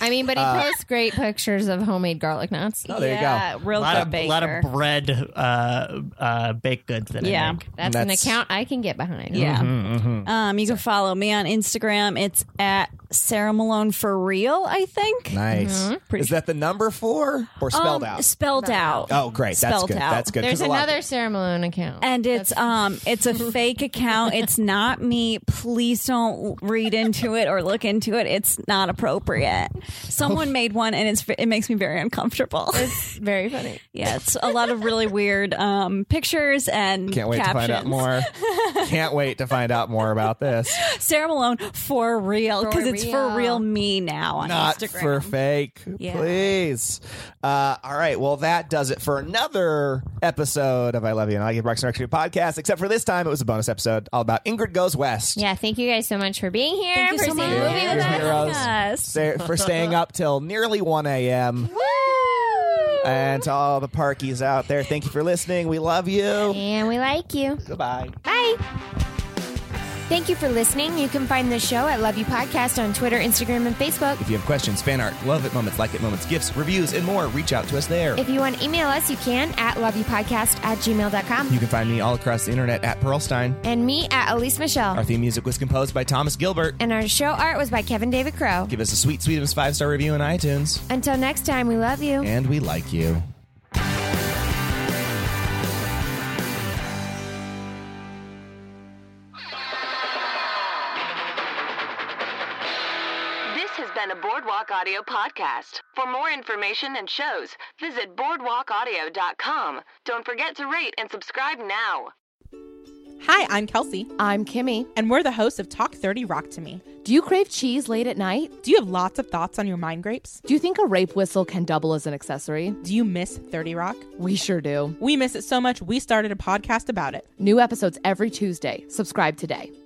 Speaker 5: I mean, but he
Speaker 6: Uh,
Speaker 5: posts great pictures of homemade garlic knots.
Speaker 6: oh, there
Speaker 7: yeah,
Speaker 6: you
Speaker 7: Real
Speaker 2: A lot
Speaker 7: good
Speaker 2: of
Speaker 7: baker.
Speaker 2: lot of bread, uh, uh, baked goods that I
Speaker 7: Yeah.
Speaker 2: make.
Speaker 5: That's, an
Speaker 6: That's-
Speaker 5: account I can get behind. Mm-hmm.
Speaker 7: Yeah.
Speaker 6: Mm-hmm,
Speaker 7: Um, you can follow me on Instagram. It's at Sarah Malone for real. I think
Speaker 6: go. Nice. Is that the number four or spelled
Speaker 7: Mm-hmm. Um,
Speaker 6: out?
Speaker 7: Spelled out.
Speaker 6: oh, great. That's
Speaker 7: spelled
Speaker 6: good.
Speaker 7: out.
Speaker 6: That's good. 'cause
Speaker 5: There's
Speaker 6: a lot-
Speaker 5: another Sarah Malone account.
Speaker 7: And it's um,
Speaker 5: *laughs*
Speaker 7: it's a fake account. It's not me. Please don't read into it or look into it. It's not appropriate. Someone made one, and it's it makes me very uncomfortable.
Speaker 5: It's very funny.
Speaker 7: *laughs* Yeah, it's a lot of really weird um, pictures and
Speaker 6: Can't wait
Speaker 7: captions.
Speaker 6: to find out
Speaker 7: *laughs*
Speaker 6: more. Can't wait to find out more about this.
Speaker 7: Sarah Malone for real because
Speaker 5: For
Speaker 7: it's for
Speaker 5: real.
Speaker 7: real me now on
Speaker 6: not
Speaker 7: Instagram.
Speaker 6: for fake
Speaker 7: Yeah.
Speaker 6: please uh, all right well that does it for another episode of i love you and i get Parks and Recreation podcast except for this time it was a bonus episode all about ingrid goes west
Speaker 5: Yeah, thank you guys so much for being here.
Speaker 7: Thank you
Speaker 5: for
Speaker 7: so
Speaker 5: seeing
Speaker 7: much.
Speaker 5: the movie
Speaker 7: Thank
Speaker 5: with
Speaker 7: you.
Speaker 5: us.
Speaker 6: Heroes,
Speaker 7: Yes.
Speaker 6: sa- for staying up till nearly 1 a.m and to all the parkies out there thank you for listening we love you
Speaker 5: And we like you.
Speaker 6: goodbye
Speaker 5: Bye. Thank you for listening. You can find the show at Love You Podcast on Twitter, Instagram, and Facebook.
Speaker 6: if you have questions fan art love it moments like it moments gifts reviews and more reach out to us there
Speaker 5: If you want to email us, you can at loveyoupodcast at
Speaker 6: you
Speaker 5: gmail.com.
Speaker 6: can find me all across the internet at Pearlstein.
Speaker 5: And me at Elise
Speaker 6: Our
Speaker 5: Michelle.
Speaker 6: theme music was composed by Thomas Gilbert.
Speaker 5: And our show art was by Kevin David Crow.
Speaker 6: Give us a sweet, sweetest five star review on iTunes.
Speaker 5: Until next time, we love you.
Speaker 6: And we like you.
Speaker 3: This has been a Boardwalk Audio podcast. For more information and shows, visit boardwalkaudio.com. Don't forget to rate and subscribe now.
Speaker 8: Hi, I'm Kelsey,
Speaker 9: I'm Kimmy.
Speaker 8: and we're the hosts of Talk 30 Rock to Me.
Speaker 9: Do you crave cheese late at night?
Speaker 8: Do you have lots of thoughts on your mind grapes?
Speaker 9: Do you think a rape whistle can double as an accessory?
Speaker 8: Do you miss 30 Rock?
Speaker 9: We sure do.
Speaker 8: We miss it so much, we started a podcast about it.
Speaker 9: New episodes every Tuesday. Subscribe today.